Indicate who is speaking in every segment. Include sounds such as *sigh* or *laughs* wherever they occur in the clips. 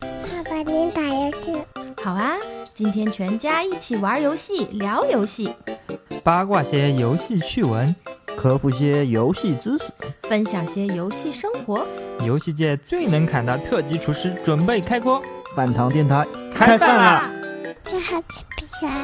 Speaker 1: 爸爸，您打游戏。
Speaker 2: 好啊，今天全家一起玩游戏，聊游戏，
Speaker 3: 八卦些游戏趣闻，
Speaker 4: 科普些游戏知识。
Speaker 2: 分享些游戏生活。
Speaker 3: 游戏界最能侃的特级厨师准备开锅，
Speaker 4: 饭堂电台
Speaker 3: 开饭啦！
Speaker 2: 啦！
Speaker 1: 这还吃不啥？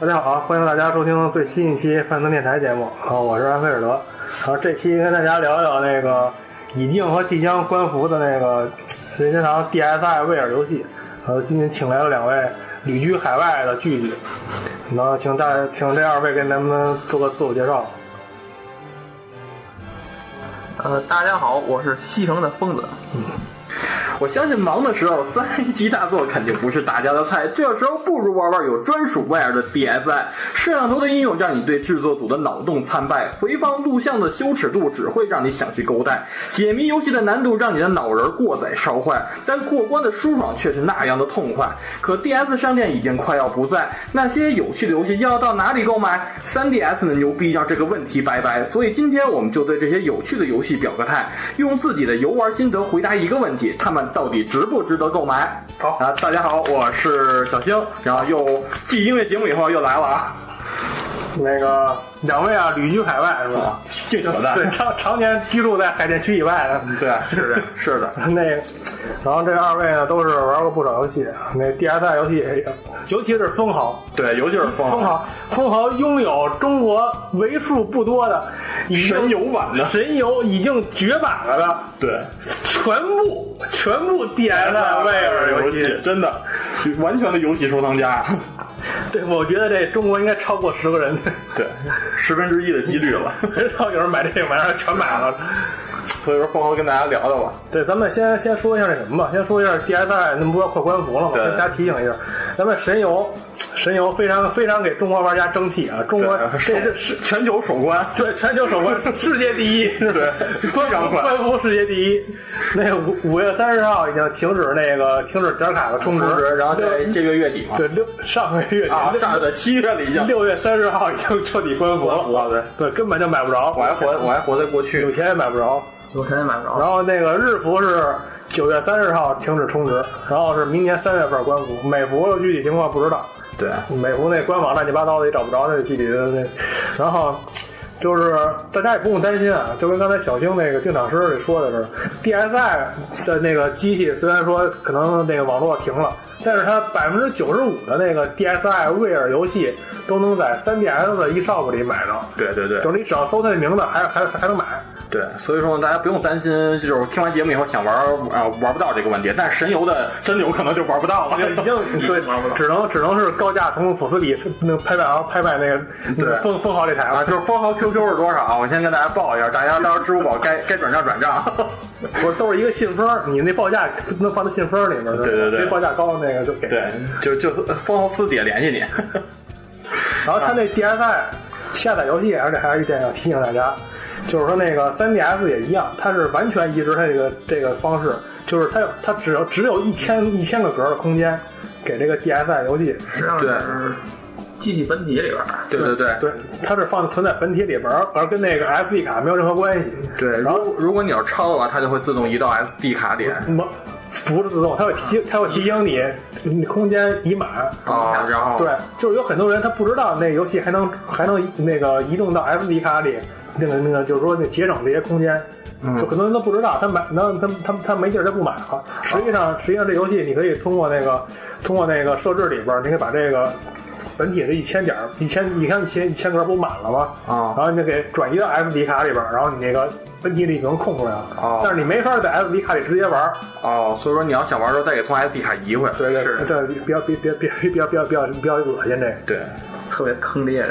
Speaker 5: 大家好，欢迎大家收听最新一期《范森电台》节目啊，我是安菲尔德。然后这期跟大家聊聊那个已经和即将官服的那个呃嘖任天堂 DSi 威尔游戏。呃，今天请来了两位旅居海外的聚聚，然后请大请这二位跟咱们做个自我介绍。
Speaker 6: 呃，大家好，我是西城的疯子。嗯我相信忙的时候，三 A 大作肯定不是大家的菜，这时候不如玩玩有专属 VR 的 DSi。摄像头的应用让你对制作组的脑洞参拜，回放录像的羞耻度只会让你想去勾带，解谜游戏的难度让你的脑仁过载烧坏，但过关的舒爽却是那样的痛快。可 DS 商店已经快要不在，那些有趣的游戏要到哪里购买？3DS 的牛逼让这个问题拜拜。所以今天我们就对这些有趣的游戏表个态，用自己的游玩心得回答一个问题：他们到底值不值得购买？
Speaker 5: 好
Speaker 6: 啊，大家好，我是小星，然后又继音乐节目以后又来了啊。
Speaker 5: 那个两位啊，旅居海外是
Speaker 6: *laughs*
Speaker 5: 吧？
Speaker 6: 这啊扯淡
Speaker 5: 对，常常年居住在海淀区以外的。
Speaker 6: *laughs*
Speaker 5: *laughs*
Speaker 6: 对，啊是的， *laughs* 是的。
Speaker 5: 那，然后这二位呢，都是玩过不少游戏，那 DSi 游戏也，尤其是封豪，
Speaker 6: 对，尤其是
Speaker 5: 封
Speaker 6: 风
Speaker 5: 豪，封豪拥有中国为数不多的已经
Speaker 6: 神游版的
Speaker 5: 神游已经绝版了的
Speaker 6: 对，啊
Speaker 5: 全部全部 DSi 外尔游戏。
Speaker 6: 真的完全的游戏收藏家，啊
Speaker 5: 对，我觉得这中国应该超过十个人， *laughs*
Speaker 6: 对，十分之一的几率了。
Speaker 5: 很少有人买这个玩意儿全买了。
Speaker 6: 所以说，风豪跟大家聊聊吧。
Speaker 5: 对，咱们先先说一下那什么吧，先说一下 DSI，那不要快官服了吗？
Speaker 6: 对
Speaker 5: 跟大家提醒一下，咱们神游，神游非常非常给中国玩家争气啊！中国这是
Speaker 6: 是全球首关，
Speaker 5: 对全球首冠，
Speaker 6: *laughs*
Speaker 5: 世界第一，是
Speaker 6: 对，非常快。
Speaker 5: 官服世界第一。那五五月三十号已经停止那个停止点卡的充值，
Speaker 6: 然后在这个月底嘛，
Speaker 5: 对六上个月
Speaker 6: 啊，
Speaker 5: 六
Speaker 6: 上的七月里已经，
Speaker 5: 六月三十号已经彻底官服了，
Speaker 6: 我的，
Speaker 5: 对，根本就买不着，
Speaker 6: 我还活，我还活在过
Speaker 5: 有
Speaker 6: 去，
Speaker 5: 钱也买不着。
Speaker 6: 有钱也买不着。
Speaker 5: 然后那个日服是九月三十号停止充值，然后是明年三月份官服，美服具体情况不知道，
Speaker 6: 对，
Speaker 5: *laughs* 美服那官网乱七八糟的也找不着那具体的那，然后。就是大家也不用担心啊，就跟刚才小星那个定场诗里说的是，DSI 的那个机器虽然说可能那个网络停了，但是它百分之九十五的那个 DSI 威尔游戏都能在 3DS 的 eShop 里买到，
Speaker 6: 对对对
Speaker 5: 就是你只要搜它的名字，还还还能买。
Speaker 6: 对，所以说大家不用担心，就是听完节目以后想玩啊玩不到这个问题，但神游的真游可能就玩不到了，
Speaker 5: 已经对
Speaker 6: 玩不到，。
Speaker 5: 只能只能是高价从索斯里那拍卖行拍卖那个那个
Speaker 6: 对
Speaker 5: 封封号这台
Speaker 6: 啊，
Speaker 5: 了。
Speaker 6: 就是封豪 QQ 是多少啊？我先跟大家报一下，大家到时候支付宝该该转账转账。
Speaker 5: *laughs* 不是，都是一个信封，你那报价能放到信封里面的。
Speaker 6: 对对对
Speaker 5: 谁报价高那个就给。
Speaker 6: 对，就就封豪私底下联系你。
Speaker 5: 然后他那 DSI 下载游戏，而且还有一点要提醒大家，就是说那个 3DS 也一样，它是完全移植它这个这个方式，就是它有它只有只有一千一千个格的空间给这个 DSI 游戏，
Speaker 6: 对
Speaker 7: 机器本体里边儿，
Speaker 6: 对对对
Speaker 5: 对，它是放存在本体里边，而而跟那个 SD 卡没有任何关系。
Speaker 6: 对，
Speaker 5: 然后
Speaker 6: 如如果你要超的话，它就会自动移到 SD 卡里啊，
Speaker 5: 不不是自动，它会提它会提醒你你空间已满。
Speaker 6: 哦然后
Speaker 5: 对，就是有很多人他不知道那游戏还能还能那个移动到 SD 卡里，那个那个就是说那节省这些空间，就很多人都不知道，他买那他他他没地儿他不买了。实际上实际上这游戏你可以通过那个通过那个设置里边儿，你可以把这个本体的一千点儿一千你看一千一千格不满了吗？
Speaker 6: 啊
Speaker 5: 然后你就给转移到 SD 卡里边儿，然后你那个本体里能空出来了。
Speaker 6: 哦
Speaker 5: 但是你没法在 SD 卡里直接玩儿，
Speaker 6: 哦，所以说你要想玩的时候再给从 SD 卡移回来，
Speaker 5: 对对
Speaker 6: 是
Speaker 5: 对，这比较比比比比比较比较比较比较恶心这个。
Speaker 6: 对，特别坑爹的。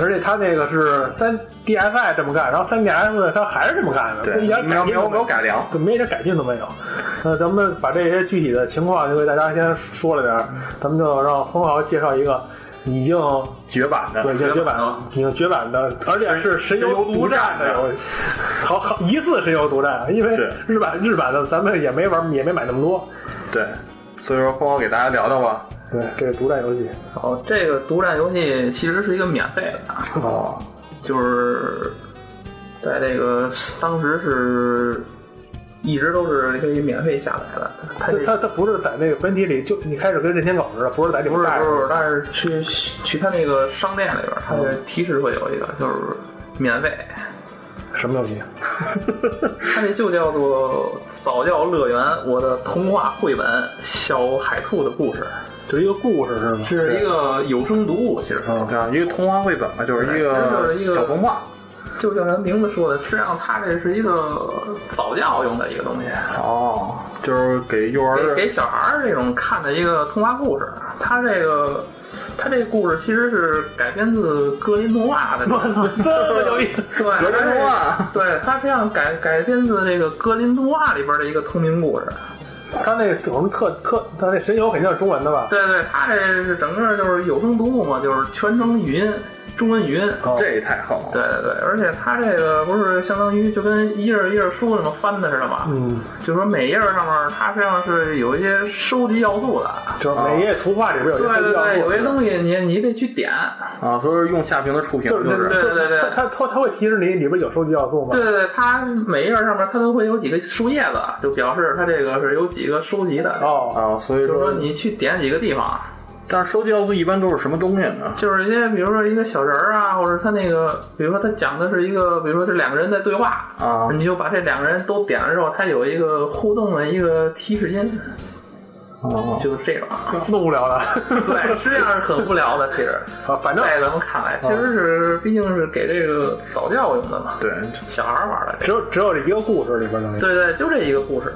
Speaker 5: 而且它那个是三 DSI 这么干，然后三 DS 呢，它还是这么干的，
Speaker 6: 对，
Speaker 5: 不一点
Speaker 6: 没有
Speaker 5: 改
Speaker 6: 没
Speaker 5: 进都
Speaker 6: 有
Speaker 5: 没
Speaker 6: 没有改良。
Speaker 5: 就没一点改进都没有。那咱们把这些具体的情况就给大家先说了点儿，咱们就让洪豪介绍一个已经
Speaker 6: 绝版的，
Speaker 5: 对已经哎绝版了，已经绝版的，而且是神游独占的游戏，好好疑似神游独占，因为
Speaker 6: 是
Speaker 5: 日版日版的咱们也没玩，也没买那么多。
Speaker 6: 对，所以说凤凰给大家聊聊吧。
Speaker 5: 对，这是独占游戏。
Speaker 7: 哦，这个独占游戏其实是一个免费的啊，
Speaker 5: 哦，
Speaker 7: 就是在这个当时是一直都是可以免费下载的。它
Speaker 5: 它
Speaker 7: 这
Speaker 5: 它它不是在那个本体里，就你开始跟任天狗似的，不是在里
Speaker 7: 不
Speaker 5: 边
Speaker 7: 是
Speaker 5: 带着
Speaker 7: 不是，但是去去它那个商店里边，它的提示会有一个，就是免费。
Speaker 5: 什么游戏？
Speaker 7: 它这就叫做《早教乐园》，我的童话绘本《小海兔的故事
Speaker 5: 就是一个故事是吗》，？
Speaker 7: 是一个有声读物，其实
Speaker 5: 嗯
Speaker 6: 对啊，一个童话绘本嘛，就是一个
Speaker 7: 就是一个
Speaker 6: 小童话。
Speaker 7: 就像咱名字说的，实际上它这是一个早教用的一个东西，
Speaker 6: 哦，就是给幼儿
Speaker 7: 给给小孩儿这种看的一个童话故事。它这个，它这故事其实是改编自格林童话的。
Speaker 5: 有意思。
Speaker 7: 对，
Speaker 6: 格林童
Speaker 7: 它
Speaker 6: 话
Speaker 7: 是，对，它实际上改改编自这个格林童话里边的一个同名故事。啊
Speaker 5: 他那我们特特，他那神游肯定是中文的吧？
Speaker 7: 对对，它这是整个就是有声读物嘛，就是全程语音，中文语音。啊
Speaker 5: 哦
Speaker 6: 这也太横了。
Speaker 7: 对对对，而且它这个不是相当于就跟一页儿一页儿书那么翻的似的嘛，
Speaker 5: 嗯，
Speaker 7: 就说每页儿上面它实际上是有一些收集要素的。啊
Speaker 5: 就是每页图画里边有
Speaker 7: 对
Speaker 5: 一个
Speaker 7: 对对，有些
Speaker 5: 西，
Speaker 7: 东西你你得去点。
Speaker 6: 啊，说是用下屏的触屏
Speaker 5: 就是
Speaker 6: 就
Speaker 5: 那
Speaker 6: 是
Speaker 7: 对对对
Speaker 5: 他他他会提示你里边有收集要素吗 *laughs*
Speaker 7: 对？对对，它每页儿上面它都会有几个树叶子，就表示它这个是有几个收集的。，
Speaker 5: 哦，
Speaker 6: 啊，所以
Speaker 7: 就是说
Speaker 6: 说，
Speaker 7: 你去点几个地方，
Speaker 6: 但是收集要素一般都是什么东西呢？
Speaker 7: 就是一些比如说一个小人儿啊，或者他那个，比如说他讲的是一个，比如说这两个人在对话，
Speaker 6: 啊
Speaker 7: 你就把这两个人都点了之后，它有一个互动的一个提示音，
Speaker 6: 哦，
Speaker 7: 就是这种。
Speaker 5: 那么无
Speaker 7: *laughs*
Speaker 5: 聊了。
Speaker 7: 对，实际上是很无聊的，其实，
Speaker 5: 啊，反正
Speaker 7: 在咱们看来，其实是毕竟是给这个早教用的嘛，
Speaker 6: 对，
Speaker 7: 小孩儿玩的。
Speaker 5: 只有只有这一个故事里边的。，
Speaker 7: 对对，就这一个故事。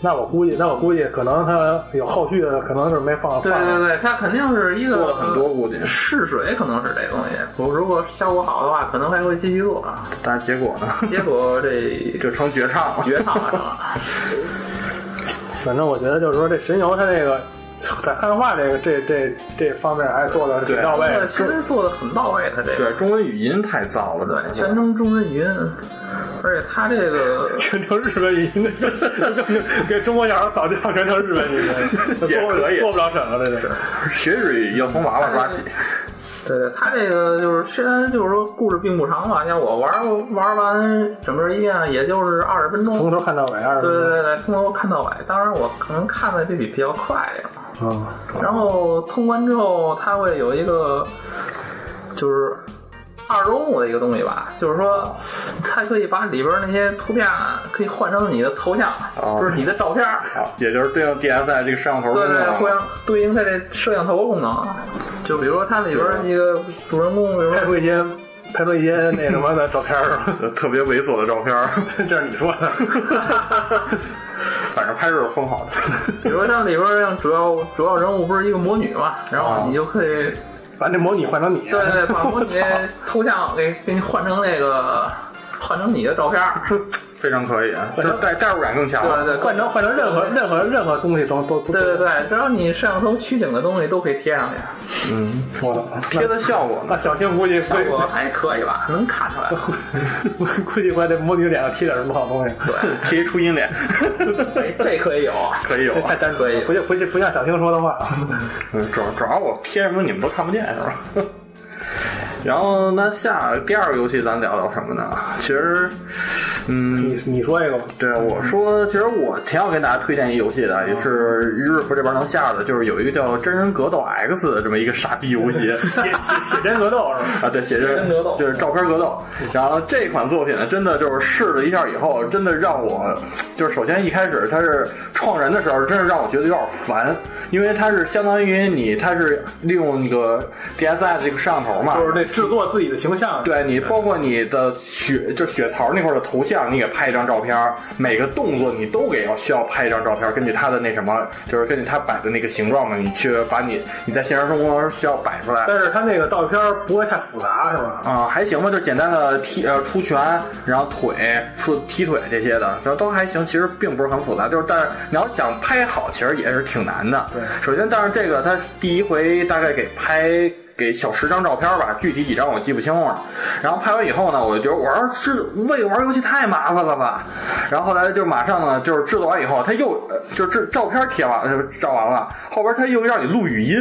Speaker 5: 那我估计，那我估计可能他有后续的，可能是没放
Speaker 7: 对对
Speaker 5: 放。
Speaker 7: 对，它肯定是一个
Speaker 6: 做了很多估计，
Speaker 7: 试水，可能是这东西。我如果效果好的话，可能还会继续做。
Speaker 6: 但是结果呢，
Speaker 7: 结果这
Speaker 6: 就成绝唱了。
Speaker 7: 绝唱了，成了。
Speaker 5: 反正我觉得就是说，这神游他这个在汉化这个这这这方面还做的挺到位
Speaker 7: 这
Speaker 5: 的
Speaker 7: 个。其实做的很到位，他这个
Speaker 6: 对，中文语音太糟了，
Speaker 7: 对
Speaker 6: 真的
Speaker 7: 全程中文语音，而且他这个
Speaker 5: 全程日本语音，给中国小孩早教全程日本语音，
Speaker 6: 也
Speaker 5: 做不
Speaker 6: 可以
Speaker 5: 做不了什么了，这是。
Speaker 6: 学日语要从娃娃 *laughs* 抓起。
Speaker 7: 对他这个就是虽然就是说故事并不长吧，像我玩过玩完整个一遍也就是二十分
Speaker 5: 从
Speaker 7: 钟。
Speaker 5: 头看到尾，啊二
Speaker 7: 对
Speaker 5: 十分
Speaker 7: 对对，从头看到尾，当然我可能看的这比比较快点儿
Speaker 5: 钟。啊，
Speaker 7: 然后通关之后，它会有一个就是二周目的一个东西吧，就是说它可以把里边那些图片可以换成你的头像，
Speaker 6: 哦
Speaker 7: 就是你的照片儿。
Speaker 6: 好，也就是啊对应 DSI 这个摄像头功
Speaker 7: 对对，互
Speaker 6: 能
Speaker 7: 相对应它这摄像头功能，就比如说它里边一个主人公，比如
Speaker 5: 拍
Speaker 7: 说
Speaker 5: 出一些拍出一些那什么的照片儿，
Speaker 6: 呃特别猥琐的照片儿，
Speaker 5: 这是你说
Speaker 6: *laughs*
Speaker 5: 的。
Speaker 6: 反正拍摄是封好 *laughs* 的。
Speaker 7: 比如说它里边像主要主要人物不是一个魔女嘛，然
Speaker 6: 哦
Speaker 7: 后你就可以
Speaker 5: 把那模拟换成你，啊
Speaker 7: 对对把魔女头像给给你换成那个换成你的照片儿。
Speaker 6: 非常可以，啊就是代代入感更强。
Speaker 7: 对对，
Speaker 5: 换成换成任何任何任何东西都都都。
Speaker 7: 对对对，只要你摄像头取景的东西都可以贴上去，
Speaker 6: 嗯，
Speaker 5: 我操！
Speaker 6: 贴的效果
Speaker 5: 那
Speaker 6: 呢？
Speaker 5: 啊小新估计估
Speaker 7: 效果还可以吧，能看出来。
Speaker 6: *laughs*
Speaker 5: 计估计我得模拟脸上贴点什么好东西，
Speaker 7: 对，
Speaker 6: 贴一初音脸， *laughs*
Speaker 7: 哎 *laughs* 这可以有，
Speaker 6: 可以有
Speaker 5: 这
Speaker 6: 啊
Speaker 5: 太。单
Speaker 7: 可
Speaker 5: 纯
Speaker 7: 以
Speaker 5: 了，不像不像不像小新说的话。啊
Speaker 6: 嗯，主要主要我贴什么你们都看不见是吧？然后那下第二个游戏咱聊聊什么呢？其实嗯，
Speaker 5: 你你说一个吧，
Speaker 6: 对，我说，其实我挺想跟大家推荐一游戏的，
Speaker 5: 嗯
Speaker 6: 也是日服这边能下的，就是有一个叫《真人格斗 X》的这么一个傻逼游戏
Speaker 5: 写写写真格斗是吧？
Speaker 6: *laughs* 啊，对，写
Speaker 7: 写真格斗
Speaker 6: 就是照片格斗。
Speaker 5: 嗯
Speaker 6: 然后这款作品呢，真的就是试了一下以后，真的让我就是首先一开始它是创人的时候，真是让我觉得有点烦，因为它是相当于你它是利用那个 DSI 这个摄像头嘛，
Speaker 5: 就是那制作自己的形象，
Speaker 6: 对你，包括你的血，就血槽那块的头像，你给拍一张照片儿，每个动作你都给要需要拍一张照片儿，根据他的那什么，就是根据他摆的那个形状嘛，你去把你你在现实生活中需要摆出来。
Speaker 5: 但是他那个照片不会太复杂是吧？
Speaker 6: 啊、还行吧，就简单的踢呃出拳，然后腿出踢腿这些的，然后都还行，其实并不是很复杂。就是但是你要想拍好，其实也是挺难的。
Speaker 5: 对
Speaker 6: 首先，但是这个他第一回大概给拍。给小十张照片吧，具体几张我记不清了。然后拍完以后呢，我就觉得我说这为玩游戏太麻烦了吧。然后后来就马上呢，就是制作完以后，他又呃就是这照片贴完呃照完了，后边他又让你录语音，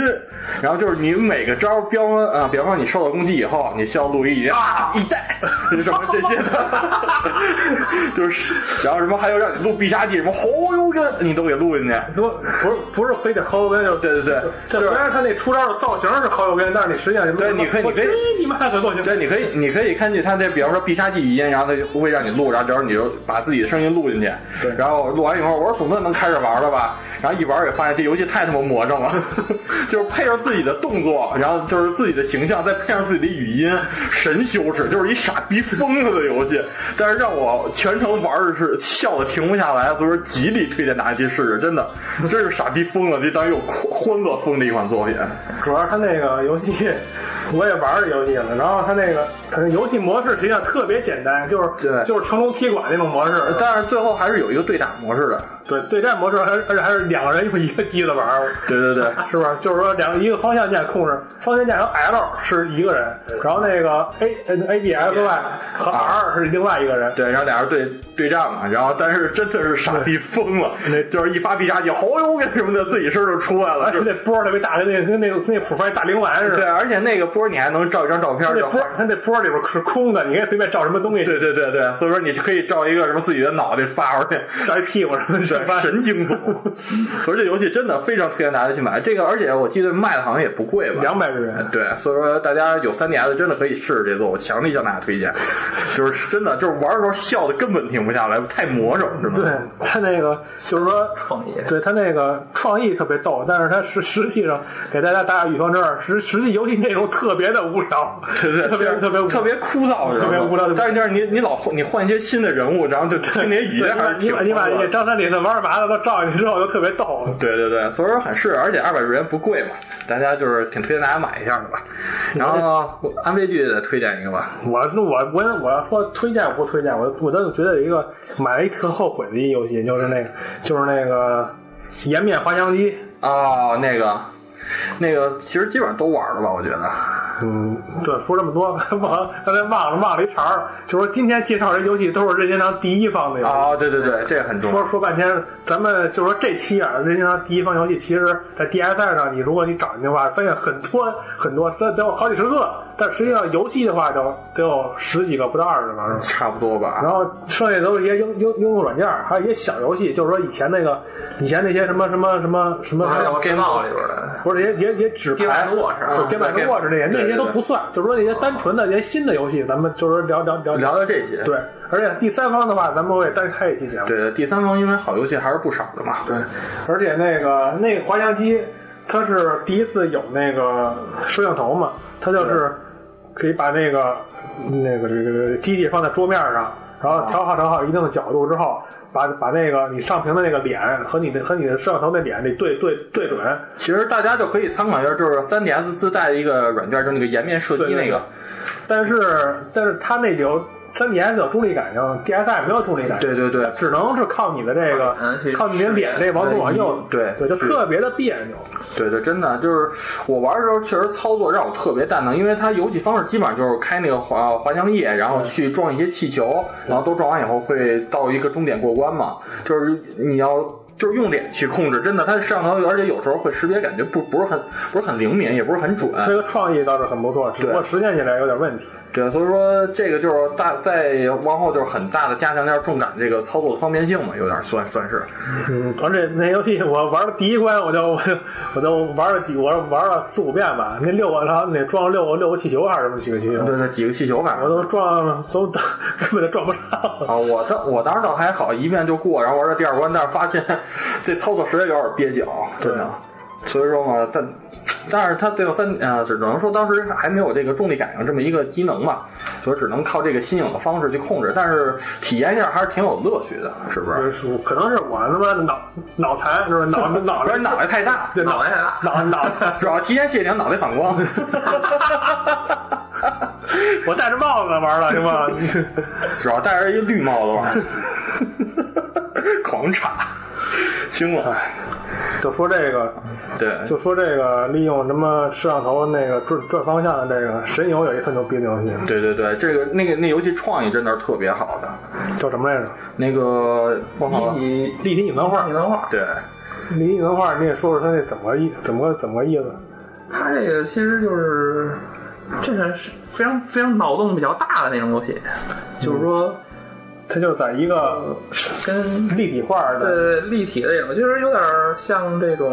Speaker 6: 然后就是你每个招标呃，比方说你受到攻击以后，你需要录一啊一代 *laughs* 什么这些的， *laughs* 就是然后什么还有让你录必杀技什么侯油根，你都给录进去。
Speaker 5: 不不是不是非得薅油根就
Speaker 6: 对对对，
Speaker 5: 这虽然他那出招的造型是薅油根，但是你实际上什么
Speaker 6: 对你可以
Speaker 5: 我
Speaker 6: 你可以
Speaker 5: 去你妈的造型，
Speaker 6: 对，你可以，你可以根据他这，比方说必杀技语音，然后他就会让你录，然后然后你就把自己的声音录进去，然后录完以后，我说总算能开始玩了吧，然后一玩也发现这游戏太他妈魔怔了， *laughs* 就是配上自己的动作，然后就是自己的形象，再配上自己的语音，神羞耻，就是一傻逼疯了的游戏，但是让我全程玩的是笑的停不下来，所以说极力推荐大家去试试，真的，真是傻逼疯了，这当然有欢乐疯的一款作品，
Speaker 5: 主要是他那个游戏，我也玩这游戏了，然后他那个可能游戏模式实际上特别简单，就是
Speaker 6: 对
Speaker 5: 就是成龙踢馆那种模式，
Speaker 6: 但是最后还是有一个对打模式的。
Speaker 5: 对对战模式还是而且还是两个人用一个机子玩儿，
Speaker 6: 对
Speaker 5: *laughs*
Speaker 6: 对对，
Speaker 5: 是吧？就是说两一个方向键控制，方向键和 L 是一个人，然后那个 A 呃 A B S Y 和 R 是另外一个人。
Speaker 6: 对，然后俩人对对战嘛，然后但是真的是傻逼疯了，那就是一发必杀技，吼呦跟什么的，自己身上就出来了。
Speaker 5: 而且
Speaker 6: 就
Speaker 5: 那波儿特别大，跟那跟那那普发大灵丸似
Speaker 6: 对，
Speaker 5: 的。
Speaker 6: 而且那个波你还能照一张照片
Speaker 5: 它
Speaker 6: 就
Speaker 5: 那波儿，它那波儿里边是空的，你可以随便照什么东西，
Speaker 6: 对对对对，所以说你可以照一个什么自己的脑袋
Speaker 5: *laughs*
Speaker 6: 发出去，
Speaker 5: 照一屁股什么
Speaker 6: 是
Speaker 5: 的。
Speaker 6: 神经
Speaker 5: *laughs*
Speaker 6: 总。所以这游戏真的非常推荐大家去买，这个而且我记得卖的好像也不贵吧，
Speaker 5: 两百日元，
Speaker 6: 对，所以说大家有 3DS 真的可以试试这座，我强力向大家
Speaker 5: *laughs*
Speaker 6: 推荐，就是真的就是玩的时候笑的根本停不下来，太魔怔，是吗？
Speaker 5: 对他那个就是说
Speaker 7: 创意
Speaker 5: 对他那个创意特别逗，但是他实实际上给大家打打预防针儿，实实际游戏内容特别的无聊，
Speaker 6: 对 *laughs* 对，
Speaker 5: 特别
Speaker 6: 是
Speaker 5: 特别无
Speaker 6: 特别枯燥，是吧
Speaker 5: 特别无聊
Speaker 6: 但是就是你你老换你换一些新的人物，然后就听那语
Speaker 5: 对
Speaker 6: 言还是
Speaker 5: 你
Speaker 6: 挺
Speaker 5: 把你把你把张三李四玩麻了都照进去之后就特别逗。
Speaker 6: 对对对，所以说很适，而且二百日元不贵嘛，大家就是挺推荐大家买一下的吧。然后我安慰剧再推荐一个吧，
Speaker 5: 我那我我我要说推荐不推荐，我我倒是觉得有一个买了一特后悔的一游戏，就是那个就是那个颜面滑翔机，
Speaker 6: 哦，那个那个其实基本上都玩了吧，我觉得。
Speaker 5: 嗯，对，说这么多， *laughs* 忘刚才忘了忘了一茬儿，就说今天介绍这游戏都是任天堂第一方的游戏。
Speaker 6: 哦，对对对，这个很重要。
Speaker 5: 说说半天，咱们就说这期啊，任天堂第一方游戏，其实在 DSI 上，你如果你找的话，发现很多很多，这得有好几十个，但实际上游戏的话，得有得有十几个，不到二十个是吧？
Speaker 6: 差不多吧，
Speaker 5: 然后剩下都是一些应应应用软件儿，还有一些小游戏，就是说以前那个以前那些什么什么什么什么
Speaker 7: 还有
Speaker 5: 什么，
Speaker 7: 电脑里边的，
Speaker 5: 不是也也也纸
Speaker 7: 电
Speaker 5: 牌
Speaker 7: 脑。卧室
Speaker 5: 就
Speaker 7: 啊，
Speaker 5: 跟百
Speaker 6: 对
Speaker 5: 个 watch 那些
Speaker 6: 对
Speaker 5: 那些
Speaker 6: 对
Speaker 5: 都
Speaker 6: 对
Speaker 5: 不算，就是说那些单纯的那些新的游戏，咱们就是聊聊聊
Speaker 6: 聊聊这些。
Speaker 5: 对，而且第三方的话，咱们会单开一期节目。
Speaker 6: 对对，第三方因为好游戏还是不少的嘛。对，
Speaker 5: 而且那个那个滑翔机，它是第一次有那个摄像头嘛，它就是可以把那个那个这个这个机器放在桌面上，然
Speaker 6: 啊
Speaker 5: 后调好调好一定的角度之后，把把那个你上屏的那个脸和你的和你的摄像头那脸得对对对准，
Speaker 6: 其实大家就可以参考一下，就是 3DS 自带一个软件，就那个颜面射击
Speaker 5: 对对
Speaker 6: 那个。
Speaker 5: 但是但是它那有。3 DS 有重力感应，DSI 没有重力感应，
Speaker 6: 对啊对对
Speaker 5: 只能是靠你的这个
Speaker 7: 嗯去，
Speaker 5: 靠你的脸这往左往右，
Speaker 6: 嗯对啊
Speaker 5: 对，就是特别的别扭。
Speaker 6: 对对，真的就是我玩的时候，确实操作让我特别蛋疼，因为它游戏方式基本上就是开那个滑滑翔翼，然后去撞一些气球，然后都撞完以后会到一个终点过关嘛，就是你要。就是用脸去控制，真的，它摄像头，而且有时候会识别，感觉不不是很不是很灵敏，也不是很准。
Speaker 5: 这个创意倒是很不错，只不过实现起来有点问题。
Speaker 6: 对，啊所以说这个就是大再往后就是很大的加强点重感这个操作的方便性嘛，有点算算是。
Speaker 5: *laughs* 嗯，而且那游戏我玩的第一关我就我就玩了几，我玩了四五遍吧。那六个，然后得装六个六个气球还是什么几个气球，
Speaker 6: 对对，几个气球反
Speaker 5: 我
Speaker 6: 正。
Speaker 5: 都撞都 *laughs* 根本就撞不上。
Speaker 6: 啊，我当我当时倒还好，一遍就过，然后玩到第二关，但是发现这操作实在有点蹩脚，真的。所以说嘛，但但是它对有三呃，只能说当时还没有这个重力感应这么一个机能吧，所以只能靠这个新颖的方式去控制。但是体验一下还是挺有乐趣的，是不是？
Speaker 5: 就是可能是我他妈脑脑残，是吧？脑脑
Speaker 6: 不
Speaker 5: 袋
Speaker 6: 是脑袋太大，
Speaker 5: 对
Speaker 7: 脑袋太大
Speaker 5: 脑脑，
Speaker 6: *laughs* 主要提前卸顶，脑袋反光。 *laughs*
Speaker 5: 我戴着帽子玩了，行吗？ *laughs*
Speaker 6: 主要戴着一绿帽子玩，狂插，行了。
Speaker 5: 就说这个，
Speaker 6: 对，
Speaker 5: 哎就说这个利用什么摄像头那个转转方向的这个神游有一特牛逼的游戏，
Speaker 6: 对对对，这个那个那游戏创意真的是特别好的，
Speaker 5: 叫什么来着？
Speaker 6: 那个忘了。
Speaker 7: 你
Speaker 5: 立体拟能画
Speaker 7: 你，能画，
Speaker 6: 对，
Speaker 5: 立体拟能画，你也说说它那怎么意怎么怎么个意思？
Speaker 7: 它这个其实就是，这是非常非常脑洞比较大的那种游戏，就是说
Speaker 5: 它就在一个
Speaker 7: 跟
Speaker 6: 嗯
Speaker 5: 立体画的，
Speaker 7: 呃立体的这种，就是有点像这种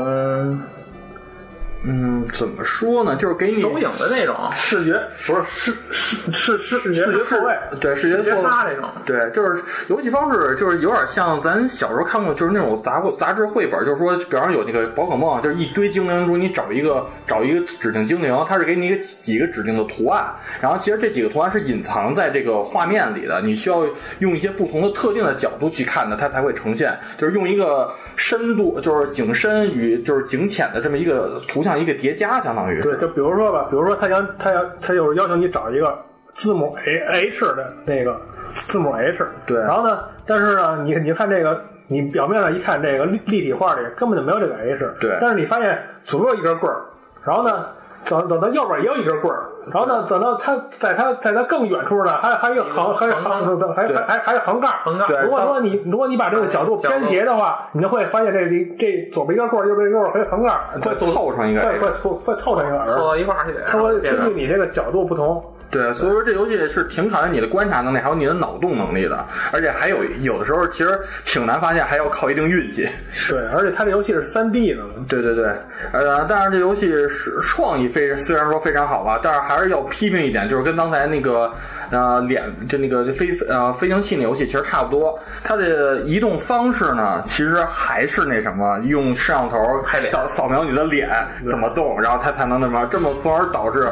Speaker 6: 嗯，怎么说呢？就是给你
Speaker 7: 手影的那种，
Speaker 5: 视觉不是视视视视视
Speaker 6: 视
Speaker 5: 觉错位，
Speaker 6: 对视觉
Speaker 7: 绝
Speaker 6: 错位。
Speaker 7: 杀这种。
Speaker 6: 对，就是游戏方式，就是有点像咱小时候看过，就是那种杂杂志绘本，就是说，比方说有那个宝可梦，啊就是一堆精灵中，你找一个找一个指定精灵，它是给你一个几个指定的图案，然后其实这几个图案是隐藏在这个画面里的，你需要用一些不同的特定的角度去看的，它才会呈现，就是用一个深度，就是景深与就是景浅的这么一个图像一个叠加，相当于
Speaker 5: 对，就比如说吧，比如说他想他要他就是要求你找一个字母 A H 的那个字母 H，
Speaker 6: 对
Speaker 5: 然后呢，但是呢，你你看这个，你表面上一看这个立立体画里根本就没有这个 H，
Speaker 6: 对
Speaker 5: 但是你发现左边有一根棍儿，然后呢。等等到右边也有一根棍儿，然后呢，等到它在它在它更远处呢，还有还有一个横，还有横，还还还还有横杠，
Speaker 7: 横杠对
Speaker 5: 如果说你如果你把这个角度偏斜的话，你就会发现这里这左边一根棍儿，右边一根棍儿，还有横杠，会
Speaker 6: 会凑上一个
Speaker 5: 会
Speaker 6: A
Speaker 5: 会凑会凑成一个
Speaker 7: 凑
Speaker 5: 儿。
Speaker 7: 到一块儿去，
Speaker 5: 他会
Speaker 7: 这
Speaker 5: 根
Speaker 7: 个
Speaker 5: 据你这个角度不同，
Speaker 6: 对，所以说这游戏是挺考验你的观察能力，还有你的脑洞能力的，而且还有有的时候其实挺难发现，还要靠一定运气。
Speaker 5: 对，而且它这游戏是三 D 的嘛，
Speaker 6: *laughs* 对对对，呃，但是这游戏是创意非虽然说非常好吧，但是还是要批评一点，就是跟刚才那个呃脸就那个飞呃飞行器那游戏其实差不多，它的移动方式呢，其实还是那什么，用摄像头
Speaker 7: 拍脸
Speaker 6: 扫扫描你的脸怎么动，然后它才能那什么，这么从而导致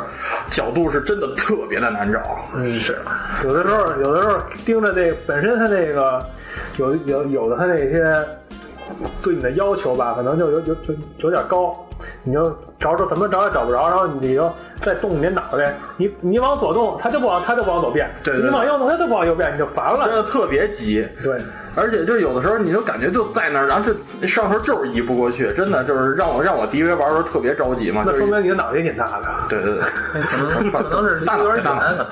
Speaker 6: 角度是真的特别的难找。
Speaker 5: 嗯
Speaker 7: 是
Speaker 5: 有的时候有的时候盯着这本身它那个有有有的它那些对你的要求吧，可能就有有有有点高，你就找找怎么找也找不着，然后你就再动你的脑袋，你你往左动，它就不往它就不往左变，
Speaker 6: 对对对
Speaker 5: 你往右动它就不往右变，你就烦
Speaker 6: 真
Speaker 5: 了。
Speaker 6: 的特别急，
Speaker 5: 对，
Speaker 6: 而且就有的时候你就感觉就在那儿，然后就上头就是移不过去，真的就是让我让我第一回玩的时候特别着急嘛，
Speaker 5: 那
Speaker 6: 就是
Speaker 5: 说明你的脑袋也挺大的。
Speaker 6: 对对对。
Speaker 7: 可能可能是
Speaker 6: *laughs*
Speaker 7: 离
Speaker 6: 大脑
Speaker 7: 有
Speaker 6: 太
Speaker 7: 点
Speaker 6: 大
Speaker 7: 远
Speaker 6: 了，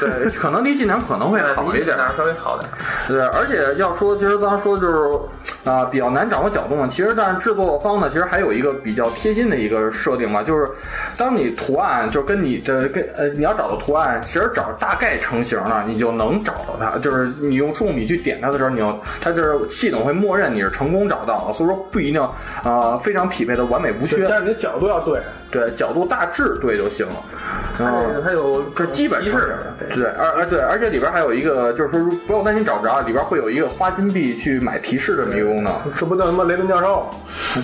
Speaker 6: 对，可能离近点可能会好一
Speaker 5: *laughs*
Speaker 6: 点
Speaker 7: 点，，稍微好点。
Speaker 6: 对，而且要说，其实刚刚说就是啊、比较难掌握角度嘛。其实，但是制作方呢，其实还有一个比较贴心的一个设定吧，就是当你图案就跟你的跟呃你要找的图案，其实找大概成型了，你就能找到它。就是你用重笔去点它的时候，你就它就是系统会默认你是成功找到了，所以说不一定呃非常匹配的完美无缺
Speaker 5: 对，但是你的角度要对，
Speaker 6: 对，角度大致对就行了。嗯
Speaker 7: 它
Speaker 6: 然后
Speaker 7: 这个它有
Speaker 6: 哦这基本
Speaker 7: 机
Speaker 6: 上
Speaker 7: 制
Speaker 6: 是
Speaker 7: 的，
Speaker 6: 对，而而对，而且里边还有一个，就是说不用担心找不着，里边会有一个花金币去买提示这么一个功能。
Speaker 5: 这不叫什么雷顿教授吗？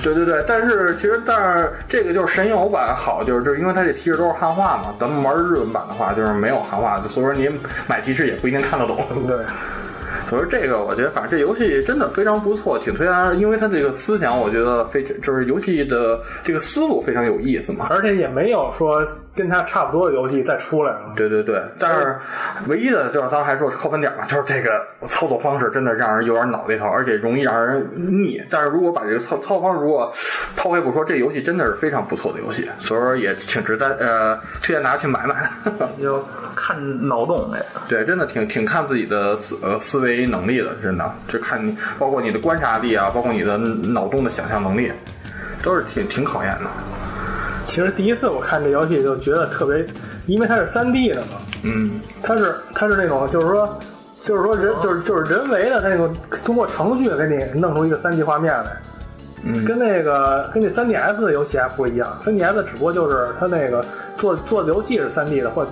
Speaker 6: 对对对，但是其实但是这个就是神游版好，就是就是因为它这提示都是汉化嘛，咱们玩日文版的话就是没有汉化，所以说你买提示也不一定看得懂。 *laughs*
Speaker 5: 对，
Speaker 6: 所以说这个我觉得反正这游戏真的非常不错，挺推荐，因为它这个思想我觉得非常就是游戏的这个思路非常有意思嘛。
Speaker 5: 而且也没有说跟它差不多的游戏再出来了。
Speaker 6: 对对对，但是唯一的就是刚才说扣分点吧，就是这个操作方式真的让人有点脑袋疼，而且容易让人腻。但是如果把这个操操作方式如果抛开不说，这游戏真的是非常不错的游戏，所以说也挺值得呃推荐大家去买买。 *laughs*
Speaker 7: 要看脑洞哎，
Speaker 6: 对，真的挺挺看自己的思呃思维能力的，真的就看你包括你的观察力啊，包括你的脑洞的想象能力，都是挺挺考验的。
Speaker 5: 其实第一次我看这游戏就觉得特别，因为它是3 D 的嘛，
Speaker 6: 嗯，
Speaker 5: 它是它是那种就是说就是说人就是就是人为的那种通过程序给你弄出一个3 D 画面来，
Speaker 6: 嗯
Speaker 5: 跟那个跟那 3DS 的游戏还不一样，3DS 只不过就是它那个做做的游戏是 3D 的，或者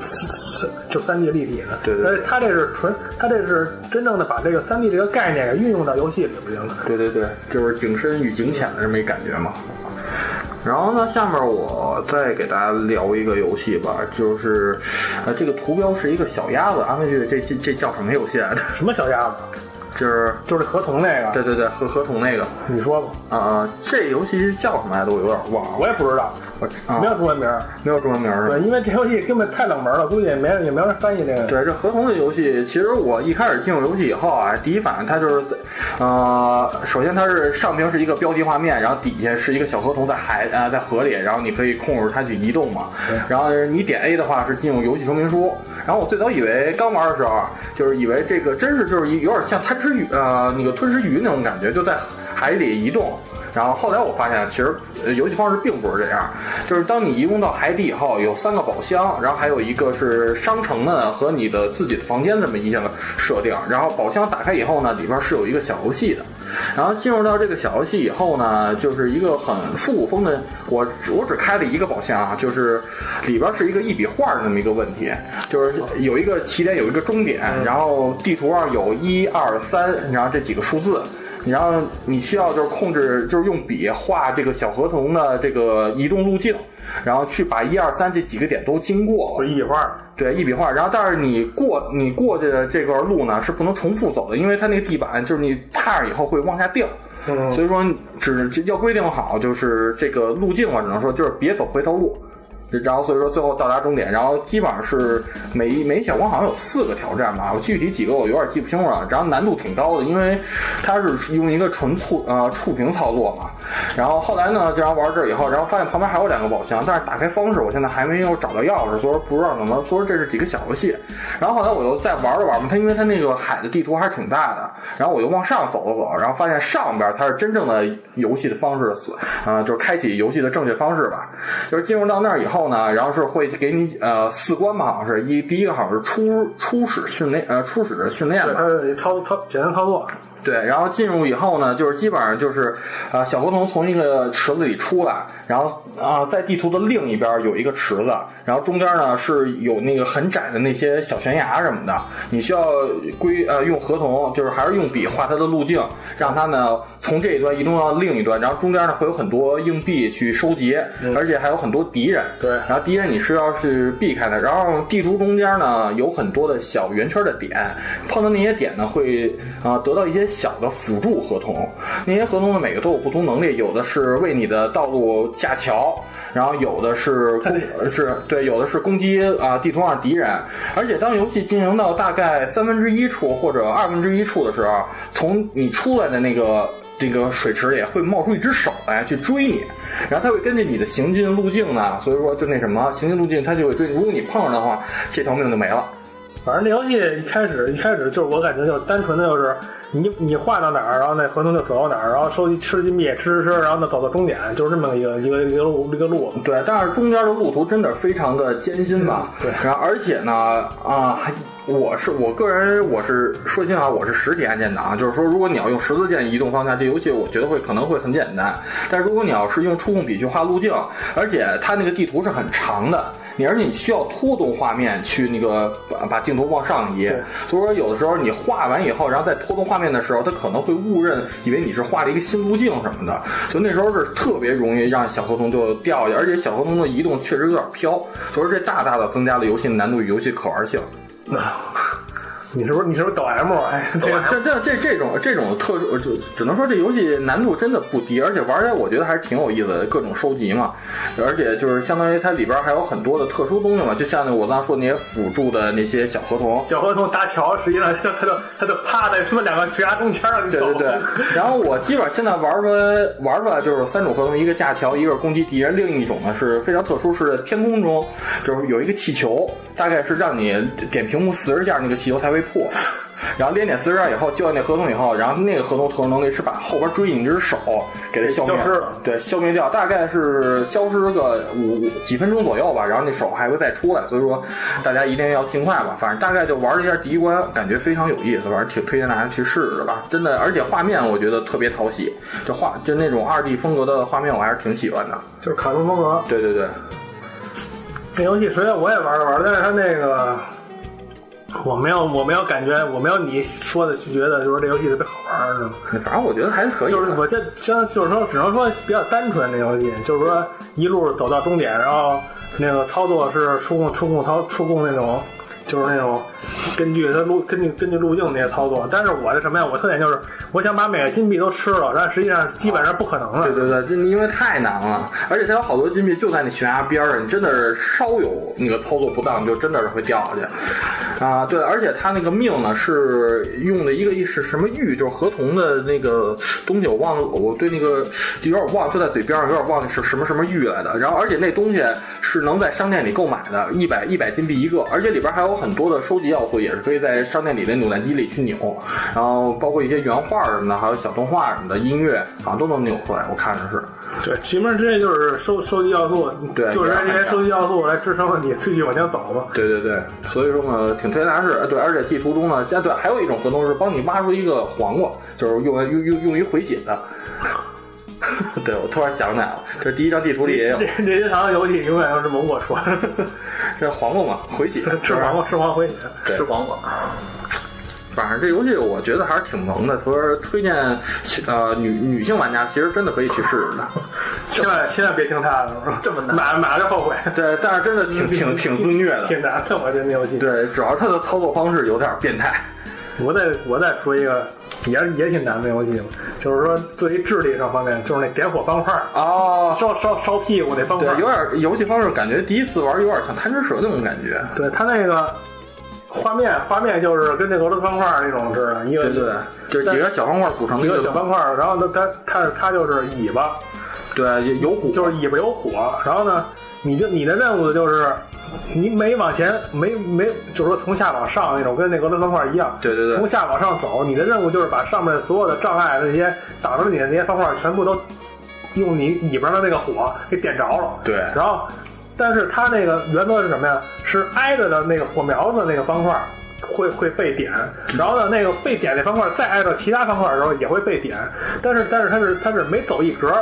Speaker 5: 就 3D 立体的，
Speaker 6: 对对对
Speaker 5: 但是它这是纯它这是真正的把这个 3D 这个概念给运用到游戏里边了。
Speaker 6: 对对对，就是景深与景浅的这么一感觉嘛。然后呢，下面我再给大家聊一个游戏吧，就是，呃，这个图标是一个小鸭子，安慰这这这这叫什么游戏来着？ *laughs*
Speaker 5: 什么小鸭子？
Speaker 6: 就是，
Speaker 5: 就是合同那个，
Speaker 6: 对对对，合合同那个，
Speaker 5: 你说吧，
Speaker 6: 啊、啊，这游戏是叫什么来着？我有点忘了，
Speaker 5: 我也不知道，
Speaker 6: 我啊嗯
Speaker 5: 没有中文名儿。
Speaker 6: 没有中文名儿。
Speaker 5: 对，因为这游戏根本太冷门了，估计也没人也没人翻译这个。
Speaker 6: 对，这合同的游戏，其实我一开始进入游戏以后啊，第一反应它就是，呃，首先它是上屏是一个标记画面，然后底下是一个小合同在海啊、在河里，然后你可以控制它去移动嘛。然后你点 A 的话是进入游戏说明书。然后我最早以为刚玩的时候啊，就是以为这个真是就是有点像贪吃鱼呃那个吞食鱼那种感觉，就在海里移动。然后后来我发现，其实呃游戏方式并不是这样，就是当你移动到海底以后，有三个宝箱，然后还有一个是商城呢和你的自己的房间这么一项设定。然后宝箱打开以后呢，里边是有一个小游戏的。然后进入到这个小游戏以后呢，就是一个很复古风的，我我只开了一个宝箱啊，就是里边是一个一笔画的那么一个问题，就是有一个起点，有一个终点，然后地图上有一二三，然后这几个数字。然后你需要就是控制，就是用笔画这个小河童的这个移动路径，然后去把一二三这几个点都经过
Speaker 5: 不
Speaker 6: 了
Speaker 5: 是一笔画儿，
Speaker 6: 对，一笔画。然后但是你过你过的这段路呢是不能重复走的，因为它那个地板就是你踏上以后会往下掉。
Speaker 5: 嗯
Speaker 6: 所以说只要规定好就是这个路径，啊我只能说就是别走回头路。然后所以说最后到达终点，然后基本上是每一每一小关好像有四个挑战吧，我具体几个我有点记不清楚了。然后难度挺高的，因为它是用一个纯触呃触屏操作嘛。然后后来呢，这样玩这儿以后，然后发现旁边还有两个宝箱，但是打开方式我现在还没有找到钥匙，所以说不知道怎么，所以说这是几个小游戏。然后后来我又再玩了玩嘛，它因为它那个海的地图还是挺大的，然后我又往上走了走，然后发现上边才是真正的游戏的方式，所呃就是开启游戏的正确方式吧。就是进入到那儿以后呢，然后是会给你呃四关吧，好像是一第一个好像是初初始训练呃初始训练
Speaker 5: 对，
Speaker 6: 吧
Speaker 5: 它，是操操简单操作，
Speaker 6: 对，然后进入以后呢，就是基本上就是，呃，小河童从一个池子里出来，然后啊、在地图的另一边有一个池子，然后中间呢是有那个很窄的那些小悬崖什么的，你需要规呃用河童，就是还是用笔画它的路径，让它呢从这一端移动到另一端，然后中间呢会有很多硬币去收集，而且还有很多敌人，
Speaker 5: 对
Speaker 6: 然后敌人你是要是避开的，然后地图中间呢有很多的小圆圈的点，碰到那些点呢会啊、呃得到一些小的辅助合同，那些合同呢每个都有不同能力，有的是为你的道路架桥，然后有的是攻呃是对，有的是攻击啊、地图上的敌人，而且当游戏进行到大概三分之一处或者二分之一处的时候，从你出来的那个这个水池里会冒出一只手来去追你，然后它会根据你的行进路径呢，所以说就那什么行进路径它就会追你，如果你碰上的话，这条命就没了。
Speaker 5: 反正这游戏一开始一开始就是我感觉就是单纯的就是你你画到哪儿，然后那合同就走到哪儿，然后收集吃金币吃吃吃，然后呢走到终点，就是这么一个一个一个路一个路。
Speaker 6: 对，但是中间的路途真的非常的艰辛吧？
Speaker 5: 嗯对
Speaker 6: 然后而且呢，啊、还我是我个人我是说心里话，我是实体按键党，就是说如果你要用十字键移动方向，这游戏我觉得会可能会很简单。但如果你要是用触控笔去画路径，而且它那个地图是很长的，你而且你需要拖动画面去那个把把镜头往上移
Speaker 5: 对，
Speaker 6: 所以说有的时候你画完以后，然后再拖动画面的时候，它可能会误认以为你是画了一个新路径什么的，就那时候是特别容易让小河童就掉下去，而且小河童的移动确实有点飘，所以说这大大的增加了游戏难度与游戏可玩性。
Speaker 5: 你是不是你是不是抖 M？哎，这个
Speaker 6: 这这这这种这种特殊，就只能说这游戏难度真的不低，而且玩起来我觉得还是挺有意思的，各种收集嘛，而且就是相当于它里边还有很多的特殊东西嘛，就像我刚才说的那些辅助的那些小合同，
Speaker 5: 小河童搭桥，实际上就他就他就趴在他们两个悬崖中间儿，你
Speaker 6: 对
Speaker 5: 懂
Speaker 6: 对
Speaker 5: 吗
Speaker 6: 对， *laughs* 然后我基本上现在玩出来玩出来就是三种合同，一个架桥，一个是攻击敌人，另一种呢是非常特殊，是天空中就是有一个气球，大概是让你点屏幕四十下，那个气球才会破。 *laughs* 然后连点四十下以后，救完那合同以后，然后那个合同特殊能力是把后边追你那只手给它消灭
Speaker 5: 消失了
Speaker 6: 对，消灭掉，大概是消失个五五几分钟左右吧，然后那手还会再出来，所以说大家一定要尽快吧。反正大概就玩了一下第一关，感觉非常有意思，反正挺推荐大家去试试的吧。真的，而且画面我觉得特别讨喜，就画就那种二 D 风格的画面，我还是挺喜欢的。
Speaker 5: 就是卡通风格。
Speaker 6: 对对对，
Speaker 5: 那游戏虽然我也玩了玩，但是它那个我没有我没有感觉，我没有你说的觉得就是这游戏特别好玩儿，
Speaker 6: 反正我觉得还是可以的。
Speaker 5: 就是我这相就是说只能说比较单纯这游戏，就是说一路走到终点，然后那个操作是触控触控操触控那种。就是那种根据它路根据根据路径那些操作，但是我的什么呀？我特点就是我想把每个金币都吃了，但实际上基本上不可能的。
Speaker 6: 对对对，这因为太难了，而且它有好多金币就在你悬崖边儿上，你真的是稍有那个操作不当，你就真的是会掉下去。啊，对，而且它那个命呢是用的一个是什么玉，就是河童的那个东西，我忘了，我对那个有点忘，就在嘴边上，有点忘记是什么什么玉来的。然后，而且那东西是能在商店里购买的，一百一百金币一个，而且里边还有很多的收集要素，也是可以在商店里的扭蛋机里去扭，然后包括一些原画什么的，还有小动画什么的，音乐好像都能扭出来，我看着是。
Speaker 5: 对，前面这就是收收集要素，
Speaker 6: 对
Speaker 5: 就是
Speaker 6: 你要
Speaker 5: 这
Speaker 6: 看
Speaker 5: 些
Speaker 6: 一下
Speaker 5: 收集要素来支撑了你继续往前走嘛。
Speaker 6: 对对对，所以说呢，挺推荐大家试。对，而且地图中呢，啊对，还有一种活动是帮你挖出一个黄瓜，就是用来用用用于回血的。对，我突然想起来了，这第一张地图里也有
Speaker 5: *laughs* 这这些场游戏永远都是蒙我 *laughs* 说，
Speaker 6: 这黄瓜嘛，回血
Speaker 5: 吃黄
Speaker 6: 瓜。
Speaker 5: 瓜吃黄回血。
Speaker 6: 对
Speaker 7: 吃黄瓜，
Speaker 6: 反正这游戏我觉得还是挺萌的，所以说推荐呃女女性玩家其实真的可以去试试的。
Speaker 5: 千万千万别听他的，
Speaker 7: 这么难
Speaker 5: 买买了就后悔，
Speaker 6: 对，但是真的挺挺挺自虐的。
Speaker 5: 挺难的。我觉得那游戏，
Speaker 6: 对，主要它的操作方式有点变态。
Speaker 5: 我再我再说一个，也是也挺难的游戏，就是说对于智力上方面，就是那点火方块，
Speaker 6: 哦，
Speaker 5: 烧烧烧屁股那方
Speaker 6: 对
Speaker 5: 块，，
Speaker 6: 有点游戏方式感觉第一次玩有点像贪吃蛇那种感觉。
Speaker 5: 对它那个画面画面就是跟那俄罗斯方块那种似的，一个
Speaker 6: 对对，就是几个小方块组成的
Speaker 5: 一
Speaker 6: 一
Speaker 5: 个
Speaker 6: 个
Speaker 5: 小方块，然后它它它它就是尾巴，
Speaker 6: 对，有虎，
Speaker 5: 就是尾巴有火，然后呢，你就你的任务就是你每往前没没，就是说从下往上那种，跟那俄罗斯方块一样。
Speaker 6: 对对对
Speaker 5: 从下往上走，你的任务就是把上面所有的障碍那些挡着你的那些方块全部都用你尾巴的那个火给点着了。
Speaker 6: 对
Speaker 5: 然后，但是它那个原则是什么呀？是挨着的那个火苗子那个方块。会会被点，
Speaker 6: 嗯
Speaker 5: 然后呢，那个被点那方块再挨着其他方块的时候也会被点，但是但是它是它是每走一格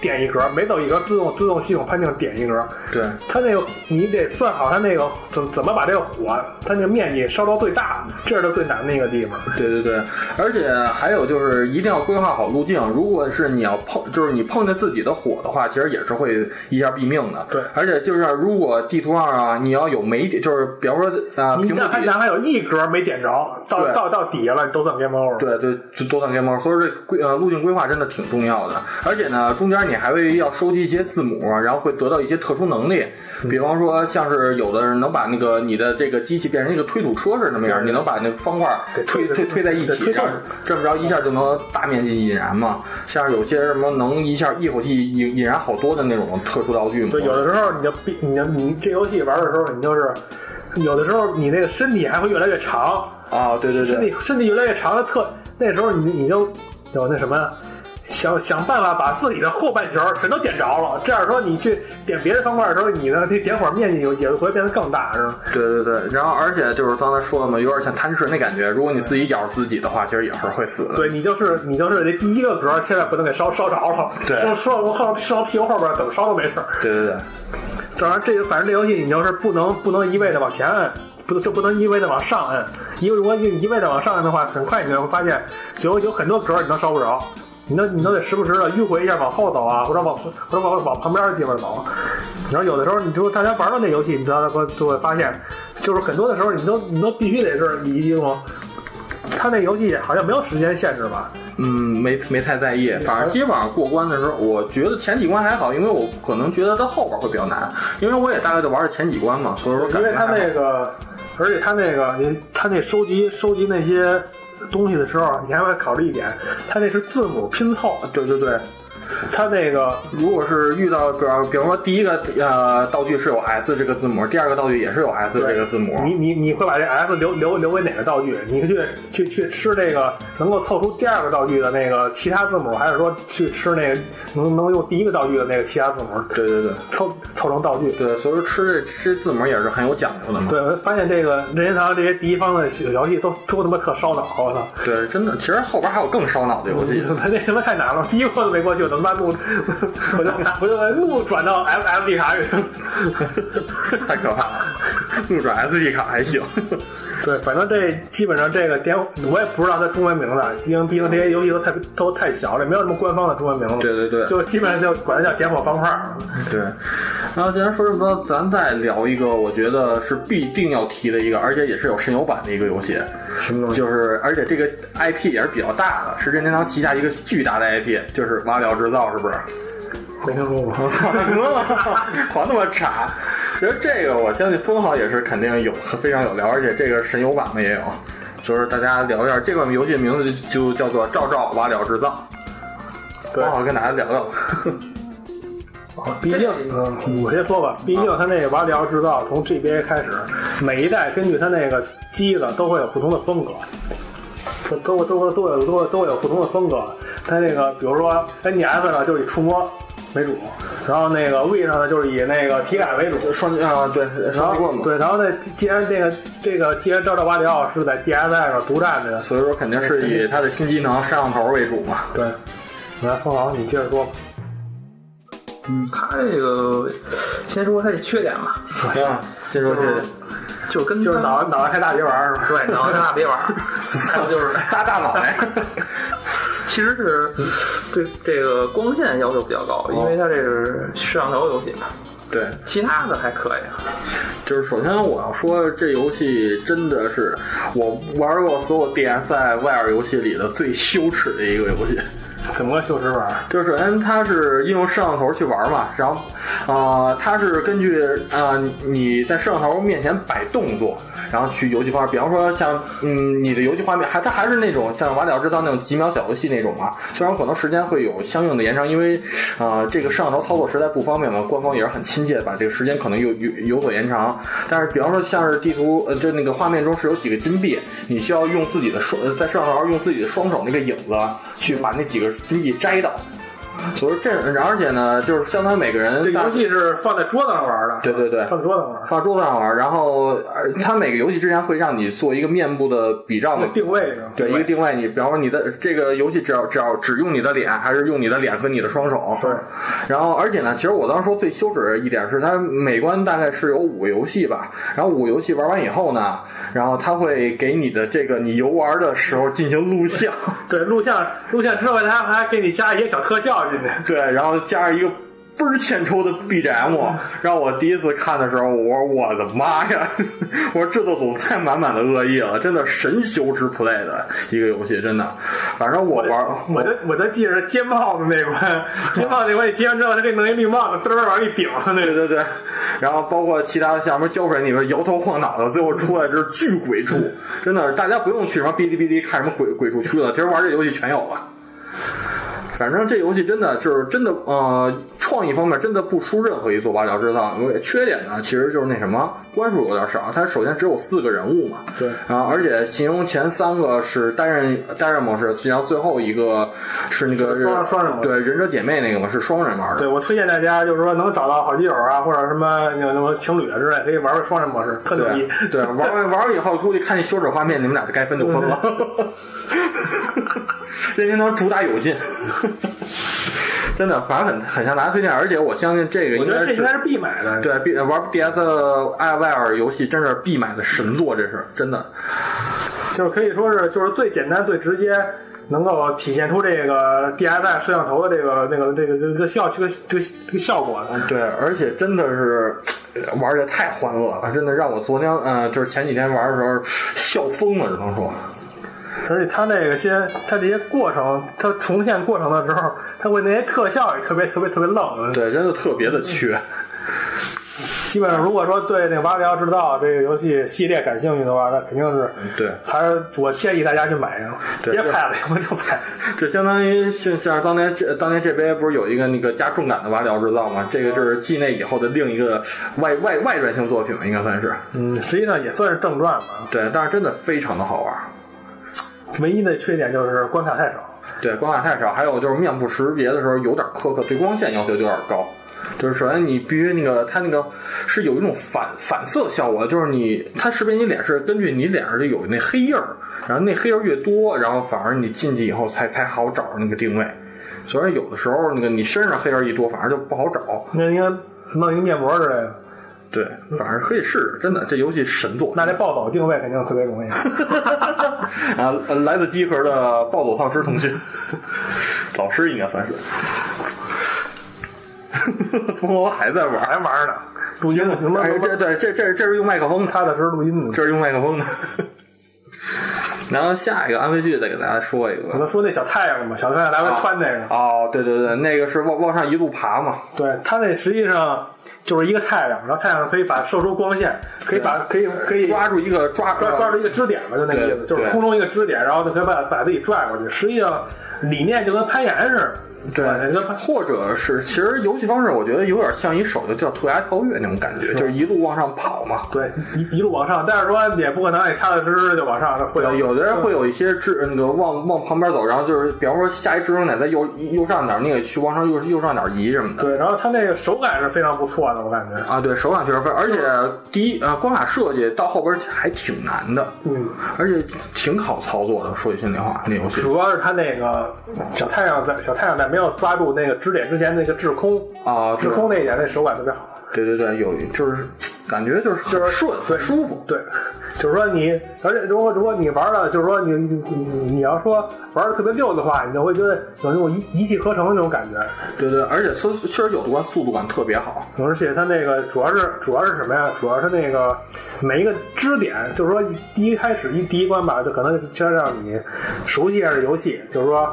Speaker 5: 点一格，每走一格自动自动系统判定点一格，
Speaker 6: 对
Speaker 5: 它那个你得算好它那个怎怎么把这个火，它那个面积烧到最大，这是它最难的一个地方。
Speaker 6: 对对对，而且还有就是一定要规划好路径。如果是你要碰，就是你碰见自己的火的话，其实也是会一下毙命的。
Speaker 5: 对
Speaker 6: 而且就是如果地图上啊，你要有媒体，就是比方说啊、呃
Speaker 5: 你
Speaker 6: 屏幕
Speaker 5: 哪还
Speaker 6: 底
Speaker 5: 哪还有一格没点着，到
Speaker 6: 对
Speaker 5: 到到底下了，你都算 game over。
Speaker 6: 对对，就都算 game over。所以说这规呃路径规划真的挺重要的，而且呢，中间你还会要收集一些字母，然后会得到一些特殊能力，比方说像是有的人能把那个你的这个机器变成一个推土车似的那样，你能把那个方块
Speaker 5: 对
Speaker 6: 推
Speaker 5: 推
Speaker 6: 推推在一
Speaker 5: 对
Speaker 6: 起，
Speaker 5: 推
Speaker 6: 这
Speaker 5: 动
Speaker 6: 样这么着一下就能大面积引燃嘛。像是有些什么能一下一口气引引燃好多的那种特殊道具嘛。
Speaker 5: 对，有的时候你就必你就你这游戏玩的时候，你就是有的时候你那个身体还会越来越长，
Speaker 6: 啊，对对
Speaker 5: 身
Speaker 6: 对
Speaker 5: 体身体越来越长的特，那时候你你就有那什么，想想办法把自己的后半球全都点着了。这样说你去点别的方块的时候，你的这点火面积有也会变得更大，是吧？
Speaker 6: 对对对。然后而且就是刚才说的嘛，有点像贪吃那感觉，如果你自己咬着自己的话，其实也是会死的。
Speaker 5: 对你就是你就是这第一个格，千万不能给烧烧着了。
Speaker 6: 对
Speaker 5: 说说我后烧屁股后边怎么烧都没事儿。
Speaker 6: 对对对。
Speaker 5: 当然，这个反正这游戏你要是不能不能一味的往前摁，不就不能一味的往上摁，因为如果你一味的往上摁的话，很快你就会发现有有很多格儿你都烧不着，你都你都得时不时的迂回一下往后走啊，或者往或者往往旁边的地方走。然后有的时候，你就大家玩到那游戏，你知道，就会发现，就是很多的时候你都你都必须得是以一种，它那游戏好像没有时间限制吧？
Speaker 6: 嗯，没没太在意，反正基本上过关的时候，我觉得前几关还好，因为我可能觉得它后边会比较难，因为我也大概就玩了前几关嘛，所以说
Speaker 5: 因
Speaker 6: 感
Speaker 5: 为
Speaker 6: 觉
Speaker 5: 它
Speaker 6: 还好
Speaker 5: 那个，而且它那个你它那收集收集那些东西的时候，你还会考虑一点，它那是字母拼凑，
Speaker 6: 对对对，
Speaker 5: 它那个
Speaker 6: 如果是遇到比方比方说第一个呃道具是有 S 这个字母，第二个道具也是有 S 这个字母，
Speaker 5: 你你你会把这 S 留留留给哪个道具？你去去去吃这个能够凑出第二个道具的那个其他字母，还是说去吃那个能能用第一个道具的那个其他字母
Speaker 6: 对对对
Speaker 5: 凑凑成道具？
Speaker 6: 对，所以说吃这吃字母也是很有讲究的嘛。
Speaker 5: 对，我发现这个任天堂这些第一方的小游戏都都他妈特烧脑，我操！
Speaker 6: 对，真的，其实后边还有更烧脑的游戏。
Speaker 5: *laughs* 那他妈太难了，第一关都没过去，我他妈路，我就我就把路转到 F F D 卡里去了。
Speaker 6: *laughs* 太可怕了，怒转 SD 卡还行。 *laughs*
Speaker 5: 对，反正这基本上这个点我也不知道它中文名字，毕竟毕竟这些游戏都太都太小了，没有什么官方的中文名字。
Speaker 6: 对对对
Speaker 5: 就基本上就管它叫点火方块儿。
Speaker 6: 对，然后既然说这么多，咱再聊一个，我觉得是必定要提的一个，而且也是有神游版的一个游戏，
Speaker 5: 什么东西？
Speaker 6: 就是而且这个 IP 也是比较大的，是任天堂旗下一个巨大的 IP，就是瓦料制造，是不是？
Speaker 5: 没听
Speaker 6: *laughs*
Speaker 5: 说过。
Speaker 6: 我操，
Speaker 5: *laughs*
Speaker 6: 狂他妈查！其实这个我相信封号也是肯定有非常有聊，而且这个神游版的也有，就是大家聊一下这款游戏的名字就就叫做《照照瓦料制造》，
Speaker 5: 对
Speaker 6: 好好跟大家聊聊。
Speaker 5: 毕竟，嗯，我先说吧，毕竟它那个瓦里奥制造从 GBA 开始，每一代根据它那个机子都会有不同的风格，都都都都有都有都有不同的风格。它那个比如说 NDS 上就是以触摸为主，然后那个 V 上呢就是以那个体感为主。
Speaker 6: 双啊，对，
Speaker 5: 然
Speaker 6: 双截棍
Speaker 5: 后
Speaker 6: 嘛，
Speaker 5: 对，然后呢，既然这个这个既然照照瓦里奥是在 DSI 上独占的，
Speaker 6: 所以说肯定是以它的新机能摄像头为主嘛。
Speaker 5: 对，来凤凰你接着说吧。
Speaker 7: 嗯，它这个先说它的缺点吧，
Speaker 6: 行，这就
Speaker 7: 就是是就跟
Speaker 5: 就是
Speaker 7: 脑
Speaker 5: 脑脑袋开大别玩儿是吧？
Speaker 7: *laughs* 对脑袋大别玩儿，还有就是
Speaker 6: 仨大脑袋。
Speaker 7: *laughs* 其实是对这个光线要求比较高，因为它这是摄像头游戏嘛，
Speaker 6: *laughs* 对，
Speaker 7: 其他的还可以。啊
Speaker 6: 就是首先我要说，这游戏真的是我玩过所有 DSI 外尔游戏里的最羞耻的一个游戏。
Speaker 5: 怎么个羞耻法儿？
Speaker 6: 就是首先它是应用摄像头去玩嘛，然后，呃，它是根据呃你在摄像头面前摆动作，然后去游戏方面，比方说像嗯你的游戏画面还它还是那种像《瓦里奥制造》那种几秒小游戏那种啊，虽然可能时间会有相应的延长，因为呃这个摄像头操作实在不方便嘛，官方也是很亲切，把这个时间可能有有有所延长。但是比方说像是地图呃这那个画面中是有几个金币，你需要用自己的双呃在摄像头用自己的双手那个影子去把那几个金币摘到。所以说这，然后而且呢，就是相当于每个人
Speaker 5: 这
Speaker 6: 大
Speaker 5: 游戏是放在桌子上玩儿的，
Speaker 6: 对对对
Speaker 5: 放桌子上玩儿。
Speaker 6: 放桌子上玩，然后呃它每个游戏之前会让你做一个面部的比照嘛，
Speaker 5: 定位是吧
Speaker 6: 对一个定位，你比方说你的这个游戏只要只要只用你的脸，还是用你的脸和你的双手，
Speaker 5: 对，
Speaker 6: 然后而且呢，其实我当时说最羞耻的一点是，它每关大概是有五个游戏吧，然后五个游戏玩完以后呢，然后它会给你的这个你游玩的时候进行录像。
Speaker 5: *laughs* 对，录像录像之外，他还给你加一些小特效进去。
Speaker 6: 对，然后加上一个倍儿欠抽的 BGM，让
Speaker 5: 嗯
Speaker 6: 我第一次看的时候，我说我的妈呀！ *laughs* 我说制作组太满满的恶意了，真的神羞耻 play 的一个游戏，真的。反正我玩，
Speaker 5: 我就我就记着接帽子那关，接帽子那关你接完之后，他给你弄一绿帽子，嘚儿往一顶，那
Speaker 6: 对
Speaker 5: 个
Speaker 6: 对对，然后包括其他的像什么胶水，你们摇头晃脑的，最后出来这是巨鬼畜，真的，大家不用去什么哔哩哔哩看什么鬼鬼畜区了，其实玩这游戏全有了。反正这游戏真的就是真的，呃，创意方面真的不输任何一座《八角制造》。因为缺点呢，其实就是那什么关数有点少。它首先只有四个人物嘛，
Speaker 5: 对
Speaker 6: 然后而且其中前三个是单人单人模式，然后最后一个是那个
Speaker 5: 是双双人模式
Speaker 6: 对忍者姐妹那个嘛是双人玩的
Speaker 5: 对，。我推荐大家就是说能找到好基友啊，或者什么那个什么情侣啊之类，可以玩玩双人模式，特牛逼。
Speaker 6: 对啊对，玩完玩完以后，估计看见羞耻画面，你们俩就该分就分
Speaker 5: *laughs*
Speaker 6: 了。任天堂主打有劲， *laughs* 真的，反正很很向大家推荐，而且我相信这个
Speaker 5: 我
Speaker 6: 应
Speaker 5: 觉得
Speaker 6: 该
Speaker 5: 这应该是
Speaker 6: 是。
Speaker 5: 必买的。
Speaker 6: 对，必玩 DS 爱外尔游戏真是必买的神作，这是真的。
Speaker 5: 就是可以说是就是最简单、最直接，能够体现出这个 DSI 摄像头的这个、那个、这个、这个效、这个、这个、这个效果的。
Speaker 6: 对，而且真的是玩的太欢乐了，真的让我昨天呃，就是前几天玩的时候笑疯了，只能说。
Speaker 5: 而且它那个些，它这些过程，它重现过程的时候，它会那些特效也特别特别特别愣。，
Speaker 6: 对，真的特别的缺。
Speaker 5: 基本上如果说对那《瓦里奥制造》这个游戏系列感兴趣的话，那肯定是
Speaker 6: 嗯对，
Speaker 5: 还是我建议大家去买上，
Speaker 6: 对
Speaker 5: 别拍了，要不就
Speaker 6: *laughs*
Speaker 5: 拍。
Speaker 6: 这相当于是像当年这当年这杯不是有一个那个加重感的瓦里奥制造吗？这个就是继那以后的另一个外外外传性作品吧，应该算是。
Speaker 5: 嗯，实际上也算是正传吧。
Speaker 6: 对，但是真的非常的好玩。
Speaker 5: 唯一的缺点就是关卡太少。
Speaker 6: 对，光卡太少，还有就是面部识别的时候有点苛刻，对光线要求有点高。就是首先你必须那个，它那个是有一种反反射效果，就是你它识别你脸是根据你脸上就有那黑印儿，然后那黑印儿越多，然后反而你进去以后才才好找那个定位。所以有的时候那个你身上黑印儿一多，反而就不好找。
Speaker 5: 那应该弄一个面膜之类的，
Speaker 6: 对，反正可以试试，真的，这游戏神作。
Speaker 5: 那这暴走定位肯定特别
Speaker 6: *laughs*
Speaker 5: 容易。
Speaker 6: 啊，来自机壳的暴走丧尸同学，老师应该算是。不过我还在玩，还玩呢。
Speaker 5: 录音什么
Speaker 6: 哎，这对这这这是用麦克风的，
Speaker 5: 踏踏实实录音的。
Speaker 6: 这是用麦克风的。 *laughs* 然后下一个安慰剧再给大家说一
Speaker 5: 我
Speaker 6: 个。
Speaker 5: 们说那小太阳嘛，小太阳来回窜那个，
Speaker 6: 哦，对对对，那个是往往上一路爬嘛。
Speaker 5: 对，它那实际上就是一个太阳，然后太阳可以把射出光线，可以把可以可以
Speaker 6: 抓住一个抓
Speaker 5: 抓抓住一个支点吧，就那个意思，
Speaker 6: 对
Speaker 5: 就是空中一个支点，然后就可以把把自己拽过去。实际上理念就跟攀岩似的，
Speaker 6: 对，
Speaker 5: 就跟攀
Speaker 6: 呃或者是其实游戏方式，我觉得有点像一手就叫涂鸦跳跃那种感觉，就是一路往上跑嘛。
Speaker 5: 对一一路往上，但是说也不可能你踏踏实实就往上，会
Speaker 6: 有有的人会有一些支那个往往旁边走，然后就是比方说下一支撑点在右右上角，你也去往上右右上角移什么的。
Speaker 5: 对，然后它那个手感是非常不错的，我感觉，
Speaker 6: 啊，对手感确实分，而且第一呃关卡设计到后边还挺难的，
Speaker 5: 嗯。
Speaker 6: 而且挺好操作的。说句心里话，那游戏
Speaker 5: 主要是它那个小太阳在小太阳在没有抓住那个支点之前，那个滞空，
Speaker 6: 啊，
Speaker 5: 滞
Speaker 6: 对
Speaker 5: 空那一点那手感特别好。
Speaker 6: 对对对，有就是感觉就是很顺
Speaker 5: 对
Speaker 6: 很舒服。
Speaker 5: 对，就是说你，而且如果如果你玩了，就是说你你你你要说玩的特别溜的话，你就会觉得有那种一一气呵成的那种感觉。
Speaker 6: 对对，而且它确实有的关速度感特别好。
Speaker 5: 而且它那个主要是主要是什么呀？主要是那个每一个支点，就是说第一开始一第一关吧，就可能先让你熟悉一下这游戏，就是说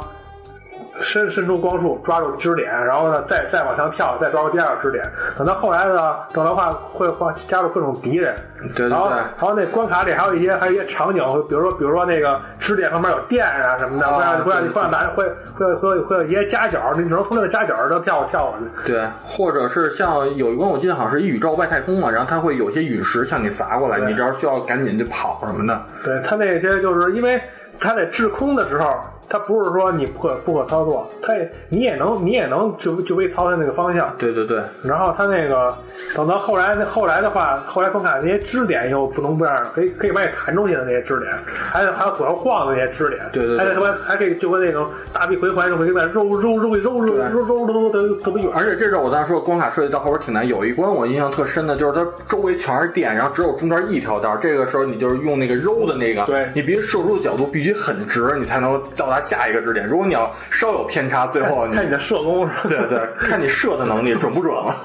Speaker 5: 伸伸出光束抓住支点，然后呢再再往上跳，再抓住第二个支点。等到后来呢，正常化会会加入各种敌人，
Speaker 6: 对对
Speaker 5: 然后
Speaker 6: 对。
Speaker 5: 然后那关卡里还有一些还有一些场景，比如说比如说那个支点旁边有电啊什么的，
Speaker 6: 啊
Speaker 5: 会让会让
Speaker 6: 对
Speaker 5: 会让咱会会会会有一些夹角，你只能从那个夹角儿上跳过跳过去。
Speaker 6: 对，或者是像有一关，我记得好像是一宇宙外太空嘛，然后它会有些陨石向你砸过来，
Speaker 5: 对
Speaker 6: 你只要需要赶紧就跑什么的。
Speaker 5: 对它那些就是因为它在制空的时候，它不是说你不可不可操作，它也你也能你也能就就微操它那个方向。
Speaker 6: 对对对，
Speaker 5: 然后它那个等到后来后来的话，后来关卡那些支点又不能不让，可以可以把你弹出去的那些支点，还有还有左右晃的那些支点，
Speaker 6: 对对
Speaker 5: 还
Speaker 6: 对
Speaker 5: 有他妈还可以就跟那种大臂回环什么，给它揉揉揉揉揉揉揉揉揉特别远。
Speaker 6: 而且这是我刚才说关卡设计到后边挺难，有一关我印象特深的就是它周围全是电，然后只有中间一条道，这个时候你就是用那个揉的那个，
Speaker 5: 对
Speaker 6: 你必须射出的角度必须很直，你才能到达下一个支点。如果你要稍有偏差，最后你
Speaker 5: 看你的射弓是吧？
Speaker 6: 对对，看你射的能力准不准了。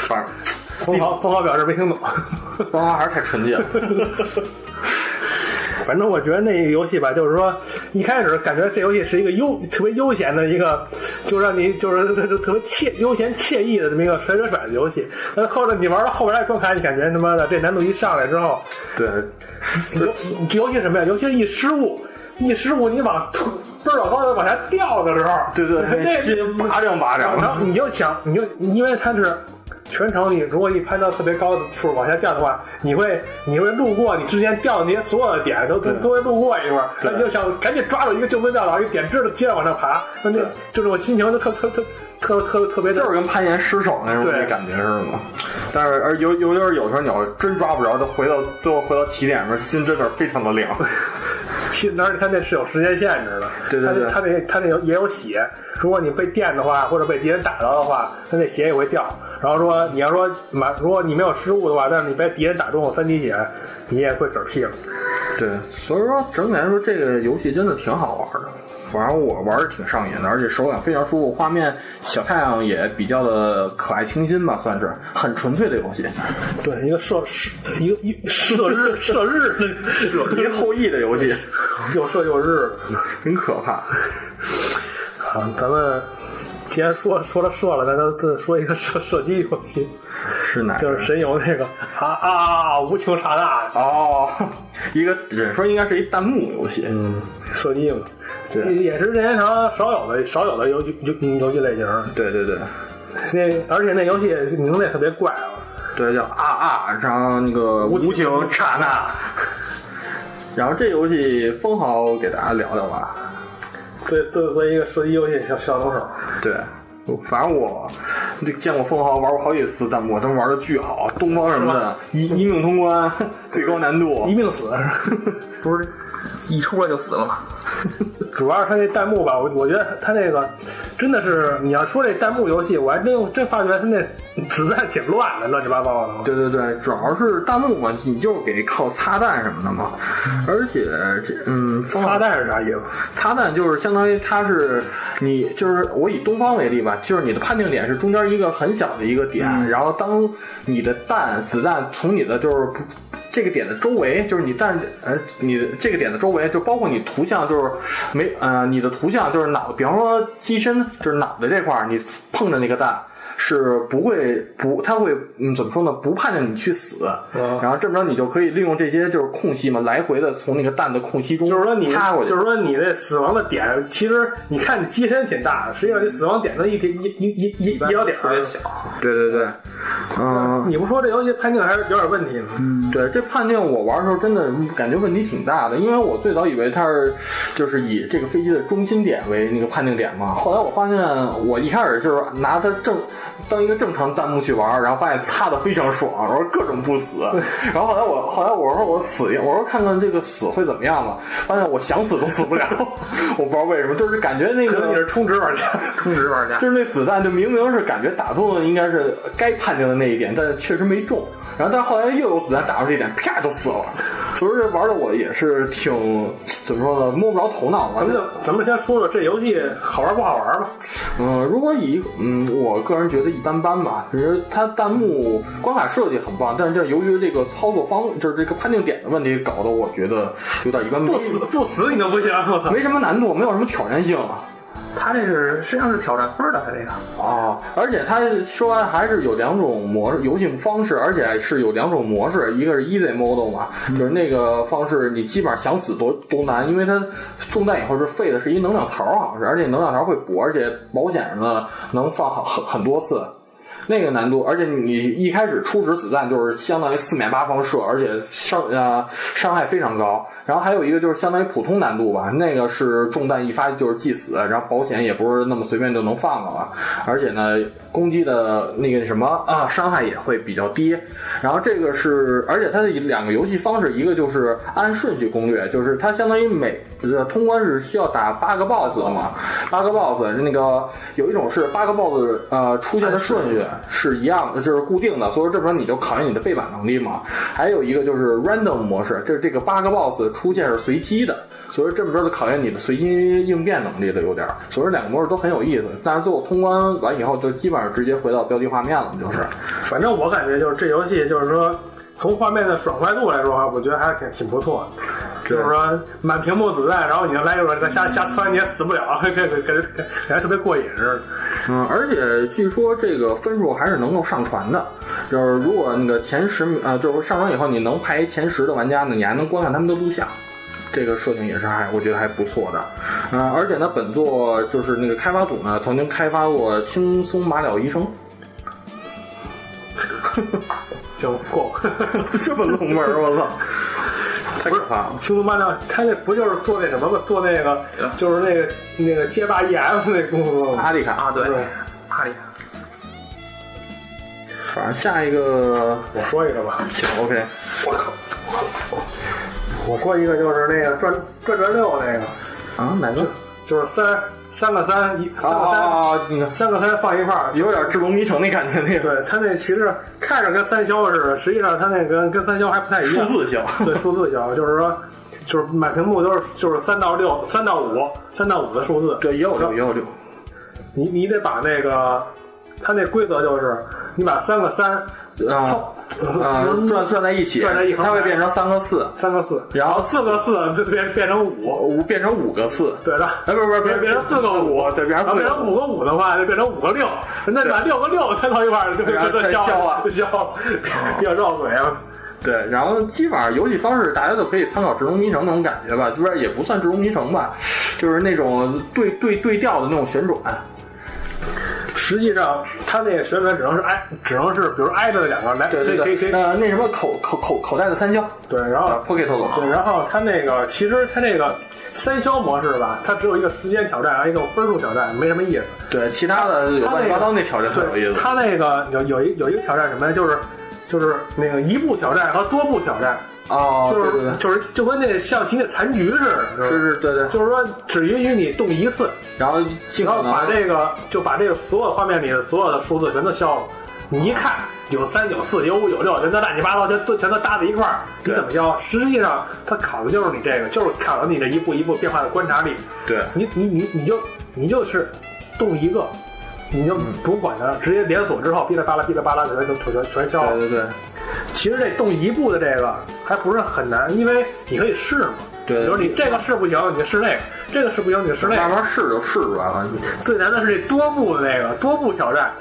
Speaker 6: 反正。
Speaker 5: 凤凰凤凰表示没听懂。
Speaker 6: 方法还是太纯洁了，
Speaker 5: *laughs* 反正我觉得那个游戏吧，就是说一开始感觉这游戏是一个悠特别悠闲的一个，就让你就是就就特别惬悠闲惬意的这么一个甩甩甩的游戏。但是后来你玩到后来关卡，你感觉他妈的这难度一上来之后，
Speaker 6: 对，
Speaker 5: 尤尤其是什么呀？尤其是一失误，一失误你往突倍儿老高的往下掉的时候，
Speaker 6: 对对，
Speaker 5: 那啊
Speaker 6: 那心拔凉拔凉
Speaker 5: 然
Speaker 6: 的
Speaker 5: 后。你就想，你就因为它是全程，你如果你攀到特别高的处往下掉的话，你会你会路过你之前掉的那些所有的点都都
Speaker 6: 对
Speaker 5: 都会路过一会儿，
Speaker 6: 对
Speaker 5: 你就想赶紧抓住一个救命稻草，一个点支的接着往上爬，那那
Speaker 6: 对
Speaker 5: 就这种心情就特特特特特特别的
Speaker 6: 就是跟攀岩失手那种
Speaker 5: 对
Speaker 6: 那感觉似的嘛，但是而有有点有时候你要真抓不着，就回到最后回到起点的时候，心真的非常
Speaker 5: *laughs*
Speaker 6: 的凉。
Speaker 5: 其实而且它那是有时间限制的，
Speaker 6: 对对对
Speaker 5: 它那它那它那有也有血，如果你被电的话，或者被敌人打到的话，它那血也会掉。然后说你要说满，如果你没有失误的话，但是你被敌人打中了三滴血，你也会嗝屁了。
Speaker 6: 对，所以说整体来说，这个游戏真的挺好玩的。反正我玩的挺上瘾的，而且手感非常舒服，画面小太阳也比较的可爱清新吧，算是很纯粹的游戏，
Speaker 5: 对，一个射射，一个一射日射日的，
Speaker 6: 一个后羿的游
Speaker 5: *laughs*
Speaker 6: 戏，
Speaker 7: 又射又日，
Speaker 6: 很可怕。
Speaker 5: 啊，咱们既然说说了射了，咱咱再说一个射射击游戏，
Speaker 6: 是哪个？
Speaker 5: 就是神游那个啊啊啊无情刹那，
Speaker 6: 哦， *laughs* 一个人说应该是一弹幕游戏，
Speaker 5: 嗯，射击嘛，
Speaker 6: 对
Speaker 5: 这也是任天堂少有的少有的游游游戏类型。
Speaker 6: 对对对。
Speaker 5: 那而且那游戏名字也特别怪啊，
Speaker 6: 对，叫啊啊，然后那个
Speaker 5: 无情
Speaker 6: 刹那。 *laughs* 然后这游戏封豪给大家聊聊吧。
Speaker 5: 对，作为一个射击游戏小小能手，
Speaker 6: 对，反正我见过封豪玩过好几次弹幕，他们玩的巨好，东方什么的，一一命通
Speaker 5: *laughs*
Speaker 6: 关，最高难
Speaker 5: 一
Speaker 6: 度。
Speaker 5: 命死。
Speaker 7: 不是一出来就死了吗？
Speaker 5: 主要是他那弹幕吧，我我觉得他那个真的是，你要说这弹幕游戏，我还真真发觉他那 *laughs* 子弹挺乱的，乱七八糟的。
Speaker 6: 对对对，主要是弹幕嘛，你就给靠擦弹什么的嘛。而且这嗯，封豪
Speaker 5: 发嗯弹是啥意思？
Speaker 6: 擦弹就是相当于它是你就是我以东方为例吧，就是你的判定点是中间一个很小的一个点，
Speaker 5: 嗯
Speaker 6: 然后当你的弹子弹从你的就是不这个点的周围，就是你弹呃你的这个点的周围，就包括你图像就是没呃你的图像就是脑，比方说机身就是脑袋这块儿，你碰着那个弹。是不会不，它会嗯怎么说呢？不盼着你去死，
Speaker 5: 嗯
Speaker 6: 然后这么着你就可以利用这些就是空隙嘛，来回的从那个弹的空隙中
Speaker 5: 就是说你，
Speaker 6: 擦过去，
Speaker 5: 就是说你那死亡的点，其实你看你机身挺大的，实际上你死亡点的一点一一一一一小点儿
Speaker 7: 特别小。
Speaker 6: 对对对，嗯，
Speaker 5: 你不说这游戏判定还是有点问题吗？
Speaker 6: 对，这判定我玩的时候真的感觉问题挺大的，因为我最早以为它是就是以这个飞机的中心点为那个判定点嘛，后来我发现我一开始就是拿它正当一个正常弹幕去玩，然后发现擦的非常爽，然后各种不死，然后后来我后来我说我死一，我说看看这个死会怎么样吧，发现我想死都死不了， *laughs* 我不知道为什么，就是感觉那
Speaker 5: 可啊能你
Speaker 6: 个
Speaker 5: 是。充值玩家，
Speaker 7: 充值玩家
Speaker 6: 就是那子弹，就明明是感觉打中的应该是该判定的那一点，但是确实没中。然后但后来又有子弹打中这一点，啪就死了。所以说这玩的我也是挺怎么说呢，摸不着头脑吧
Speaker 5: 咱。们就咱们先说说这游戏好玩不好玩吧。
Speaker 6: 嗯，如果以嗯，我个人觉得一般般吧。只是它弹幕关卡设计很棒，但是这由于这个操作方，就是这个判定点的问题，搞得我觉得有点一般般
Speaker 5: 不。死不死你都不行，我操！
Speaker 6: 没什么难度，没有什么挑战性。啊
Speaker 7: 他这是实际上是挑战分儿的，他这个。
Speaker 6: 哦，而且它说完还是有两种模式游戏方式，而且是有两种模式，一个是 easy mode 嘛，就是那个方式你基本上想死多多难，因为它中弹以后是废的是一能量槽，好像是，而且能量槽会补，而且保险什么的能放很很很多次。那个难度，而且你一开始初始子弹就是相当于四面八方射，而且伤呃伤害非常高。然后还有一个就是相当于普通难度吧，那个是中弹一发就是即死，然后保险也不是那么随便就能放了吧。而且呢，攻击的那个什么啊伤害也会比较低。然后这个是，而且它的两个游戏方式，一个就是按顺序攻略，就是它相当于每呃通关是需要打八个 BOSS 的嘛，八个 BOSS 那个有一种是八个 BOSS 呃出现的顺序是一样的，就是固定的，所以说这时候你就考验你的背板能力嘛。还有一个就是 random 模式，就是这个八个 BOSS 出现是随机的。所以说这么着就考验你的随机应变能力了，有点儿。所以说两个模式都很有意思，但是最后通关完以后，就基本上直接回到标题画面了，就是。
Speaker 5: 反正我感觉就是这游戏，就是说从画面的爽快度来说，我觉得还是挺挺不错的。就是说满屏幕子弹，然后你就来一轮再瞎瞎窜，你也死不了，感觉感觉感觉特别过瘾似的。
Speaker 6: 嗯，而且据说这个分数还是能够上传的，就是如果那个前十名，呃，就是上传以后你能排前十的玩家呢，你还能观看他们的录像。这个设定也是还我觉得还不错的，嗯、而且呢，本作就是那个开发组呢曾经开发过《轻松马了医生
Speaker 5: 行，过。》， *laughs*
Speaker 6: 这么冷门儿，我操！ *laughs* 太可怕了！
Speaker 5: 轻松慢料，他那不就是做那什么吗？做那个
Speaker 6: 嗯
Speaker 5: 就是那个那个街霸 EF 那工作吗？
Speaker 6: 阿里卡
Speaker 7: 啊，对
Speaker 5: 对，
Speaker 7: 阿里，
Speaker 6: 反正下一个
Speaker 5: 我说一个吧，
Speaker 6: 行 OK，
Speaker 5: 我说一个就是那个转转转六那个，
Speaker 6: 啊，哪个？
Speaker 5: 就是三三个三一
Speaker 6: 啊
Speaker 5: 三个
Speaker 6: 啊
Speaker 5: 三
Speaker 6: 啊！那个
Speaker 5: 三个三放一块儿，
Speaker 6: 有点智龙迷城那感觉，那个
Speaker 5: 对他那其实看着跟三消似的，实际上他那跟跟三消还不太一
Speaker 6: 数
Speaker 5: 样。
Speaker 6: 字性。
Speaker 5: 对数字消，就是说就是满屏幕都是就是三到六、三到五、三到五的数字。
Speaker 6: 对，也有六，也有六。
Speaker 5: 你你得把那个，它那规则就是你把三个三
Speaker 6: 啊
Speaker 5: 呃放
Speaker 6: 啊，转转在一起，
Speaker 5: 转在一行
Speaker 6: 它会变成三个四，
Speaker 5: 三个四，
Speaker 6: 然后
Speaker 5: 四个四就变变成五，
Speaker 6: 五变成五个四，
Speaker 5: 对的。
Speaker 6: 哎，不是不是，
Speaker 5: 变变成四个五，
Speaker 6: 对，变
Speaker 5: 然后
Speaker 6: 成四
Speaker 5: 变
Speaker 6: 个
Speaker 5: 成五个五的话，就变成五个六，那你把六个六摊到一块儿，就
Speaker 6: 然后
Speaker 5: 就
Speaker 6: 再
Speaker 5: 就消
Speaker 6: 消啊
Speaker 5: 了，就消了， *laughs* 比较绕嘴啊。
Speaker 6: 对，然后基本上游戏方式大家都可以参考《智龙迷城》那种感觉吧，就是也不算《智龙迷城》吧，就是那种对对对调的那种旋转。
Speaker 5: 实际上，它那个旋转只能是挨，只能是比如挨着两个来，
Speaker 6: 对对
Speaker 5: 可以可以
Speaker 6: 对，
Speaker 5: 可以
Speaker 6: 呃，那什么口口口口袋的三消
Speaker 5: 对，然后
Speaker 6: 啊，Pocket 口
Speaker 5: 对，然后它那个其实它那个三消模式吧，它只有一个时间挑战，还有一个分数挑战，没什么
Speaker 6: *laughs*
Speaker 5: 意思。
Speaker 6: 对，其他的有乱七八糟那挑战很有意
Speaker 5: 对，
Speaker 6: 思。
Speaker 5: 它那个有有一有一个挑战什么呀？就是就是那个一步挑战和多步挑战，
Speaker 6: 哦，
Speaker 5: 就
Speaker 6: 对
Speaker 5: 是、
Speaker 6: 对对，
Speaker 5: 就是就跟那象棋那残局似的，就是
Speaker 6: 是对对，
Speaker 5: 就是说只允许你动一次，
Speaker 6: 然后尽
Speaker 5: 然
Speaker 6: 可
Speaker 5: 后把
Speaker 6: 能
Speaker 5: 这个就把这个所有画面里的所有的数字全都消了。
Speaker 6: 嗯
Speaker 5: 你一看有三有四有五有六，全都乱七八糟，全都全都搭在一块儿，你
Speaker 6: 对
Speaker 5: 怎么消？啊实际上它考的就是你这个，就是考的你这一步一步变化的观察力。
Speaker 6: 对
Speaker 5: 你你你你就你就是动一个，你
Speaker 6: 嗯
Speaker 5: 就不管它，直接连锁之后，哔啦吧啦哔啦吧啦，全全全全消了。
Speaker 6: 对对对
Speaker 5: 其实这动一步的这个还不是很难，因为你可以试嘛。
Speaker 6: 对
Speaker 5: 比如你这个试不行，你就试那个；这个试不行，你就试那
Speaker 6: 对，慢
Speaker 5: 个。
Speaker 6: 慢试就试出来了。
Speaker 5: 最难的是这多步的那个多步挑战，
Speaker 6: 哦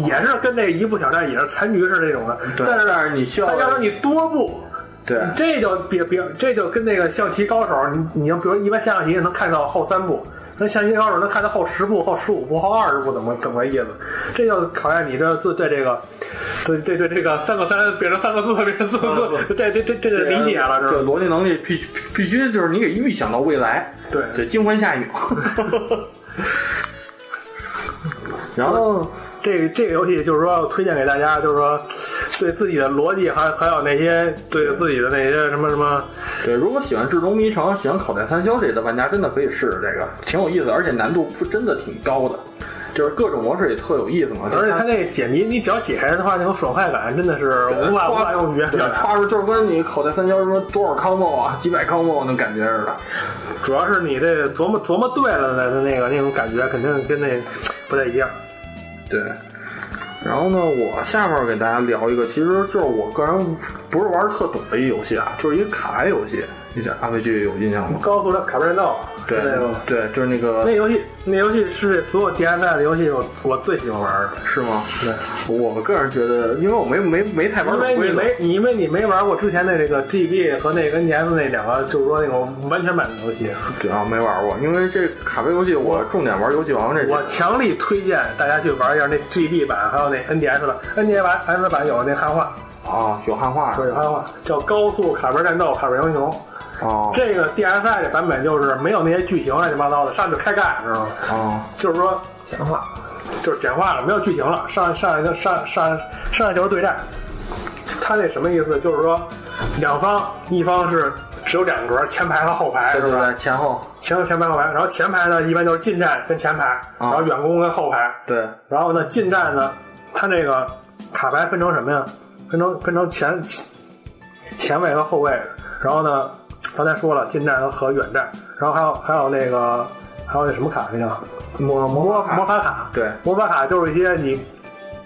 Speaker 5: 也是跟这一步挑战也是残局式那种的。
Speaker 6: 嗯对
Speaker 5: 但，是
Speaker 6: 但是你需要
Speaker 5: 但要是你多步，
Speaker 6: 对
Speaker 5: 你这就别别，这就跟那个象棋高手，你你要比如一般下象棋能看到后三步，那象棋高手能看到后十步、后十五步、后二十步，怎么怎么个意思？这就考验你这对对这个，对对对这个三个三变成三个四变成四个四，这这这这就理解了，
Speaker 6: 啊对啊
Speaker 5: 是吧？
Speaker 6: 逻辑能力必必须就是你给预想到未来，
Speaker 5: 对
Speaker 6: 对，惊魂
Speaker 5: *laughs*
Speaker 6: 下一秒。然后，
Speaker 5: 这个这个游戏就是说推荐给大家，就是说对自己的逻辑还还有那些对自己的那些什么什么，
Speaker 6: 对，如果喜欢《智龙迷城》、喜欢口袋三消这类的玩家，真的可以试试这个，挺有意思，而且难度不真的挺高的，就是各种模式也特有意思嘛。
Speaker 5: 而且它那解谜，你只要解开的话，那种爽快感真的是无法无法用语言
Speaker 6: 对
Speaker 5: 表达。
Speaker 6: 刷出就是跟你口袋三消什么多少 combo 啊、几百 combo 那感觉似的。
Speaker 5: 主要是你这琢磨琢磨对了的那个那种感觉，肯定跟那不太一样。
Speaker 6: 对。然后呢，我下面给大家聊一个，其实就是我个人不是玩得特懂的一游戏啊，就是一个卡牌游戏。你讲 RPG 有印象吗？
Speaker 5: 高速的卡片道，
Speaker 6: 对
Speaker 5: 那个
Speaker 6: 对，就是那个
Speaker 5: 嗯那游戏，那游戏是所有 DSI 的游戏我我最喜欢玩的，
Speaker 6: 是吗？对，我个人觉得，因为我没没没太玩
Speaker 5: 因为
Speaker 6: 懂规
Speaker 5: 你
Speaker 6: 则，
Speaker 5: 没你因为你没玩过之前的这个 GB 和那个 NDS 那两个，就是说那种完全版的游戏，
Speaker 6: 对啊，没玩过。因为这卡牌游戏，我重点玩游戏王这
Speaker 5: 我
Speaker 6: 些。
Speaker 5: 强力推荐大家去玩一下那 GB 版，还有那 NDS 版，NDS 版 S 版有那汉化，
Speaker 6: 啊，有汉化
Speaker 5: 对，有汉化叫《高速卡片战斗卡片英雄》。
Speaker 6: 哦
Speaker 5: 这个 DSI 的版本就是没有那些剧情乱七八糟的，上去开干，知道吗？
Speaker 6: 哦，
Speaker 5: 就是说
Speaker 7: 闲话。
Speaker 5: 就是简化了，没有剧情了。上上一个上上上一球对战，他那什么意思？就是说两方一方是只有两格，前排和后排，
Speaker 6: 对
Speaker 5: 是
Speaker 6: 对
Speaker 5: 吧？
Speaker 6: 对，前后
Speaker 5: 前前排后排，然后前排呢一般就是近战跟前排，然后远攻跟后排，
Speaker 6: 对
Speaker 5: 然后呢近战呢，它这个卡牌分成什么呀？分成分成前前卫和后卫，然后呢刚才说了近战和远战，然后还有还有那个还有那什么卡那叫
Speaker 6: 魔魔
Speaker 5: 魔魔法卡，
Speaker 6: 对，
Speaker 5: 魔法卡就是一些你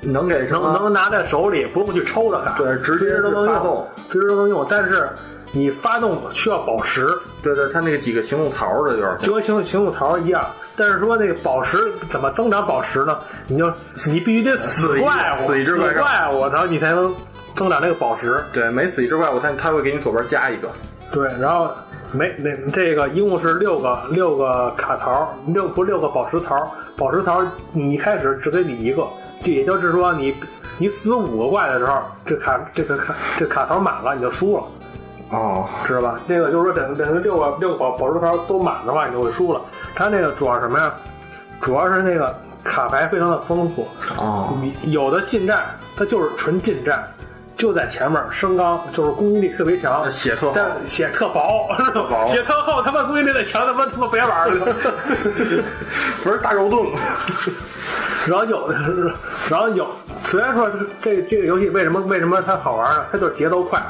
Speaker 6: 能给什
Speaker 5: 能
Speaker 6: 么？
Speaker 5: 能拿在手里不用去抽的卡，
Speaker 6: 对，直接
Speaker 5: 随时都能
Speaker 6: 发
Speaker 5: 用，
Speaker 6: 送。
Speaker 5: 随时都能用。但是你发动需要宝石，
Speaker 6: 对对，它那个几个行动槽儿的有点像。
Speaker 5: 就跟行行动槽一样。但是说那个宝石怎么增长宝石呢？你就你必须得死
Speaker 6: 一
Speaker 5: 怪物，
Speaker 6: 死一只怪兽
Speaker 5: 怪物，然后你才能增长那个宝石。
Speaker 6: 对，每死一只怪物，它它会给你左边加一个。
Speaker 5: 对，然后每那这个一共是六个六个卡槽，六不是六个宝石槽，宝石槽你一开始只给你一个，这也就是说你你死五个怪的时候，这卡这个卡这卡槽满了你就输了，
Speaker 6: 哦，
Speaker 5: 知道吧？这个就是说等等于六个六个宝宝石槽都满的话，你就会输了。它那个主要是什么呀？主要是那个卡牌非常的丰富，
Speaker 6: 哦，
Speaker 5: 你有的近战它就是纯近战，就在前面升高，就是攻击力特别强，
Speaker 6: 写错
Speaker 5: 但血特薄，
Speaker 6: 呃薄
Speaker 5: 血特厚，他妈估计那得强，他妈他妈别玩了。
Speaker 6: *laughs* 不是大肉盾。
Speaker 5: 然后有，然后有，虽然说这这个游戏为什么为什么它好玩呢？它就是节奏快，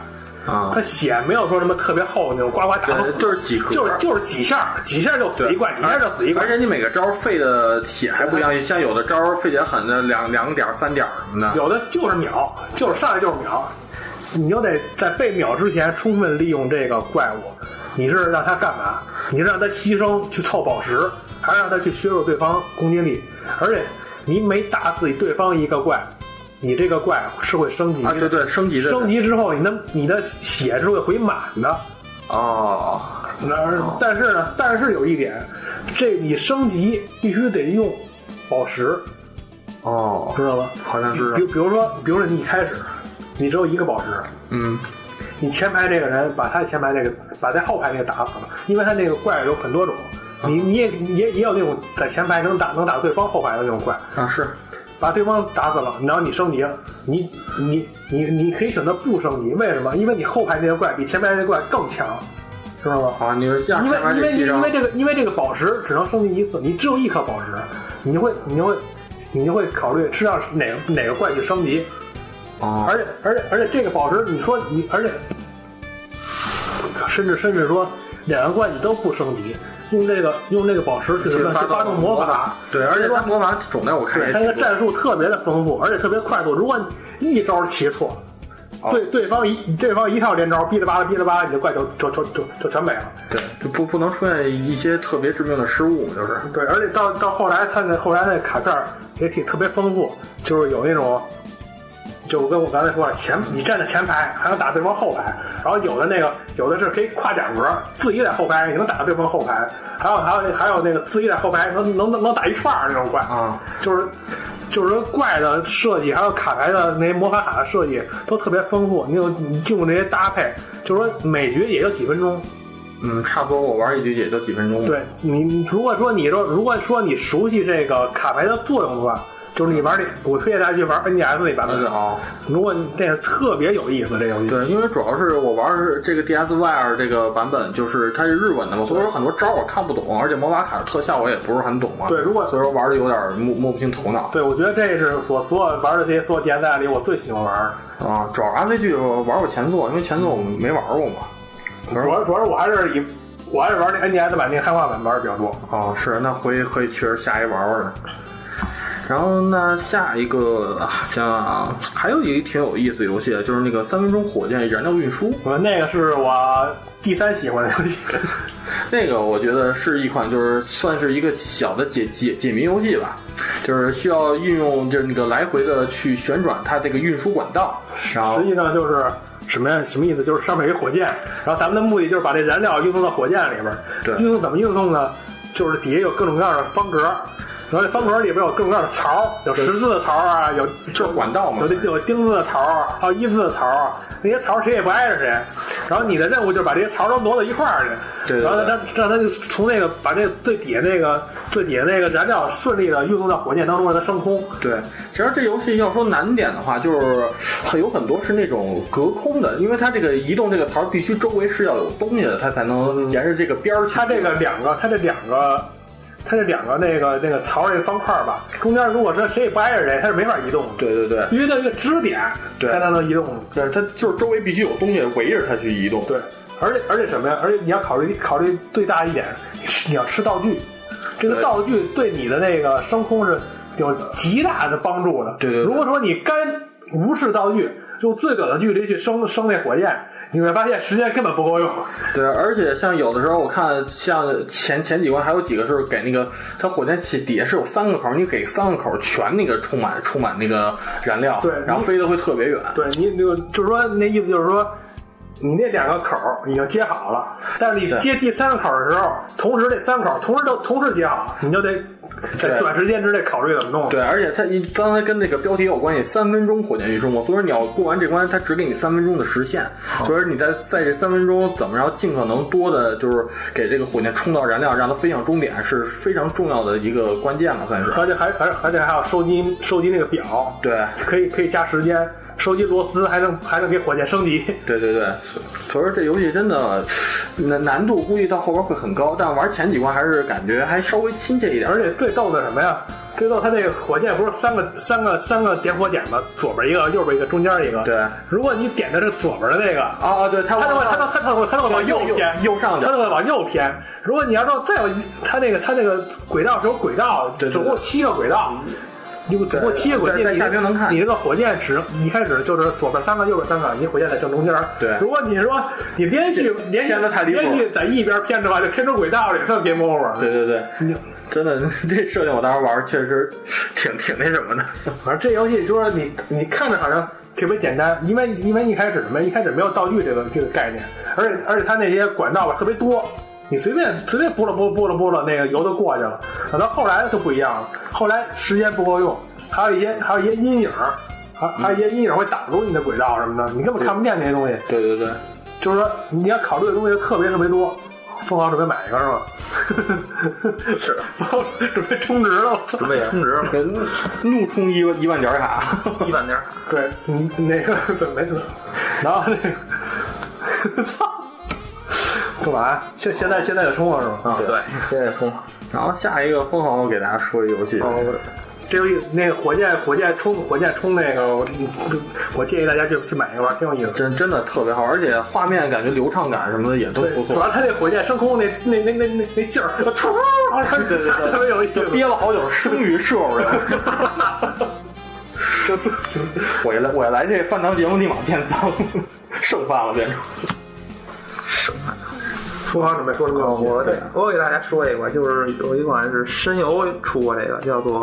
Speaker 6: 啊
Speaker 5: 它血没有说什么特别厚那种呱呱打
Speaker 6: 对
Speaker 5: 的，
Speaker 6: 呃就是几格
Speaker 5: 就是就是几下，几下就死一怪，几下就死一怪
Speaker 6: 而。且你每个招费的血还不一样，像有的招费点狠的两两点儿三点儿什么的。
Speaker 5: 有的就是秒，就是上来就是秒，你就得在被秒之前充分利用这个怪物。你是让他干嘛？你是让他牺牲去凑宝石，还是让他去削弱对方攻击力？而且你每打死对方一个怪，你这个怪是会升级的。
Speaker 6: 啊，对对，升级的
Speaker 5: 升级之后，你的你的血是会回满的。
Speaker 6: 哦，
Speaker 5: 那但是呢，但是有一点，这你升级必须得用宝石，
Speaker 6: 哦，
Speaker 5: 知道吗？
Speaker 6: 好像知道
Speaker 5: 比比如说，比如说你一开始，你只有一个宝石，
Speaker 6: 嗯，
Speaker 5: 你前排这个人把他前排这个把在后排那个打死了，因为他那个怪有很多种，
Speaker 6: 啊
Speaker 5: 你你也你也也有那种在前排能打能打对方后排的那种怪，
Speaker 6: 啊是，
Speaker 5: 把对方打死了，然后你升级，你你你你可以选择不升级，为什么？因为你后排那个怪比前排那个怪更强，知道吗？
Speaker 6: 啊，你是这样
Speaker 5: 因为
Speaker 6: 先把
Speaker 5: 因
Speaker 6: 这
Speaker 5: 为
Speaker 6: 牺
Speaker 5: 因为
Speaker 6: 牲，
Speaker 5: 这个因为这个宝石只能升级一次，你只有一颗宝石，你就会你就会你就会考虑是让哪个哪个怪去升级，
Speaker 6: 哦，
Speaker 5: 而且而且而且这个宝石，你说你而且甚至甚至说两个怪你都不升级，用这个用这个宝石去什么去发动魔法，
Speaker 6: 对，而且
Speaker 5: 说
Speaker 6: 它魔法种类我看
Speaker 5: 对
Speaker 6: 也
Speaker 5: 他那个
Speaker 6: 挺多
Speaker 5: 战术特别的丰富，而且特别快速。如果你一招棋错，
Speaker 6: 哦
Speaker 5: 对对方一对方一套连招，哔哩吧啦哔哩吧啦，你的怪就就就就就全没了。
Speaker 6: 对，就不不能出现一些特别致命的失误，就是
Speaker 5: 对，而且到到后来，他那后来那卡片儿也挺特别丰富，就是有那种，就跟我刚才说的前，你站在前排还能打对方后排，然后有的那个有的是可以跨甲格，自己在后排也能打对方后排，还有还有还有那个自己在后排能能能能打一串儿那种怪，
Speaker 6: 啊，
Speaker 5: 就是就是说怪的设计，还有卡牌的那些魔法卡的设计都特别丰富，你有你进入这些搭配，就是说每局也就几分钟，
Speaker 6: 嗯，差不多我玩一局也就几分钟，，
Speaker 5: 对你，你如果说你说，如果说你熟悉这个卡牌的作用的话，就是你玩这，我推荐大家去玩 NDS 那版本
Speaker 6: 嗯
Speaker 5: 的。
Speaker 6: 哦。
Speaker 5: 如果你这个特别有意思，这游戏。
Speaker 6: 对，因为主要是我玩儿这个 DSYR 这个版本，就是它是日文的嘛，所以说很多招儿我看不懂，而且魔法卡的特效我也不是很懂嘛。
Speaker 5: 对如果
Speaker 6: 所以说玩的有点儿摸摸不清头脑
Speaker 5: 对，我觉得这是我所有玩的这些所有 DSI 里我最喜欢玩儿的。
Speaker 6: 啊。主要 RPG 我玩过前作，因为前作我没玩过嘛。嗯
Speaker 5: 主要主要是我还是以我还是玩那 NDS 版那个汉化版玩的比较多。
Speaker 6: 哦，是，那回可以确实下一玩玩的。然后呢，下一个啊想想啊，还有一个挺有意思的游戏，就是那个三分钟火箭燃料运输。
Speaker 5: 我那个是我第三喜欢的游戏。
Speaker 6: 那个我觉得是一款就是算是一个小的解解解谜游戏吧，就是需要运用就是那个来回的去旋转它这个运输管道，然后
Speaker 5: 实际上就是什么呀？什么意思？就是上面有一火箭，然后咱们的目的就是把这燃料运送到火箭里边儿。
Speaker 6: 对
Speaker 5: 运送怎么运送呢？就是底下有各种各样的方格，然后这方格里边有各种各样的槽，有十字的槽啊，有
Speaker 6: 就是管道嘛
Speaker 5: 有，有钉子的槽，还有一字的槽。那些槽谁也不挨着谁，然后你的任务就是把这些槽都挪到一块儿去，
Speaker 6: 对对对
Speaker 5: 然后让他让他就从那个把这最底下那个最底下那个燃料顺利的运送到火箭当中，让它升空。
Speaker 6: 对，其实这游戏要说难点的话，就是很有很多是那种隔空的，因为它这个移动这个槽必须周围是要有东西的，它才能沿着这个边儿去。
Speaker 5: 它这个两个，它这两个，它这两个那个那个槽儿这方块儿吧，中间如果说谁也不挨着谁，它是没法移动的，
Speaker 6: 对对对，
Speaker 5: 因为它有一个支点，
Speaker 6: 对
Speaker 5: 才能能移动。
Speaker 6: 就是它就是周围必须有东西围着它去移动。
Speaker 5: 对，而且而且什么呀？而且你要考虑考虑最大一点，你要吃道具，这个
Speaker 6: 对
Speaker 5: 道具对你的那个升空是有极大的帮助的。
Speaker 6: 对对对
Speaker 5: 如果说你干无视道具，用最短的距离去升升那火箭，你会发现时间根本不够用。
Speaker 6: 对，而且像有的时候，我看像前前几关还有几个是给那个它火箭起底下是有三个口，你给三个口全那个充满充满那个燃料，
Speaker 5: 对
Speaker 6: 然后
Speaker 5: 你
Speaker 6: 飞得会特别远。
Speaker 5: 对你那个就是说那意思就是说，你那两个口儿已经接好了，但是你
Speaker 6: 对
Speaker 5: 接第三个口儿的时候，同时这三个口儿同时都同时接好，你就得在
Speaker 6: 对
Speaker 5: 短时间之内考虑怎么弄。
Speaker 6: 对，而且它一刚才跟那个标题有关系，三分钟火箭运输嘛，所以说你要过完这关，它只给你三分钟的时限，所以说你在在这三分钟怎么着尽可能多的，就是给这个火箭充到燃料，让它飞向终点，是非常重要的一个关键吧，算是。
Speaker 5: 而且还还而且还要收集收集那个表，
Speaker 6: 对，
Speaker 5: 可以可以加时间，收集螺丝还能还能给火箭升级。 *laughs*
Speaker 6: 对对对，所以说这游戏真的难难度估计到后边会很高，但玩前几关还是感觉还稍微亲切一点。
Speaker 5: 而且最逗的是什么呀？最后它那个火箭不是三个三个三个点火点吗？左边一个，右边一个，中间一个。
Speaker 6: 对，
Speaker 5: 如果你点的是左边的那个，
Speaker 6: 啊啊，对，它
Speaker 5: 它就会它
Speaker 6: 往
Speaker 5: 就它就会它就会往右偏，
Speaker 6: 右上
Speaker 5: 它
Speaker 6: 角
Speaker 5: 就，会往右偏。如果你要说再有一，它那个它那个轨道是有轨道，
Speaker 6: 对对对嗯
Speaker 5: 总共七个轨道，有总共七个轨
Speaker 6: 对
Speaker 5: 道，
Speaker 6: 在
Speaker 5: 你
Speaker 6: 下屏能看
Speaker 5: 你这个火箭只一开始就是左边三个，右边三个，你火箭在正中间。
Speaker 6: 对
Speaker 5: 如果你说你连续
Speaker 6: 这
Speaker 5: 连续
Speaker 6: 偏得太离谱
Speaker 5: 连续在一边偏的话，就偏出轨道了，也算 game over 了。
Speaker 6: 对对对，
Speaker 5: 你
Speaker 6: 真的， *laughs* 这设定我当时玩儿确实挺挺那什么的。
Speaker 5: 反正这游戏就是你你看着好像特别简单，因为因为一开始没一开始没有道具这个这个概念，而且而且它那些管道吧特别多，你随便随便拨了拨拨了拨了那个油就过去了。等到后来就不一样了，后来时间不够用，还有一些还有一些阴影儿，还还有一些阴影儿会挡住你的轨道什么的，你根本看不见那些东西。
Speaker 6: 对对对，
Speaker 5: 就是说你要考虑的东西特别特别多。凤凰准备买一个是吧？ *laughs* 是，凤凰准备充值了。
Speaker 7: 准备充值嘛，
Speaker 6: *laughs* 怒充一万一万点儿卡，
Speaker 7: 一万点儿。
Speaker 5: 对，你那个准备，然后那个， *laughs* 操，干嘛呀？现现在现在就充了是吧？啊，
Speaker 7: 对，现在充
Speaker 6: 然后下一个疯狂，我给大家说一游戏，
Speaker 5: 哦，这游戏那个火箭火箭冲火箭冲那个，我我建议大家去去买一个玩，挺有意思的。
Speaker 6: 真真的特别好，而且画面感觉流畅感什么的也都
Speaker 5: 对
Speaker 6: 不，
Speaker 5: 主
Speaker 6: 错
Speaker 5: 要。它那火箭升空那那那那那那劲儿，突，
Speaker 6: 对对对，
Speaker 5: 特别有意
Speaker 6: 就
Speaker 5: 思。
Speaker 6: 憋了好久，终于射出来了。
Speaker 5: 啊
Speaker 6: *laughs*
Speaker 5: 就就就
Speaker 6: 我一来，我一来这饭堂节目立马变脏，剩饭了变成。
Speaker 5: 厨房准备说什么游戏？
Speaker 7: 哦我我给大家说一个吧，就是有一款是神游出过这个，叫做《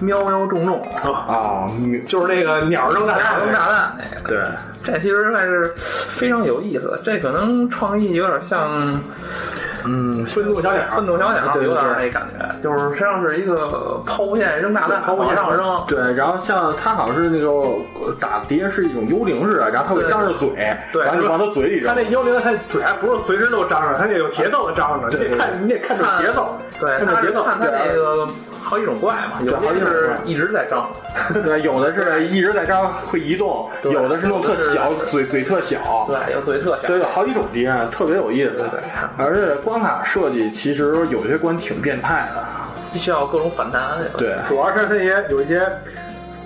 Speaker 7: 喵喵种种》，
Speaker 6: 啊，嗯
Speaker 5: 哦就是那个鸟扔炸弹
Speaker 7: 扔
Speaker 5: 那
Speaker 7: 炸
Speaker 5: 个，
Speaker 7: 弹那个。
Speaker 6: 对，
Speaker 7: 这其实还是非常有意思的，这可能创意有点像
Speaker 6: 嗯，
Speaker 5: 愤怒小鸟，
Speaker 7: 愤怒小鸟，
Speaker 6: 对对
Speaker 7: 啊有
Speaker 6: 对
Speaker 7: 点那感觉，就是实际上是一个抛物线扔炸弹，
Speaker 5: 抛物线
Speaker 7: 往上扔，
Speaker 6: 对，然后像它好像是那个呃打敌人是一种幽灵似的，然后它会张着嘴，
Speaker 7: 对
Speaker 6: 然后你往它嘴里
Speaker 5: 他
Speaker 6: 扔
Speaker 5: 那。幽灵，他嘴还不是随时都张着，他那有节奏的张着，你
Speaker 6: 对
Speaker 5: 得看，你得看准节奏，
Speaker 7: 对，
Speaker 5: 看
Speaker 7: 它
Speaker 5: 准
Speaker 7: 是
Speaker 5: 节奏。
Speaker 7: 看它那个好几种怪嘛，有
Speaker 6: 好
Speaker 7: 的
Speaker 6: 几种
Speaker 7: 是
Speaker 6: 怪
Speaker 7: 一直在张，
Speaker 6: *laughs* 对，有的是一直在张会移动，
Speaker 7: 对
Speaker 6: 有的是那种特小
Speaker 7: 有的，是
Speaker 6: 嘴嘴特小。
Speaker 7: 对，有嘴特小，
Speaker 6: 所以有好几种敌人，特别有意思。
Speaker 7: 对
Speaker 6: 而且关卡设计其实有些关挺变态的。
Speaker 7: 需要各种反弹，啊
Speaker 6: 对
Speaker 5: 主要是那些有一些，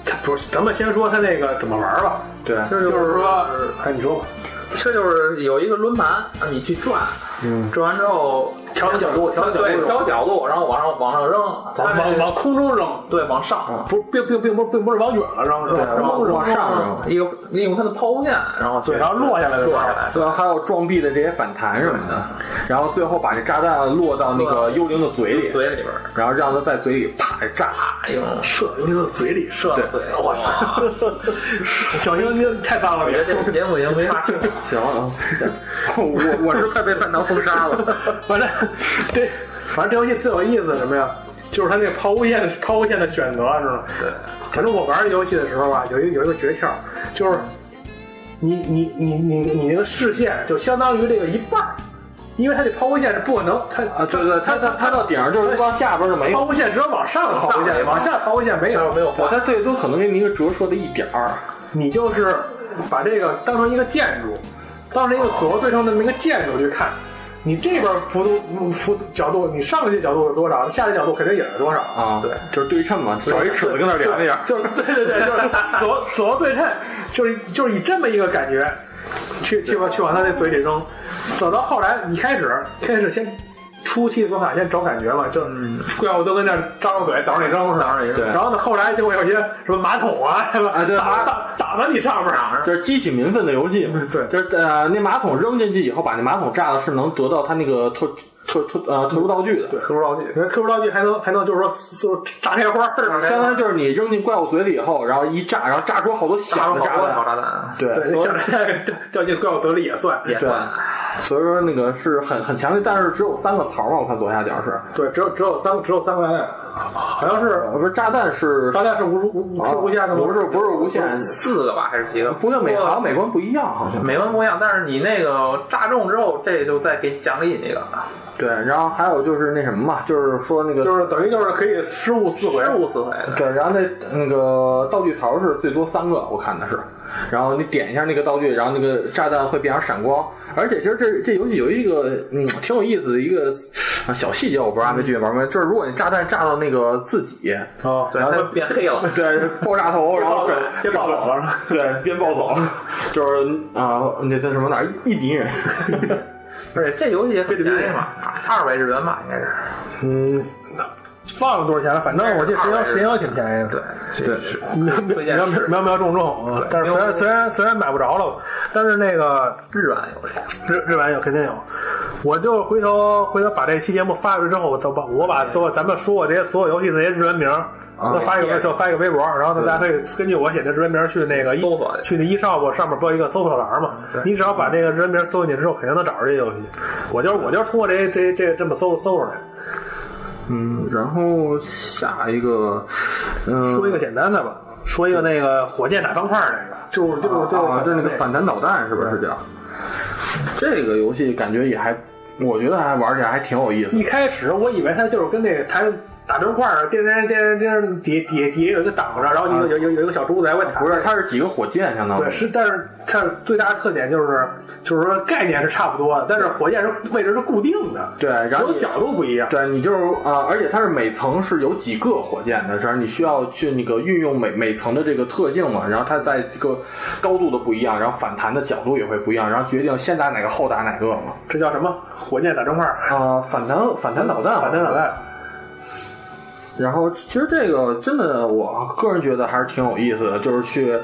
Speaker 5: 他不是，咱们先说他那个怎么玩吧，
Speaker 6: 对，
Speaker 5: 就是说，哎，你说吧，
Speaker 7: 这就是有一个轮盘，让你去转，
Speaker 6: 嗯，
Speaker 7: 转完之后
Speaker 5: 调角度调角度
Speaker 7: 对，调角度，然后往上往上扔，它
Speaker 5: 往
Speaker 7: 这
Speaker 5: 往往空中扔，
Speaker 7: 对往上，
Speaker 5: 不，并并并不并不是嗯往远了扔，是吧？
Speaker 6: 对
Speaker 5: 然后
Speaker 6: 往上扔
Speaker 7: 一个利用它的抛物线，然后去
Speaker 5: 对然后落下来的时候
Speaker 7: 落下来，
Speaker 6: 对，还有撞壁的这些反弹什么的，然后最后把这炸弹嗯落到那个幽灵的嘴里，哎
Speaker 7: 嘴里边儿
Speaker 6: 然后让它在嘴里啪一炸。
Speaker 7: 啪一种
Speaker 5: 射进个嘴里，
Speaker 7: 射的嘴，
Speaker 5: 我
Speaker 7: 我操！
Speaker 5: 操， *laughs* 小星你太棒了，
Speaker 7: 我觉
Speaker 5: 别
Speaker 7: 得这种节目已经没法听
Speaker 6: *laughs*
Speaker 7: 了。
Speaker 6: 行，我我是快被饭堂封杀 *laughs* 了。
Speaker 5: 反正这反正这游戏最有意思是什么呀？就是它那个抛物线抛物线的选择，知道吗？对。反正我玩这游戏的时候吧，有一有一个诀窍，就是你你你你你那个视线就相当于这个一半儿，因为它这抛物线是不可能，它
Speaker 6: 啊，对对，它它它到顶上就是往下边就没
Speaker 5: 抛
Speaker 6: 有，
Speaker 5: 物线只有往上的抛物线，往下抛物线没有没有
Speaker 6: 我它最多可能给你一个折射的一点儿。
Speaker 5: 你就是把这个当成一个建筑，当成一个左右对称的那么一个建筑去看。你这边幅度幅度角度，你上去角度是多少，下去角度肯定也是多少。
Speaker 6: 啊，对，就是对称嘛，找一尺子跟那量那样。
Speaker 5: 就是对对对，就是
Speaker 6: *laughs*
Speaker 5: 左左右对称，就是就是以这么一个感觉，去去往去往他那嘴里扔。走到后来，你开始开始先初期关卡先找感觉嘛，就
Speaker 6: 嗯
Speaker 5: *laughs* 怪物都跟那儿张着嘴等着你扔是吧？
Speaker 6: 对
Speaker 5: 然后呢，后来就会有一些什么马桶啊，什么
Speaker 6: 啊对
Speaker 5: 打打打到你上面儿。
Speaker 6: 就是激起民愤的游戏，
Speaker 5: 对
Speaker 6: 就是呃，那马桶扔进去以后，把那马桶炸了，是能得到它那个特特特呃特殊道具的。对，
Speaker 5: 特殊道具，特殊道具还能还能就是说就是炸开花儿，
Speaker 6: 相当于就是你扔进怪物嘴里以后，然后一炸，然后炸出好多
Speaker 7: 打
Speaker 6: 小
Speaker 7: 出
Speaker 6: 的
Speaker 7: 好
Speaker 6: 炸
Speaker 7: 多条
Speaker 6: 弹。
Speaker 7: 炸弹，啊
Speaker 6: 对，
Speaker 5: 对，
Speaker 6: 所以
Speaker 5: 想着掉进怪物嘴里也算，
Speaker 7: 也
Speaker 6: 对
Speaker 7: 算，
Speaker 6: 所以说那个是很很强烈，但是只有三个槽嘛，我看左下角是，
Speaker 5: 对，只有只有三只有三个炸弹，好像是
Speaker 6: 呃不是炸弹是啊
Speaker 5: 炸弹是无无是无限的吗？
Speaker 6: 不是不是无限，
Speaker 7: 四个吧还是几个？
Speaker 6: 不过每
Speaker 7: 过
Speaker 6: 行每关不一样，好像
Speaker 7: 美观不一样，但是你那个炸中之后，这就再给奖励你一个。
Speaker 6: 对，然后还有就是那什么嘛，就是说那个
Speaker 5: 就是等于就是可以失误四回，
Speaker 7: 失误四回的，
Speaker 6: 对，然后那那个道具槽是最多三个，我看的是，然后你点一下那个道具，然后那个炸弹会变成闪光。而且其实这这游戏有一个嗯挺有意思的一个啊小细节，我不知道 RPG 玩没，就是如果你炸弹炸到那个自己，
Speaker 5: 哦，
Speaker 7: 对，它就变
Speaker 6: *laughs*
Speaker 7: 黑了。
Speaker 6: 对，爆炸头，然后转
Speaker 5: 变暴走了是吧
Speaker 6: 对，边暴走， *laughs* 就是啊，那叫什么哪儿印尼人， *laughs*
Speaker 7: 而且这游戏也很便宜嘛，二百日元吧，应该是。
Speaker 5: 嗯，忘了多少钱了，反正我记得神
Speaker 7: 二百
Speaker 5: 游
Speaker 7: 日
Speaker 5: 神游挺便宜的。
Speaker 7: 对，
Speaker 6: *laughs*
Speaker 7: 这是
Speaker 5: 对
Speaker 7: 推荐
Speaker 5: 苗
Speaker 7: 是
Speaker 5: 苗苗重重啊！但是虽然虽然虽然买不着了，但是那个
Speaker 7: 日版有这个。
Speaker 5: 日日版有肯定有。我就回头回头把这期节目发出去之后，我都把我把做咱们说过这些所有游戏的这些日文名儿，我发一个就发一个微博，然后大家可以根据我写的日文名儿去那个一
Speaker 7: 搜索
Speaker 5: 去
Speaker 7: 去
Speaker 5: 那一上我上面不有一个搜索栏嘛？你只要把这个日文名儿搜进去之后，肯定能找着这游戏。我就是我就是通过这这这这么搜搜出来，
Speaker 6: 嗯，然后下一个，嗯，
Speaker 5: 说一个简单的吧，说一个那个火箭打方块儿那个，
Speaker 6: 就就就
Speaker 5: 啊
Speaker 6: 就是那个反弹导弹是不是叫？这个游戏感觉也还，我觉得还玩起来还挺有意思
Speaker 5: 一。开始我以为它就是跟那个弹打冰块儿，叮叮叮叮，底底底下有一个挡着，然后有有有有一个小珠子还会弹。
Speaker 6: 不是，它是几个火箭相当
Speaker 5: 对，
Speaker 6: 于。
Speaker 5: 是，但是它最大的特点就是，就是说概念是差不多的，但是火箭是位置是固定的，
Speaker 6: 对，然
Speaker 5: 只
Speaker 6: 后
Speaker 5: 有
Speaker 6: 你
Speaker 5: 角度不一样。
Speaker 6: 对你就是啊、而且它是每层是有几个火箭的，然后你需要去那个运用每每层的这个特性嘛，然后它在这个高度的不一样，然后反弹的角度也会不一样，然后决定先打哪个后打哪个嘛。
Speaker 5: 这叫什么？火箭打冰块儿，
Speaker 6: 啊、反弹反弹导弹，
Speaker 5: 反弹导弹。
Speaker 6: 然后，其实这个真的，我个人觉得还是挺有意思的，就是去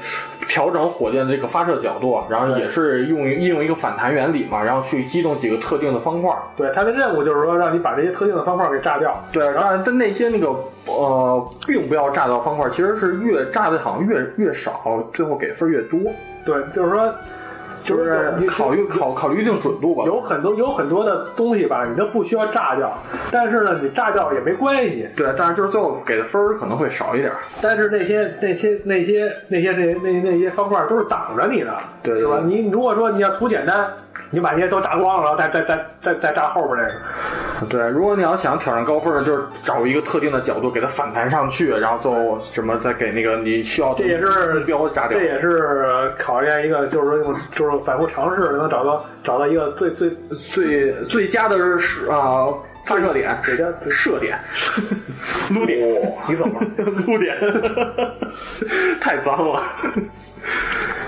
Speaker 6: 调整火箭的这个发射角度，啊然后也是用应用一个反弹原理嘛，然后去击中几个特定的方块儿。
Speaker 5: 对，它的任务就是说让你把这些特定的方块儿给炸掉。
Speaker 6: 对，然后但那些那个呃，并不要炸到方块儿，其实是越炸的好像越越少，最后给分儿越多，
Speaker 5: 对，就是说，
Speaker 6: 就
Speaker 5: 就是
Speaker 6: 是考虑考考虑一定准度吧。
Speaker 5: 有很多有很多的东西吧，你都不需要炸掉，但是呢，你炸掉也没关系。
Speaker 6: 对，但是就是最后给的分儿可能会少一点儿。
Speaker 5: 但是那些那些那些那些那那那些方块都是挡着你的，
Speaker 6: 对
Speaker 5: 是吧？
Speaker 6: 对
Speaker 5: 你你如果说你要图简单，你把那些都炸光了，然后再再再再再炸后边那个，
Speaker 6: 对，如果你要想挑战高分呢，就是找一个特定的角度给它反弹上去，然后最后什么再给那个你需要的
Speaker 5: 这也是
Speaker 6: 目标炸掉
Speaker 5: 这。也是考验一个，就是说用就是反复尝试能找到找到一个最最
Speaker 6: 最最佳的是啊、发射点、
Speaker 5: 最佳最
Speaker 6: 射点、撸点，你怎么撸 *laughs* 点？太脏了。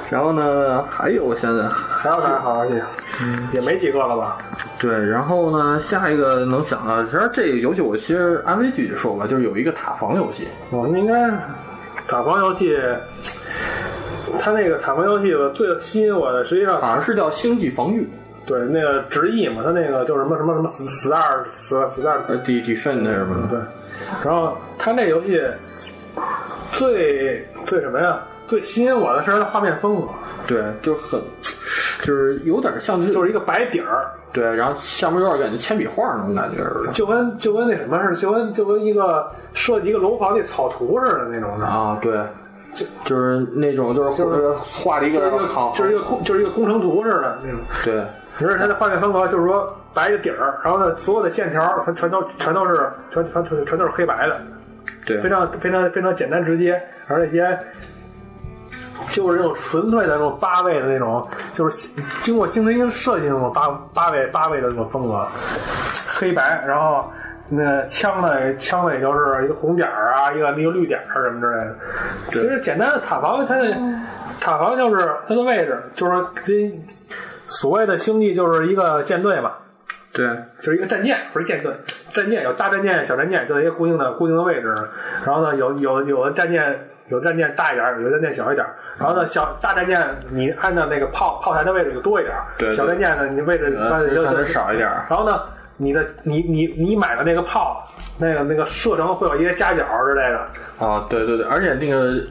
Speaker 6: 然后呢，还有现在
Speaker 5: 还有啥好游戏？也没几个了吧？
Speaker 6: 对，然后呢，下一个能想啊到，其实这个游戏我其实安慰剧说吧，就是有一个塔防游戏，
Speaker 5: 我们应该塔防游戏，它那个塔防游戏最吸引我的，实际上
Speaker 6: 好像是叫《星际防御》
Speaker 5: 对那个直译嘛，它那个就是什么什么什么死死二死死二
Speaker 6: 呃，D Defend 什么的。
Speaker 5: 嗯对，然后它这游戏最最什么呀？最吸引我的是它的画面风格，
Speaker 6: 对，就很，就是有点像是，
Speaker 5: 就是一个白底儿，
Speaker 6: 对，然后下面有点感觉铅笔画那种感觉似的。
Speaker 5: 就跟就跟那什么似的，就跟就跟一个设计一个楼房那草图似的那种的，
Speaker 6: 啊，对，就就是那种就是
Speaker 5: 就是
Speaker 6: 画了一
Speaker 5: 就是一
Speaker 6: 个
Speaker 5: 个
Speaker 6: 好，
Speaker 5: 就是一个工就是一个工程图似的那种。
Speaker 6: 对
Speaker 5: 而且它的画面风格就是说白的底儿，然后呢，所有的线条全全都全都是全全全全都是黑白的，非
Speaker 6: 对
Speaker 5: 常非常非常简单直接，而那些就是那种纯粹的那种八位的那种，就是经过精心设计的那种八八位八位的那种风格，黑白，然后那枪呢，枪呢也就是一个红点儿啊，一个一个绿点儿什么之类的。其实简单的塔防，它的塔防就是它的位置，就是跟所谓的星际就是一个舰队嘛，
Speaker 6: 对
Speaker 5: 就是一个战舰，不是舰队，战舰有大战舰、小战舰，就在一个固定的固定的位置。然后呢，有有有的战舰有战舰大一点，有的战舰小一点。然后呢，小大战舰你按照那个炮炮台的位置就多一点，
Speaker 6: 对对
Speaker 5: 小战舰呢你位置那
Speaker 6: 呃
Speaker 5: 就
Speaker 6: 可
Speaker 5: 就
Speaker 6: 能少一点儿
Speaker 5: 然后呢，你的你你你买的那个炮，那个那个射程会有一些夹角之类的。
Speaker 6: 啊，对对对，而且那个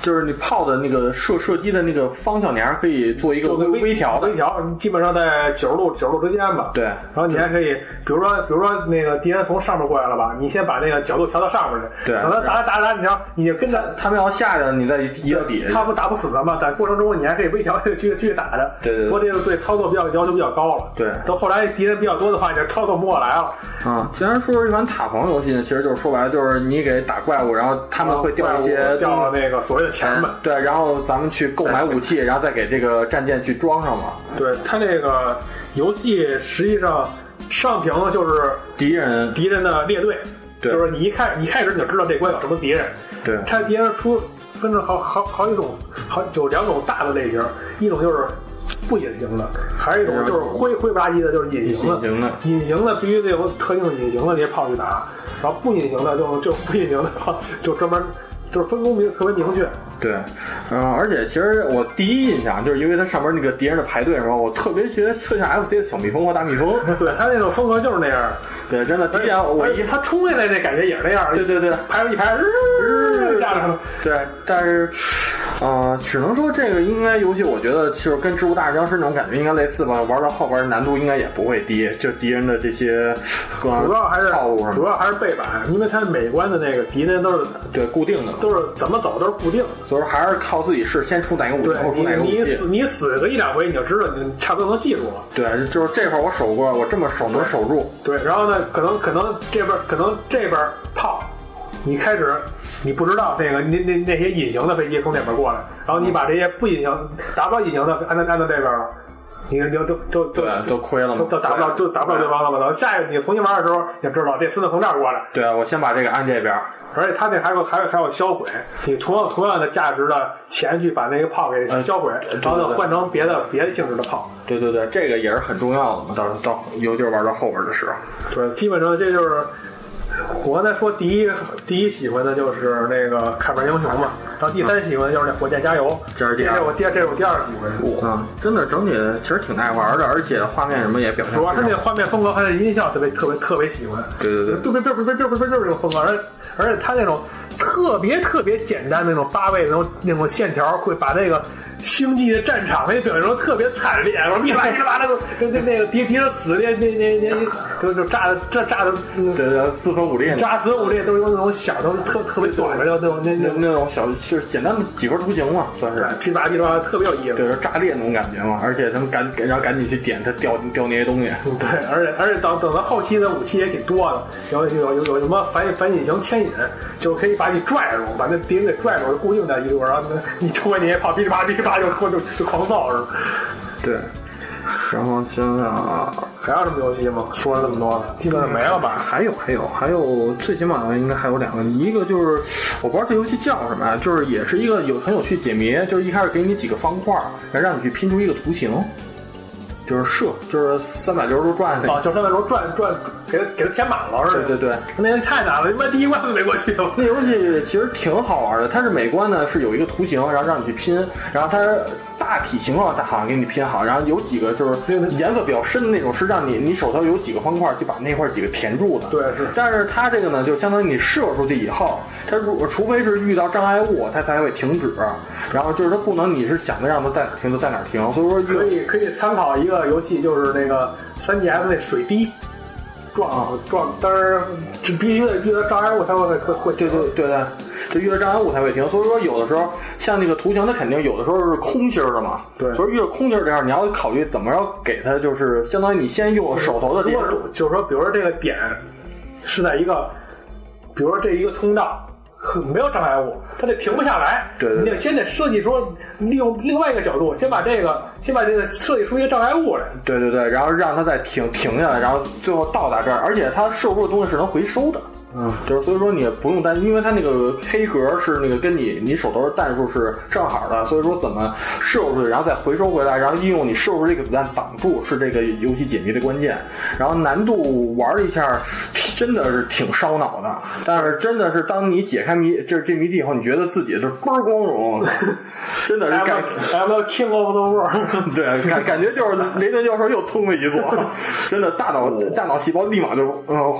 Speaker 6: 就是你炮的那个射射击的那个方向，你还可以做一个
Speaker 5: 就
Speaker 6: 微
Speaker 5: 微
Speaker 6: 微调的
Speaker 5: 微，调，基本上在九十度九十度之间吧。
Speaker 6: 对
Speaker 5: 然后你还可以，比如说比如说那个敌人从上面过来了吧，你先把那个角度调到上面去，
Speaker 6: 对
Speaker 5: 等他打打打打，你要你就跟着
Speaker 6: 他们要下去，你再移到底
Speaker 5: 他
Speaker 6: 下。
Speaker 5: 不打不死他嘛，在过程中你还可以微调继续继续打的。
Speaker 6: 对对对
Speaker 5: 不过这个对操作比较要求比较高了。
Speaker 6: 对
Speaker 5: 到后来敌人比较多的话，你就操作不过来了。
Speaker 6: 啊，既然说是一款塔防游戏呢，其实就是说白了，就是你给打怪物，然后他们会掉一些
Speaker 5: 啊
Speaker 6: 哎
Speaker 5: 掉那个所谓的的钱本。
Speaker 6: 对，然后咱们去购买武器，然后再给这个战舰去装上嘛。
Speaker 5: 对它这个游戏实际上上屏的就是
Speaker 6: 敌人
Speaker 5: 敌人的列队，
Speaker 6: 对
Speaker 5: 就是你一开你一开始你就知道这关有什么敌人，
Speaker 6: 对
Speaker 5: 它敌人出分成好好好几种，好有两种大的类型，一种就是不隐形的，还有一种就是灰灰不拉几的，就是隐形
Speaker 6: 隐
Speaker 5: 的。
Speaker 6: 形的，
Speaker 5: 隐形的必须得有特定的隐形的这些炮去打，然后不隐形的就就不隐形的炮就专门就是分工明特别明确。
Speaker 6: 对，嗯、而且其实我第一印象就是因为它上面那个敌人的排队什么，我特别觉得特像 FC 的小蜜蜂和大蜜蜂。
Speaker 5: 对他那种风格就是那样，
Speaker 6: 对，真的，第一眼我
Speaker 5: 而 *laughs*
Speaker 6: 一
Speaker 5: 且他冲下来那感觉也是那样，
Speaker 6: 对对对
Speaker 5: 排了一排，日下来了。
Speaker 6: 对，但是，嗯、只能说这个应该游戏，我觉得就是跟《植物大战僵尸》那种感觉应该类似吧。玩到后边难度应该也不会低，就敌人的这些和
Speaker 5: 主要还是
Speaker 6: 套路什
Speaker 5: 主
Speaker 6: 么的，
Speaker 5: 要还是背板，因为它每关的那个敌人都是
Speaker 6: 对固定的嘛，
Speaker 5: 都是怎么走都是固定的。
Speaker 6: 所以说还是靠自己试，先出哪个武器，
Speaker 5: 对
Speaker 6: 后出哪个武
Speaker 5: 你你
Speaker 6: 器
Speaker 5: 死。你死个一两回，你就知道你差不多能记住了。
Speaker 6: 对，就是这块我守过，我这么守能守住。
Speaker 5: 对，然后呢，可能可能这边可能这边炮，你开始你不知道那个那那那些隐形的飞机从哪边过来，然后你把这些不隐形打不到隐形的安到安到这边了，你就就就就
Speaker 6: 对，啊都亏了嘛
Speaker 5: 就，就打不到就打不到对方了嘛。然后下一个你重新玩的时候，你就知道这孙子从这儿过来，
Speaker 6: 对，啊我先把这个按这边。
Speaker 5: 而且他那还有还有还有销毁，你同样同样的价值的钱去把那个炮给
Speaker 6: 呃
Speaker 5: 销毁，然后呢换成别的别的性质的炮。
Speaker 6: 对对对，这个也是很重要的嘛。到到，尤其是玩到后边的时候，
Speaker 5: 对，基本上这就是我刚才说第一第一喜欢的就是那个卡牌英雄嘛，然后第三喜欢的就是那火箭加油，
Speaker 6: 这是第二
Speaker 5: 这是我第二这是我第二喜欢的。
Speaker 6: 嗯，真的整体其实挺耐玩的，而且画面什么也表现
Speaker 5: 主
Speaker 6: 非
Speaker 5: 要
Speaker 6: 常
Speaker 5: 是那画面风格还有音效特别特别特别喜欢，
Speaker 6: 对对对
Speaker 5: 就就就就就就就这种风格，而而且它那种特别特别简单的那种八位那种那种线条，会把那个星际的战场给表现出特别惨烈，然后一拉一拉那个那那那个敌敌人死那那那那就就炸的炸炸的。嗯
Speaker 6: 对对，四分五裂那
Speaker 5: 炸死我这都是用那种小的特特别短的那种那那那
Speaker 6: 那种小就是简单的几何图形嘛，算是。
Speaker 5: 噼啪噼啪特别有意思。
Speaker 6: 对，就是炸裂那种感觉嘛，而且他们赶，然后赶紧去点它掉掉那些东西。
Speaker 5: 对，而且而且等等到后期的武器也挺多的，有有有有什么反反隐形牵引，就可以把你拽住，把那敌人给拽住，固定在一路，然后你你冲过去也跑噼里啪噼里啪就就就狂造是吧？
Speaker 6: 对，然后想啊想
Speaker 5: 还有什么游戏吗？说了这么多，基本上没了吧？
Speaker 6: 还有还有还有，最起码应该还有两个，一个就是我不知道这游戏叫什么呀，就是也是一个有很有趣解谜，就是一开始给你几个方块，然后让你去拼出一个图形，就是射，就是三百六十度转的。
Speaker 5: 哦，就上那时候转转，给它给它填满了
Speaker 6: 对
Speaker 5: 是吧？
Speaker 6: 对对，
Speaker 5: 那也太难了，他妈第一关都没过去。
Speaker 6: 那游戏其实挺好玩的，它是每关呢是有一个图形，然后让你去拼，然后它大体情况它好像给你拼好，然后有几个就是颜色比较深的那种，是让你你手头有几个方块就把那块几个填住的。
Speaker 5: 对是
Speaker 6: 但是它这个呢，就相当于你射出去以后，它如果除非是遇到障碍物，它才会停止。然后就是它不能你是想着让它在哪儿停就在哪儿停，所以说
Speaker 5: 可
Speaker 6: 越
Speaker 5: 以可以参考一个游戏，就是那个三 DS 那水滴撞啊撞，但是只必须得遇到障碍物才会会会
Speaker 6: 对对对对，就越障碍物才会停。所以说，有的时候像那个图形，它肯定有的时候是空心儿的嘛。
Speaker 5: 对
Speaker 6: 所以越空心儿这样，你要考虑怎么着给它，就是相当于你先用手头的
Speaker 5: 如
Speaker 6: 点
Speaker 5: 果。就是说，比如说这个点是在一个，比如说这一个通道。很没有障碍物，它得停不下来。
Speaker 6: 对对对
Speaker 5: 你得先得设计说，利用另外一个角度，先把这个，先把这个设计出一个障碍物来。
Speaker 6: 对对对，然后让它再停停下来，然后最后到达这儿，而且它摄入的东西是能回收的。嗯，就是所以说你也不用担心，因为它那个黑格是那个跟你你手头的弹数是正好的，所以说怎么射出去，呃然后再回收回来，然后利用你射出这个子弹挡住是这个游戏解谜的关键。然后难度玩了一下，真的是挺烧脑的，但是真的是当你解开谜就是这谜底以后，你觉得自己是倍儿光荣， *laughs* 真的是
Speaker 5: I'm
Speaker 6: 感
Speaker 5: a- I'm a king of the world。
Speaker 6: *laughs* 对，啊感感觉就是雷顿教授又通了一座， *laughs* 真的大脑大脑细胞立马就呃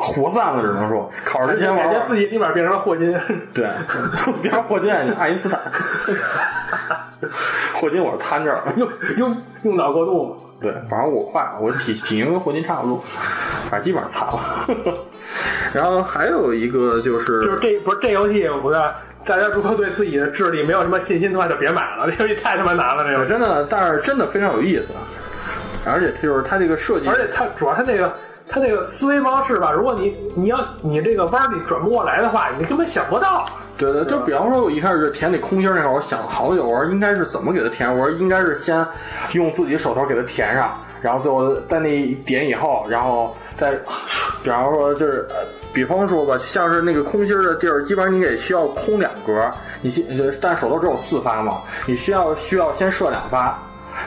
Speaker 6: 活散了，只能说考试之前玩
Speaker 5: 感觉
Speaker 6: 玩
Speaker 5: 自己立马变成了霍金。
Speaker 6: *laughs* 对，别说霍金，爱因斯 *laughs* 坦，霍金我是瘫这儿，
Speaker 5: 用用用脑过度嘛。
Speaker 6: 对，反正我快，我体体型跟霍金差不多，反正基本上 *laughs* 残了。然后还有一个就是
Speaker 5: 就是这不是这游戏，我看大家如果对自己的智力没有什么信心的话，就别买了，这游戏太他妈难了，这
Speaker 6: 我
Speaker 5: 游戏。
Speaker 6: 啊真的，但是真的非常有意思，而且就是它这个设计，
Speaker 5: 而且它主要它那个它这个思维方式吧，如果你你要你这个弯儿里转不过来的话，你根本想不到。
Speaker 6: 对对，
Speaker 5: 对
Speaker 6: 就
Speaker 5: 吧
Speaker 6: 比方说，我一开始就填那空心儿那会儿，我想了好久，我说应该是怎么给它填，我说应该是先用自己手头给它填上，然后最后在那一点以后，然后再，比方说就是，呃比方说吧，像是那个空心儿的地儿，基本上你得需要空两格，你先，呃但手头只有四发嘛，你需要需要先射两发，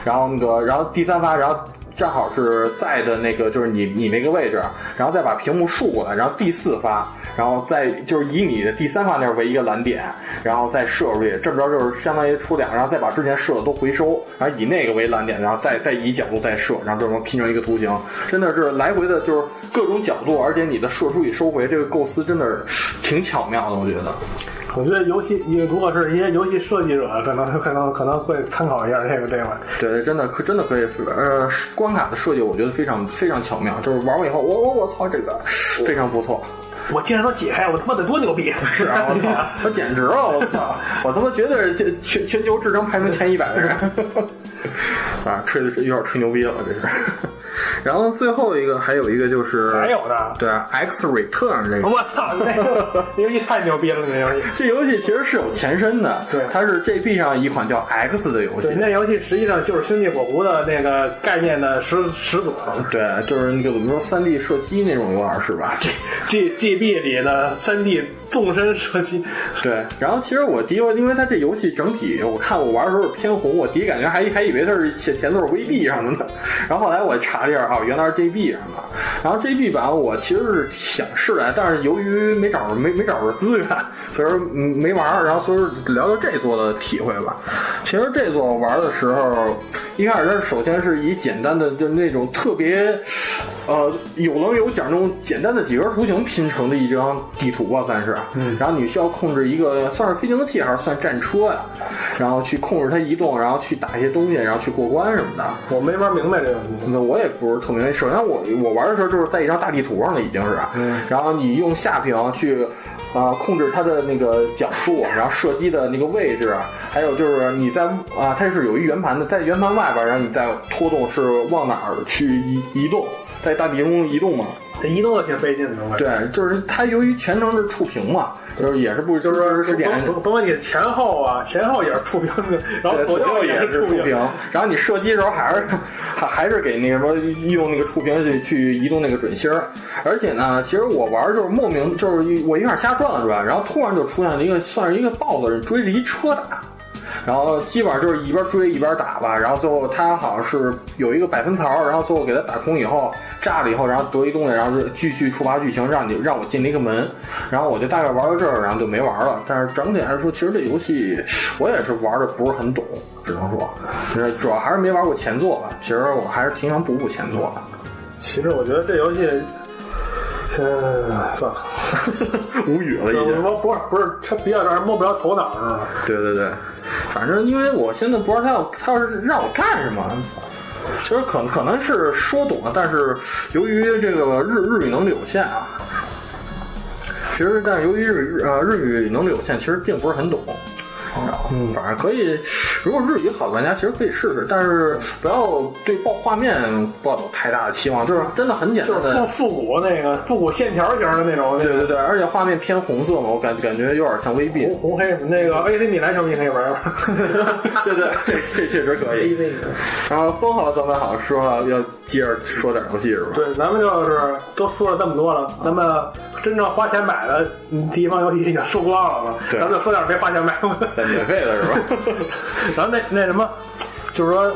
Speaker 6: 然后那个，然后第三发，然后。正好是在的那个，就是你你那个位置，然后再把屏幕竖过来，然后第四发，然后再就是以你的第三发那儿为一个蓝点，然后再射出去，这么着就是相当于出两，然后再把之前射的都回收，然后以那个为蓝点，然后再再以角度再射，然后这么拼成一个图形，真的是来回的就是各种角度，而且你的射出与收回这个构思真的是挺巧妙的，我觉得。
Speaker 5: 我觉得游戏，你如果是一些游戏设计者，可能可能可能会参考一下这个这个。
Speaker 6: 对，真的可真的可以，呃，关卡的设计我觉得非常非常巧妙，就是玩完以后，我我我操，这个非常不错。
Speaker 5: 我竟然都解开，我他妈得多牛逼！
Speaker 6: 是
Speaker 5: *laughs*
Speaker 6: 啊，我操，我简直了，我操，我他妈绝对是这全全球智商排名前一百的人， *laughs* 啊，吹的有点吹牛逼了，这是。然后最后一个还有一个就是，
Speaker 5: 还有呢，
Speaker 6: 对啊 X Return 这个，
Speaker 5: 我操，那个 *laughs* 游戏太牛逼了，那游戏。
Speaker 6: 这游戏其实是有前身的，
Speaker 5: 对
Speaker 6: 它是 GB 上一款叫 X 的游戏
Speaker 5: 对，。那游戏实际上就是《星际火狐》的那个概念的始始祖
Speaker 6: 对，就是那个怎么说，三 D 射击那种有点是
Speaker 5: *laughs*
Speaker 6: 吧？
Speaker 5: ，G G B 里的三 D 纵深射击。
Speaker 6: 对，然后其实我第一，因为它这游戏整体，我看我玩的时候偏红，我第一感觉还还以为它是前前头是 VB 上的呢， *laughs* 然后后来我查了一下啊，原来是 JB 上的。然后 JB 版我其实是想试来，但是由于没找着没没找着资源，所以说嗯没玩儿。然后所以说聊聊这座的体会吧。其实这座玩的时候，一开始它首先是以简单的就那种特别呃有棱有角那种简单的几何图形拼成的一张地图吧，算是。嗯。然后你需要控制一个算是飞行器还是算战车呀、然后去控制它移动，然后去打一些东西，然后去过关什么
Speaker 5: *laughs*
Speaker 6: 的。啊
Speaker 5: 我没玩明白这个游戏。
Speaker 6: 那我也不是特明白。首先我我玩的时候就是在一张大地图上了，已经是，然后你用下屏去。啊、控制它的那个角度，然后射击的那个位置，还有就是你在啊、它是有一圆盘的，在圆盘外边，然后你再拖动是往哪儿去移移动，在大地中移动嘛。
Speaker 5: 这移动的挺费劲的，我感觉。
Speaker 6: 对，就是它由于全程是触屏嘛，就是也是不就是说是点
Speaker 5: 甭甭管你前后啊，前后也是触屏的，然后
Speaker 6: 对
Speaker 5: 左
Speaker 6: 左
Speaker 5: 右
Speaker 6: 右
Speaker 5: 也
Speaker 6: 也
Speaker 5: 触
Speaker 6: 触
Speaker 5: 屏。
Speaker 6: 屏，然后你射击的时候还是还还是给那个什么用那个触屏去去移动那个准星儿，而且呢，其实我玩儿就是莫名就是一我一下瞎转了转，然后突然就出现了一个算是一个豹子人追着一车打。然后基本上就是一边追一边打吧，然后最后他好像是有一个百分槽，然后最后给他打空以后炸了以后，然后得一东西，然后就继续触发剧情，让你让我进了一个门，然后我就大概玩到这儿，然后就没玩了。但是整体来说，其实这游戏我也是玩的不是很懂，只能说，就是主要还是没玩过前作吧。其实我还是挺想补补前作的，
Speaker 5: 其实我觉得这游戏，呃，算了，
Speaker 6: 无语了已经。
Speaker 5: 我不是不是，它比较让人摸不着头脑，是啊吧？
Speaker 6: 对对对，反正因为我现在不知道他要他要是让我干什么。其实可可能是说懂了，但是由于这个日日语能力有限啊，其实但是由于日语呃日语能力有限，其实并不是很懂。
Speaker 5: 哦
Speaker 6: 嗯，反正可以，如果日语好的玩家其实可以试试，但是不要对爆画面抱有太大的期望，就是真的很简
Speaker 5: 就
Speaker 6: 单
Speaker 5: 是复
Speaker 6: 的。
Speaker 5: 复古那个复古线条型的那种，那
Speaker 6: 对
Speaker 5: 个
Speaker 6: 对对，而且画面偏红色嘛，我感感觉有点像 VB。
Speaker 5: 红红黑那个 AC 米兰球迷可以玩 *laughs* 玩。
Speaker 6: *laughs* 对对，这这确实可以。然后封好咱们好说了，要接着说点游戏是吧？
Speaker 5: 对，咱们就是都说了这么
Speaker 6: 啊
Speaker 5: 多了，咱们真正花钱买的地方游戏已经说光了嘛，
Speaker 6: 对
Speaker 5: 咱们就说点没花钱买的。
Speaker 6: 对，免费的是 *laughs* 吧？
Speaker 5: *laughs* 然后那那什么，就是说，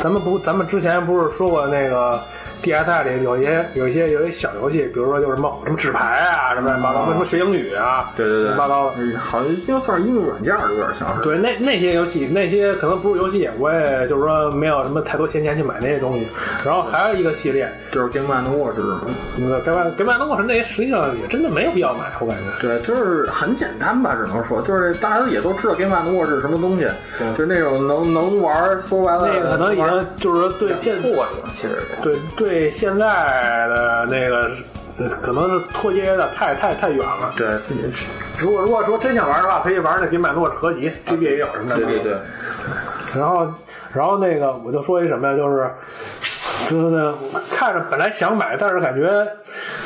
Speaker 5: 咱们不，咱们之前不是说过那个 DSI 里有一些有一些有一些小游戏，比如说就是什么什么纸牌啊，什么乱七八糟，什么学英语啊，
Speaker 6: 对对
Speaker 5: 乱
Speaker 6: 对，
Speaker 5: 七八糟的。
Speaker 6: 嗯好像应该算是应用软件儿，有点像是。
Speaker 5: 对，那那些游戏，那些可能不是游戏，我也就是说没有什么太多闲钱去买那些东西。然后还有一个系列，
Speaker 6: 就是 Game and Watch 是吗？
Speaker 5: 那个该卖该卖的过程那些，实际上也真的没有必要买，我感觉。
Speaker 6: 对，就是很简单吧，只能说，就是大家也都知道 Game and Watch 是什么东西，就是那种能能玩儿，说白了
Speaker 5: 那个可能已
Speaker 6: 玩儿
Speaker 5: 经就是说对现
Speaker 7: 过程其实这
Speaker 5: 对对现在的那个，呃可能是脱节的太太太远了。
Speaker 6: 对
Speaker 5: 如果如果说真想玩的话，可以玩那《金百诺》合集，GB 也有什么的。
Speaker 6: 对对对，
Speaker 5: 然后，然后那个我就说一什么呀，就是真的看着本来想买，但是感觉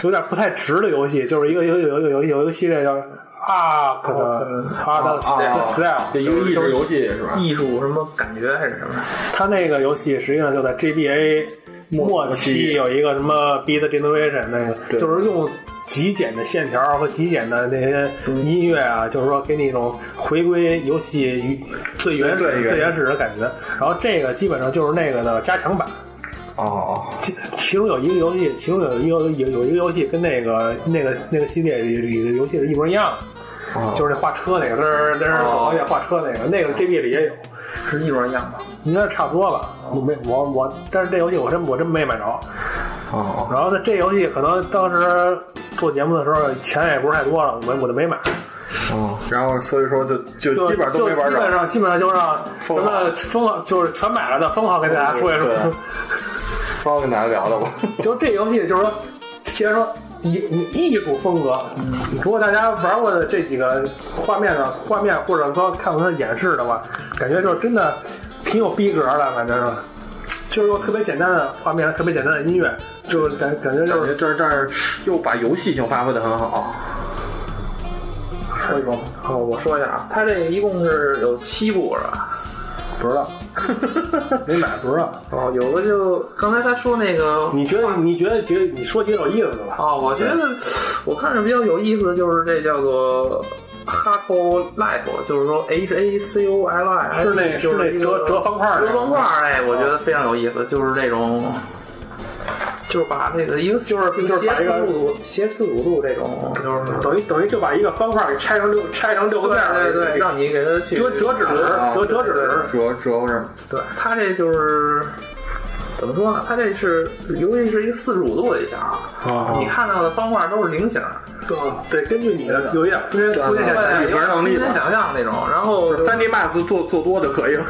Speaker 5: 有点不太值的游戏，就是一个有有有有有一个系列叫 Ark 的 Ark Style，
Speaker 6: 这一个益智游戏是吧？
Speaker 7: 艺术什么感觉还是什么？
Speaker 5: 它那个游戏实际上就在 GBA 末期有一个什么 Beat Generation 那个，
Speaker 6: 对
Speaker 5: 就是用极简的线条和极简的那些音乐啊，就是说给你一种回归游戏最原始
Speaker 6: 对对
Speaker 5: 最原始的感觉。然后这个基本上就是那个的加强版。
Speaker 6: 哦哦，
Speaker 5: 其其中有一个游戏，其中有一个有有一个游戏跟那个那个那个系列里里的游戏是一模一样的，
Speaker 6: 哦
Speaker 5: 就是那画车那个，嘚儿嘚儿走而且画车那个，那个 GB 里也有，
Speaker 7: 是一模一样吧？
Speaker 5: 应该是差不多吧。我没我我，但是这游戏我真我真没买着。
Speaker 6: 哦，
Speaker 5: 然后呢，这游戏可能当时做节目的时候钱也不是太多了，我我就没买，
Speaker 6: 哦，然后所以说就就
Speaker 5: 就
Speaker 6: 基本上都没玩
Speaker 5: 就基本
Speaker 6: 着。
Speaker 5: 上基本上就让咱
Speaker 6: 疯了
Speaker 5: 们疯了，就是全买了的疯狂给大家说一
Speaker 6: 对
Speaker 5: 说。
Speaker 6: 稍微跟大家聊聊吧。
Speaker 5: 就是这游戏，就是说，既然说艺艺术风格，如果大家玩过的这几个画面的画面，或者说看过它的演示的话，感觉就是真的挺有逼格的，感觉是。就是说特别简单的画面，特别简单的音乐，就是感感觉就
Speaker 6: 感觉
Speaker 5: 是
Speaker 6: 这儿这儿又把游戏性发挥的很好。
Speaker 7: 说一说吧。哦，我说一下啊，它这一共是有七部是吧？
Speaker 5: 不知道，没买不知道。
Speaker 7: 哦，有的就刚才他说那个
Speaker 5: 你觉得你觉得觉得你说几个有意思的吧？
Speaker 7: 哦，我觉得我看着比较有意思的就是这叫做 h a c o Life，就是说 H A C O L I，
Speaker 5: 是那
Speaker 7: 就是
Speaker 5: 那
Speaker 7: 一个
Speaker 5: 折折方块儿那
Speaker 7: 折
Speaker 5: 个啊
Speaker 7: 方块儿，哎，我觉得非常有意思，就是那种。就是把这个一个就是
Speaker 5: 就是
Speaker 7: 斜
Speaker 5: 把一个
Speaker 7: 四五斜四五度这种，就是
Speaker 5: 等于等于就把一个方块给拆成六拆成六个面儿，
Speaker 7: 对对对，让你给它去啊
Speaker 5: 折折纸折折纸。
Speaker 6: 折折是
Speaker 7: 对，它这就是怎么说呢？它这是尤其是一个四十五度的一下啊，
Speaker 5: 哦
Speaker 7: 你看到的方块都是菱形，
Speaker 5: 对，根据你的有一点空间空间想象
Speaker 7: 对，
Speaker 6: 语言能力吧
Speaker 7: 空间想象那种。然后
Speaker 6: 三 D Max 做做多就可以了。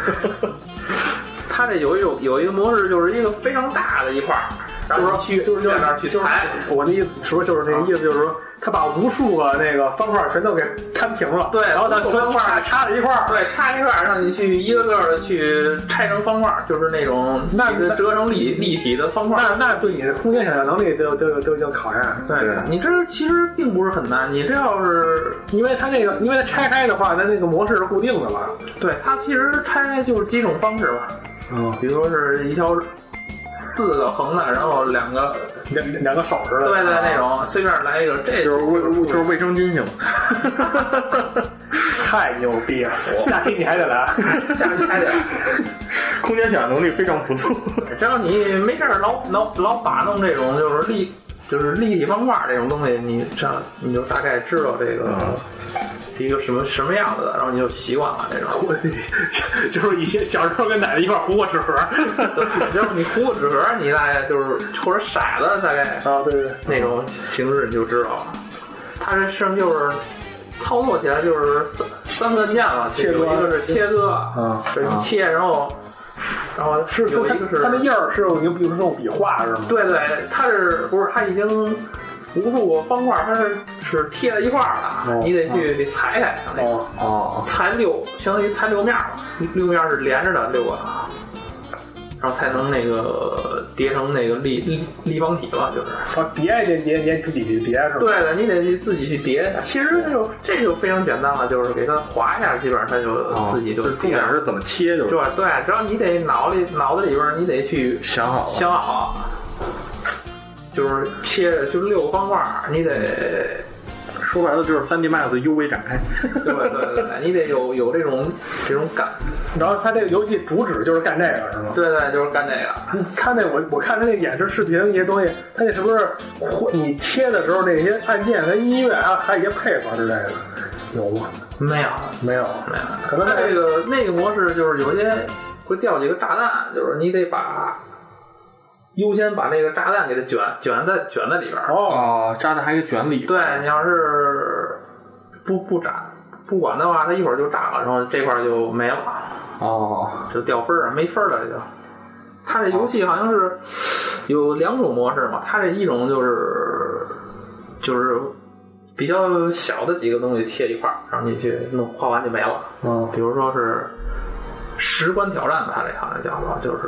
Speaker 7: 它这有一种有一个模式，就是一个非常大的一块儿，然后去
Speaker 5: 就是就是
Speaker 7: 在那儿去
Speaker 5: 就是
Speaker 7: 裁。
Speaker 5: 我的意思是不是就是那个意思就是说，他把无数个那个方块全都给摊平了，
Speaker 7: 对
Speaker 5: 然后他
Speaker 7: 无数方块
Speaker 5: 插插在一块儿，
Speaker 7: 对，插一块儿，让你去一个个的去拆成方块儿，就是那种
Speaker 5: 那
Speaker 7: 给它折成立立体的方块儿。
Speaker 5: 那那对你的空间想象能力都都都已经考验了，
Speaker 7: 对你这其实并不是很难，你这要是
Speaker 5: 因为它那个因为它拆开的话，它那个模式是固定的嘛，
Speaker 7: 对它其实拆就是几种方式吧，
Speaker 5: 嗯，
Speaker 7: 比如说是一条四个横的，然后两个
Speaker 5: 两两个手似的，
Speaker 7: 对对那种随便来一个，这
Speaker 6: 就是
Speaker 7: 就
Speaker 6: 卫就是卫生军性，
Speaker 5: 太牛逼了，下期你还得来，
Speaker 7: 下去开点儿。
Speaker 6: 空间想象能力非常不错。
Speaker 7: *laughs* 只要你没事儿老老老把弄这种就是立就是立体方块儿这种东西，你这样你就大概知道这个
Speaker 6: 嗯
Speaker 7: 是一个什么什么样子的，然后你就习惯了这种。
Speaker 6: *laughs*
Speaker 5: 我就是以前小时候跟奶奶一块儿糊过纸盒，
Speaker 7: 然后你糊纸盒，你大概就是或者骰子，大概
Speaker 5: 啊对对，
Speaker 7: 那种形式你就知道了。它这事儿就是操作起来就是三三个按键了，
Speaker 5: 切割
Speaker 7: 有一个是切割，
Speaker 5: 嗯
Speaker 7: 就是一切，然后然后
Speaker 5: 是
Speaker 7: 有
Speaker 5: 说
Speaker 7: 一
Speaker 5: 它
Speaker 7: 个是
Speaker 5: 它那印儿是用比如说用笔画是吗？
Speaker 7: 对对，它是不是它已经无数个方块儿，它是是贴在一块儿的，
Speaker 5: 哦
Speaker 7: 你得去得裁裁它那个。
Speaker 5: 哦哦，
Speaker 7: 裁六，相当于裁六面儿吧，六面儿是连着的六个，啊然后才能那个叠成那个立立立方体了，就是。
Speaker 5: 啊别别别别别别是吧？
Speaker 7: 对的，你得去自己去叠一下。其实就这就非常简单了，就是给它划一下，基本上它就
Speaker 5: 哦
Speaker 7: 自己就
Speaker 6: 哦就是重
Speaker 7: 叠
Speaker 6: 点
Speaker 7: 了。
Speaker 6: 是怎么切，就是
Speaker 7: 对对，只要你得脑里脑子里边儿你得去
Speaker 6: 想好了。
Speaker 7: 想好，就是切着就六个方块儿，
Speaker 6: *laughs*
Speaker 7: 你得
Speaker 6: 说白了就是三 D Max UV 展开。
Speaker 7: 对对对对，你得有有这种这种感。
Speaker 5: 然后他这个游戏主旨就是干这个，是吗？
Speaker 7: 对对，就是干这个。
Speaker 5: 他那我我看他那演示视频一些东西，他那是不是你切的时候那些按键跟音乐啊，还有一些配合之类的，有吗？
Speaker 7: 没有
Speaker 5: 没有，
Speaker 7: 没有，
Speaker 5: 可能
Speaker 7: 它
Speaker 5: 那
Speaker 7: 这个那个模式就是有些会掉几个炸弹，就是你得把优先把那个炸弹给它卷卷在卷在里边
Speaker 6: *laughs*
Speaker 7: 儿。
Speaker 6: 哦，扎的还给卷里。
Speaker 7: 对你要是不不炸不管的话，它一会儿就炸了，然后这块儿就没了，
Speaker 6: 哦，
Speaker 7: 就掉分儿了，没分儿了这就。它这游戏好像是有两种模式嘛，它这一种就是就是比较小的几个东西贴一块儿，然后你去弄画完就没了。
Speaker 5: 嗯
Speaker 7: 比如说是十关挑战吧，它这好像叫做，就是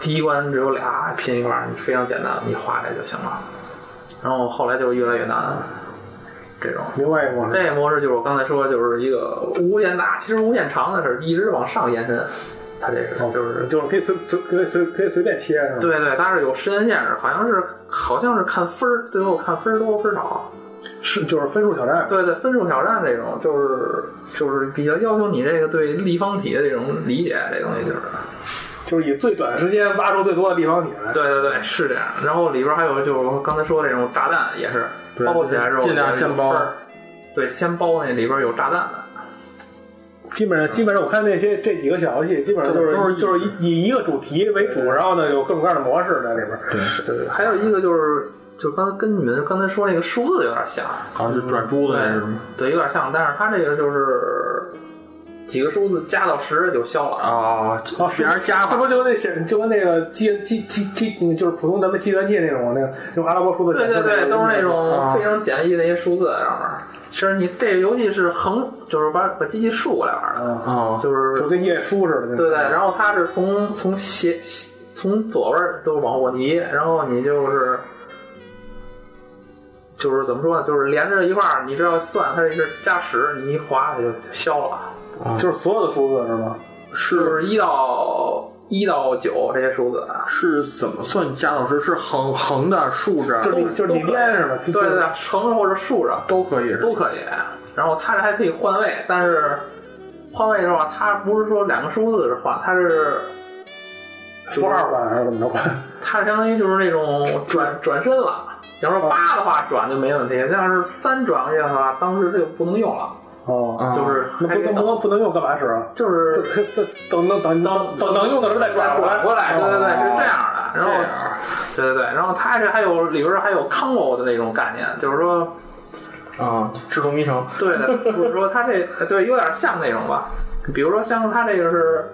Speaker 7: 第一关只有俩拼一块儿，非常简单，你划开就行了。然后后来就是越来越难，这种。
Speaker 5: 另外一个模式
Speaker 7: 这个模式就是我刚才说，就是一个无限大，其实无限长的是一直往上延伸，它这
Speaker 5: 哦
Speaker 7: 个就是
Speaker 5: 就是可以随随可以随可以随便切是吧？
Speaker 7: 对对，它是有时间限制，好像是好像是看分儿，最后看分儿多分儿少。
Speaker 5: 是就是分数挑战。
Speaker 7: 对对，分数挑战这种就是就是比较要求你这个对立方体的这种理解，这东西就是。
Speaker 5: 就是以最短时间挖出最多的立方体来。
Speaker 7: 对对对，是这样。然后里边还有就是我刚才说的这种炸弹也是
Speaker 5: 对
Speaker 7: 包起来之后
Speaker 6: 尽量
Speaker 7: 就是有
Speaker 6: 先包
Speaker 7: 分儿。对，先包那里边有炸弹的。
Speaker 5: 基本上基本上我看那些这几个小游戏，基本上就是
Speaker 6: 都是
Speaker 5: 就是以以一个主题为主，然后呢有各种各样的模式在里边儿。对对，
Speaker 7: 还有一个就是，就刚才跟你们刚才说那个数字有点像，
Speaker 6: 好像是转珠子那是吗？
Speaker 7: 对，有点像，但是它这个就是几个数字加到十就消了啊。
Speaker 6: 啊，
Speaker 5: 哦，
Speaker 6: 别人瞎
Speaker 5: 是
Speaker 6: 了
Speaker 5: 不是就跟那显就跟那个计计计计就是普通咱们计算器那种那个用阿拉伯数字
Speaker 7: 对
Speaker 5: 显示
Speaker 7: 对
Speaker 5: 的个
Speaker 7: 对，都是那种
Speaker 5: 啊
Speaker 7: 非常简易的一些数字在上面。其实你这个游戏是横，就是把把机器竖过来玩的，
Speaker 5: 啊，
Speaker 6: 啊，
Speaker 7: 就是
Speaker 5: 就跟页书似的。啊
Speaker 7: 对对，然后它是从从斜斜从左边儿都往过移，然后你就是就是怎么说呢，就是连着一块儿，你这要算它这是加十，你一划它就消了，
Speaker 5: 就是所有的数字是吗？
Speaker 7: 就是一到一到九这些数字。啊
Speaker 6: 是怎么算加到十？是横横的、竖着，
Speaker 5: 就是你就是你编是吧？
Speaker 7: 对对对，横着或者竖着
Speaker 6: 都可以。
Speaker 7: 都可以。然后它这还可以换位，但是换位的话，它不是说两个数字是换，它是
Speaker 5: 符号版还是怎么着版？
Speaker 7: 它相当于就是那种转转身了。要说八的话转就没问题，但是三转过去的话，当时它就不能用了，
Speaker 5: 哦，
Speaker 7: 就是
Speaker 5: 那
Speaker 7: 啊还
Speaker 5: 不
Speaker 7: 得
Speaker 5: 能不能不
Speaker 7: 等，
Speaker 5: 能用干嘛使啊？
Speaker 7: 就是
Speaker 5: *laughs* 这这等等等等等哦等用的时候再转
Speaker 7: 转
Speaker 5: 过
Speaker 7: 过
Speaker 5: 来，
Speaker 7: 来，对对对，是这
Speaker 5: 哦。
Speaker 7: 样的。然后
Speaker 6: 这样
Speaker 7: 对对对，然后它是还有里边还有 combo 的那种概念，就是说
Speaker 6: 啊，智斗迷城
Speaker 7: *laughs* 对的，就是说它这对有点像那种吧，比如说像它这个是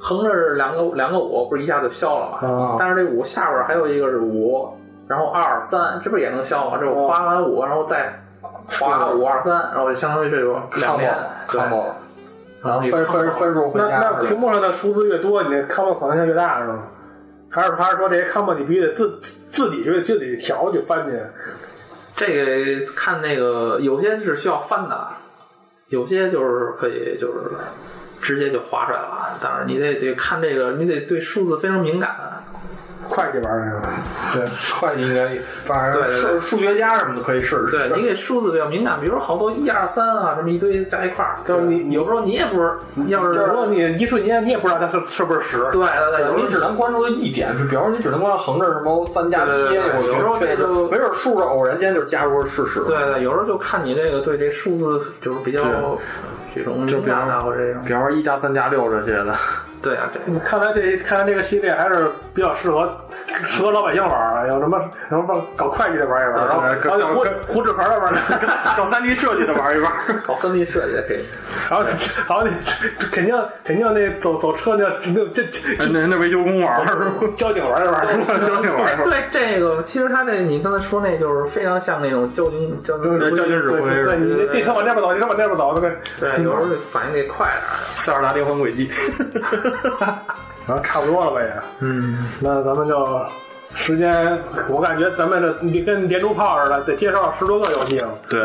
Speaker 7: 横着是两个两个五，不是一下就消了嘛？
Speaker 5: 啊
Speaker 7: 但是这五下边还有一个是五，然后二三，这不是也能消吗？这
Speaker 6: 哦
Speaker 7: 我划完五，然后再划五二三，然后就相当于这种两连，对，
Speaker 6: 看过，
Speaker 7: 然后
Speaker 6: 分分分数回
Speaker 5: 那
Speaker 6: 家
Speaker 5: 那屏幕上的数字越多，你那 combo 可能性越大是吗？还是还是说这些 combo 你必须得自自己去自己调去翻去？
Speaker 7: 这个看那个有些是需要翻的，有些就是可以就是直接就划出来了，但是你得得看这个，你得对数字非常敏感。
Speaker 5: 会计玩儿那个，
Speaker 6: 对，会计应该，反
Speaker 7: 对
Speaker 6: 正
Speaker 7: 对
Speaker 6: 数
Speaker 7: 对
Speaker 6: 数学家什么的可以试试。
Speaker 7: 对你给数字比较敏感，比如说好多一二三啊，什么一堆加一块儿，
Speaker 5: 就是你
Speaker 7: 有时候你也不是，要
Speaker 5: 就是是说你一瞬间你也不知道它是是不是十，
Speaker 7: 对对对，有
Speaker 6: 你只
Speaker 7: 时候
Speaker 6: 能关注一点，就比方说你只能关注横着什么三加七，
Speaker 7: 对对对对
Speaker 6: 我觉
Speaker 7: 有时
Speaker 6: 得
Speaker 7: 候这
Speaker 6: 确实
Speaker 7: 就
Speaker 6: 没准竖着偶然间就加入事实。
Speaker 7: 对对，有时候就看你这个对这数字就是比较
Speaker 6: 对
Speaker 7: 这种
Speaker 6: 就
Speaker 7: 敏
Speaker 6: 比方
Speaker 7: 感啊，或者这种
Speaker 6: 比方说一加三加六这些的， *laughs*
Speaker 7: 对啊，这
Speaker 5: 你看来这看来这个系列还是比较适合适合老百姓玩儿啊，有什么什么搞会计的玩一玩，然后然
Speaker 6: 对
Speaker 5: 后有胡胡纸牌的玩一玩，搞三 D 设计的玩一玩，
Speaker 7: 搞分离设计的可以，
Speaker 5: 然后然后那肯定肯定那走走车那那这这这
Speaker 6: 那那维修工啊玩儿，
Speaker 5: 交警玩一玩，
Speaker 6: 交警玩儿，
Speaker 7: 对这个，其实他这你刚才说那就是非常像那种交警交警
Speaker 6: 交警指挥
Speaker 5: 对对，你这车往这边走，这车往那边走，对
Speaker 7: 对，有时候反应得快点儿。
Speaker 6: *laughs*
Speaker 7: 啊
Speaker 6: 塞尔达灵魂轨迹。
Speaker 5: 然后差不多了吧也，
Speaker 6: 嗯，
Speaker 5: 那咱们就。时间，我感觉咱们这你跟连珠炮似的，得介绍十多个游戏了。
Speaker 6: 对，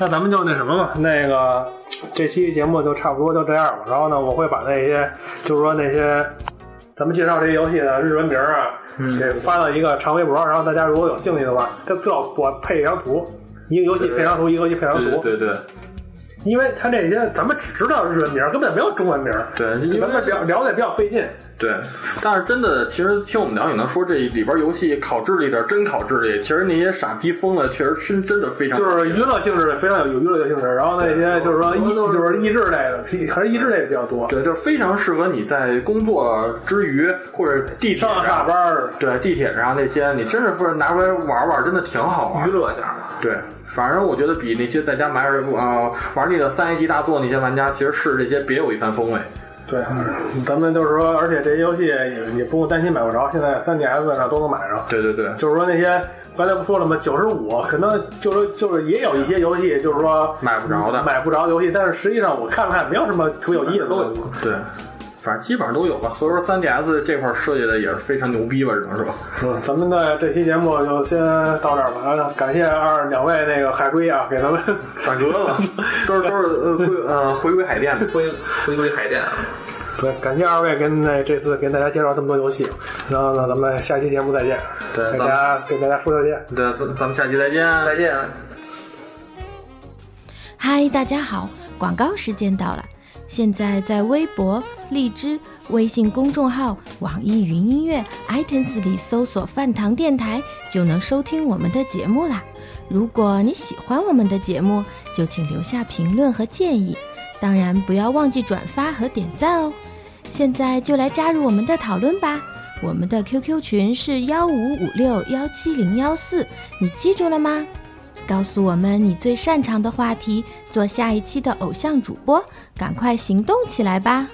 Speaker 5: 那咱们就那什么吧，那个这期节目就差不多就这样吧。然后呢，我会把那些就是说那些咱们介绍这些游戏的日文名啊，
Speaker 6: 嗯
Speaker 5: 给发到一个长微博。然后大家如果有兴趣的话，这最好我配一张图，一个游戏配张图，一个游戏配张
Speaker 6: 对
Speaker 5: 图，
Speaker 6: 对对
Speaker 5: 因为它这些咱们只知道日文名，根本没有中文名，
Speaker 6: 对，因
Speaker 5: 咱们
Speaker 6: 为
Speaker 5: 聊聊的也比较费劲。
Speaker 6: 对，但是真的，其实听我们聊也能说这里边游戏考智力的真考智力，其实那些傻逼疯了，确实真真的非常
Speaker 5: 就是娱乐性质的非常有有娱乐性质，然后那些就是说益就是益智类的，还是益智类的比较多。
Speaker 6: 对，就是非常适合你在工作之余或者地铁
Speaker 5: 上下
Speaker 6: 上，
Speaker 5: 班儿
Speaker 6: 对地铁上那些，你真是不是拿出来玩玩，真的挺好玩
Speaker 7: 娱。乐一下嘛，
Speaker 6: 对，反正我觉得比那些在家埋着啊、玩那个三 A 级大作那些玩家，其实是这些别有一番风味。
Speaker 5: 对，啊咱们就是说，而且这些游戏也也不用担心买不着，现在 3DS 上都能买着。
Speaker 6: 对对对，
Speaker 5: 就是说那些刚才不说了吗？九十五，可能就是就是也有一些游戏，就是说
Speaker 6: 买不着的
Speaker 5: 买不着游戏，但是实际上我看了看，没有什么特别有意思的东西。
Speaker 6: 对，反正基本上都有吧。所以说 3DS 这块设计的也是非常牛逼吧，只能说。
Speaker 5: 嗯，咱们的这期节目就先到这儿吧。啊感谢二两位那个海龟啊，给咱们
Speaker 6: 打嗝了， *laughs* 都是都是呃归呃回归海淀的。
Speaker 7: 回回归海淀啊，
Speaker 5: 对，感谢二位跟那这次给大家介绍这么多游戏。然后呢，咱们下期节目再见，
Speaker 6: 对
Speaker 5: 给大
Speaker 6: 咱们
Speaker 5: 家给大家说再见。
Speaker 6: 对，咱咱们下期再见，
Speaker 7: 再见。
Speaker 2: 嗨，大家好，广告时间到了。现在在微博、荔枝、微信公众号、网易云音乐、iTunes 里搜索“饭堂电台”，就能收听我们的节目啦。如果你喜欢我们的节目，就请留下评论和建议，当然不要忘记转发和点赞哦。现在就来加入我们的讨论吧。我们的 QQ 群是幺五五六幺七零幺四，你记住了吗？告诉我们你最擅长的话题，做下一期的偶像主播，赶快行动起来吧！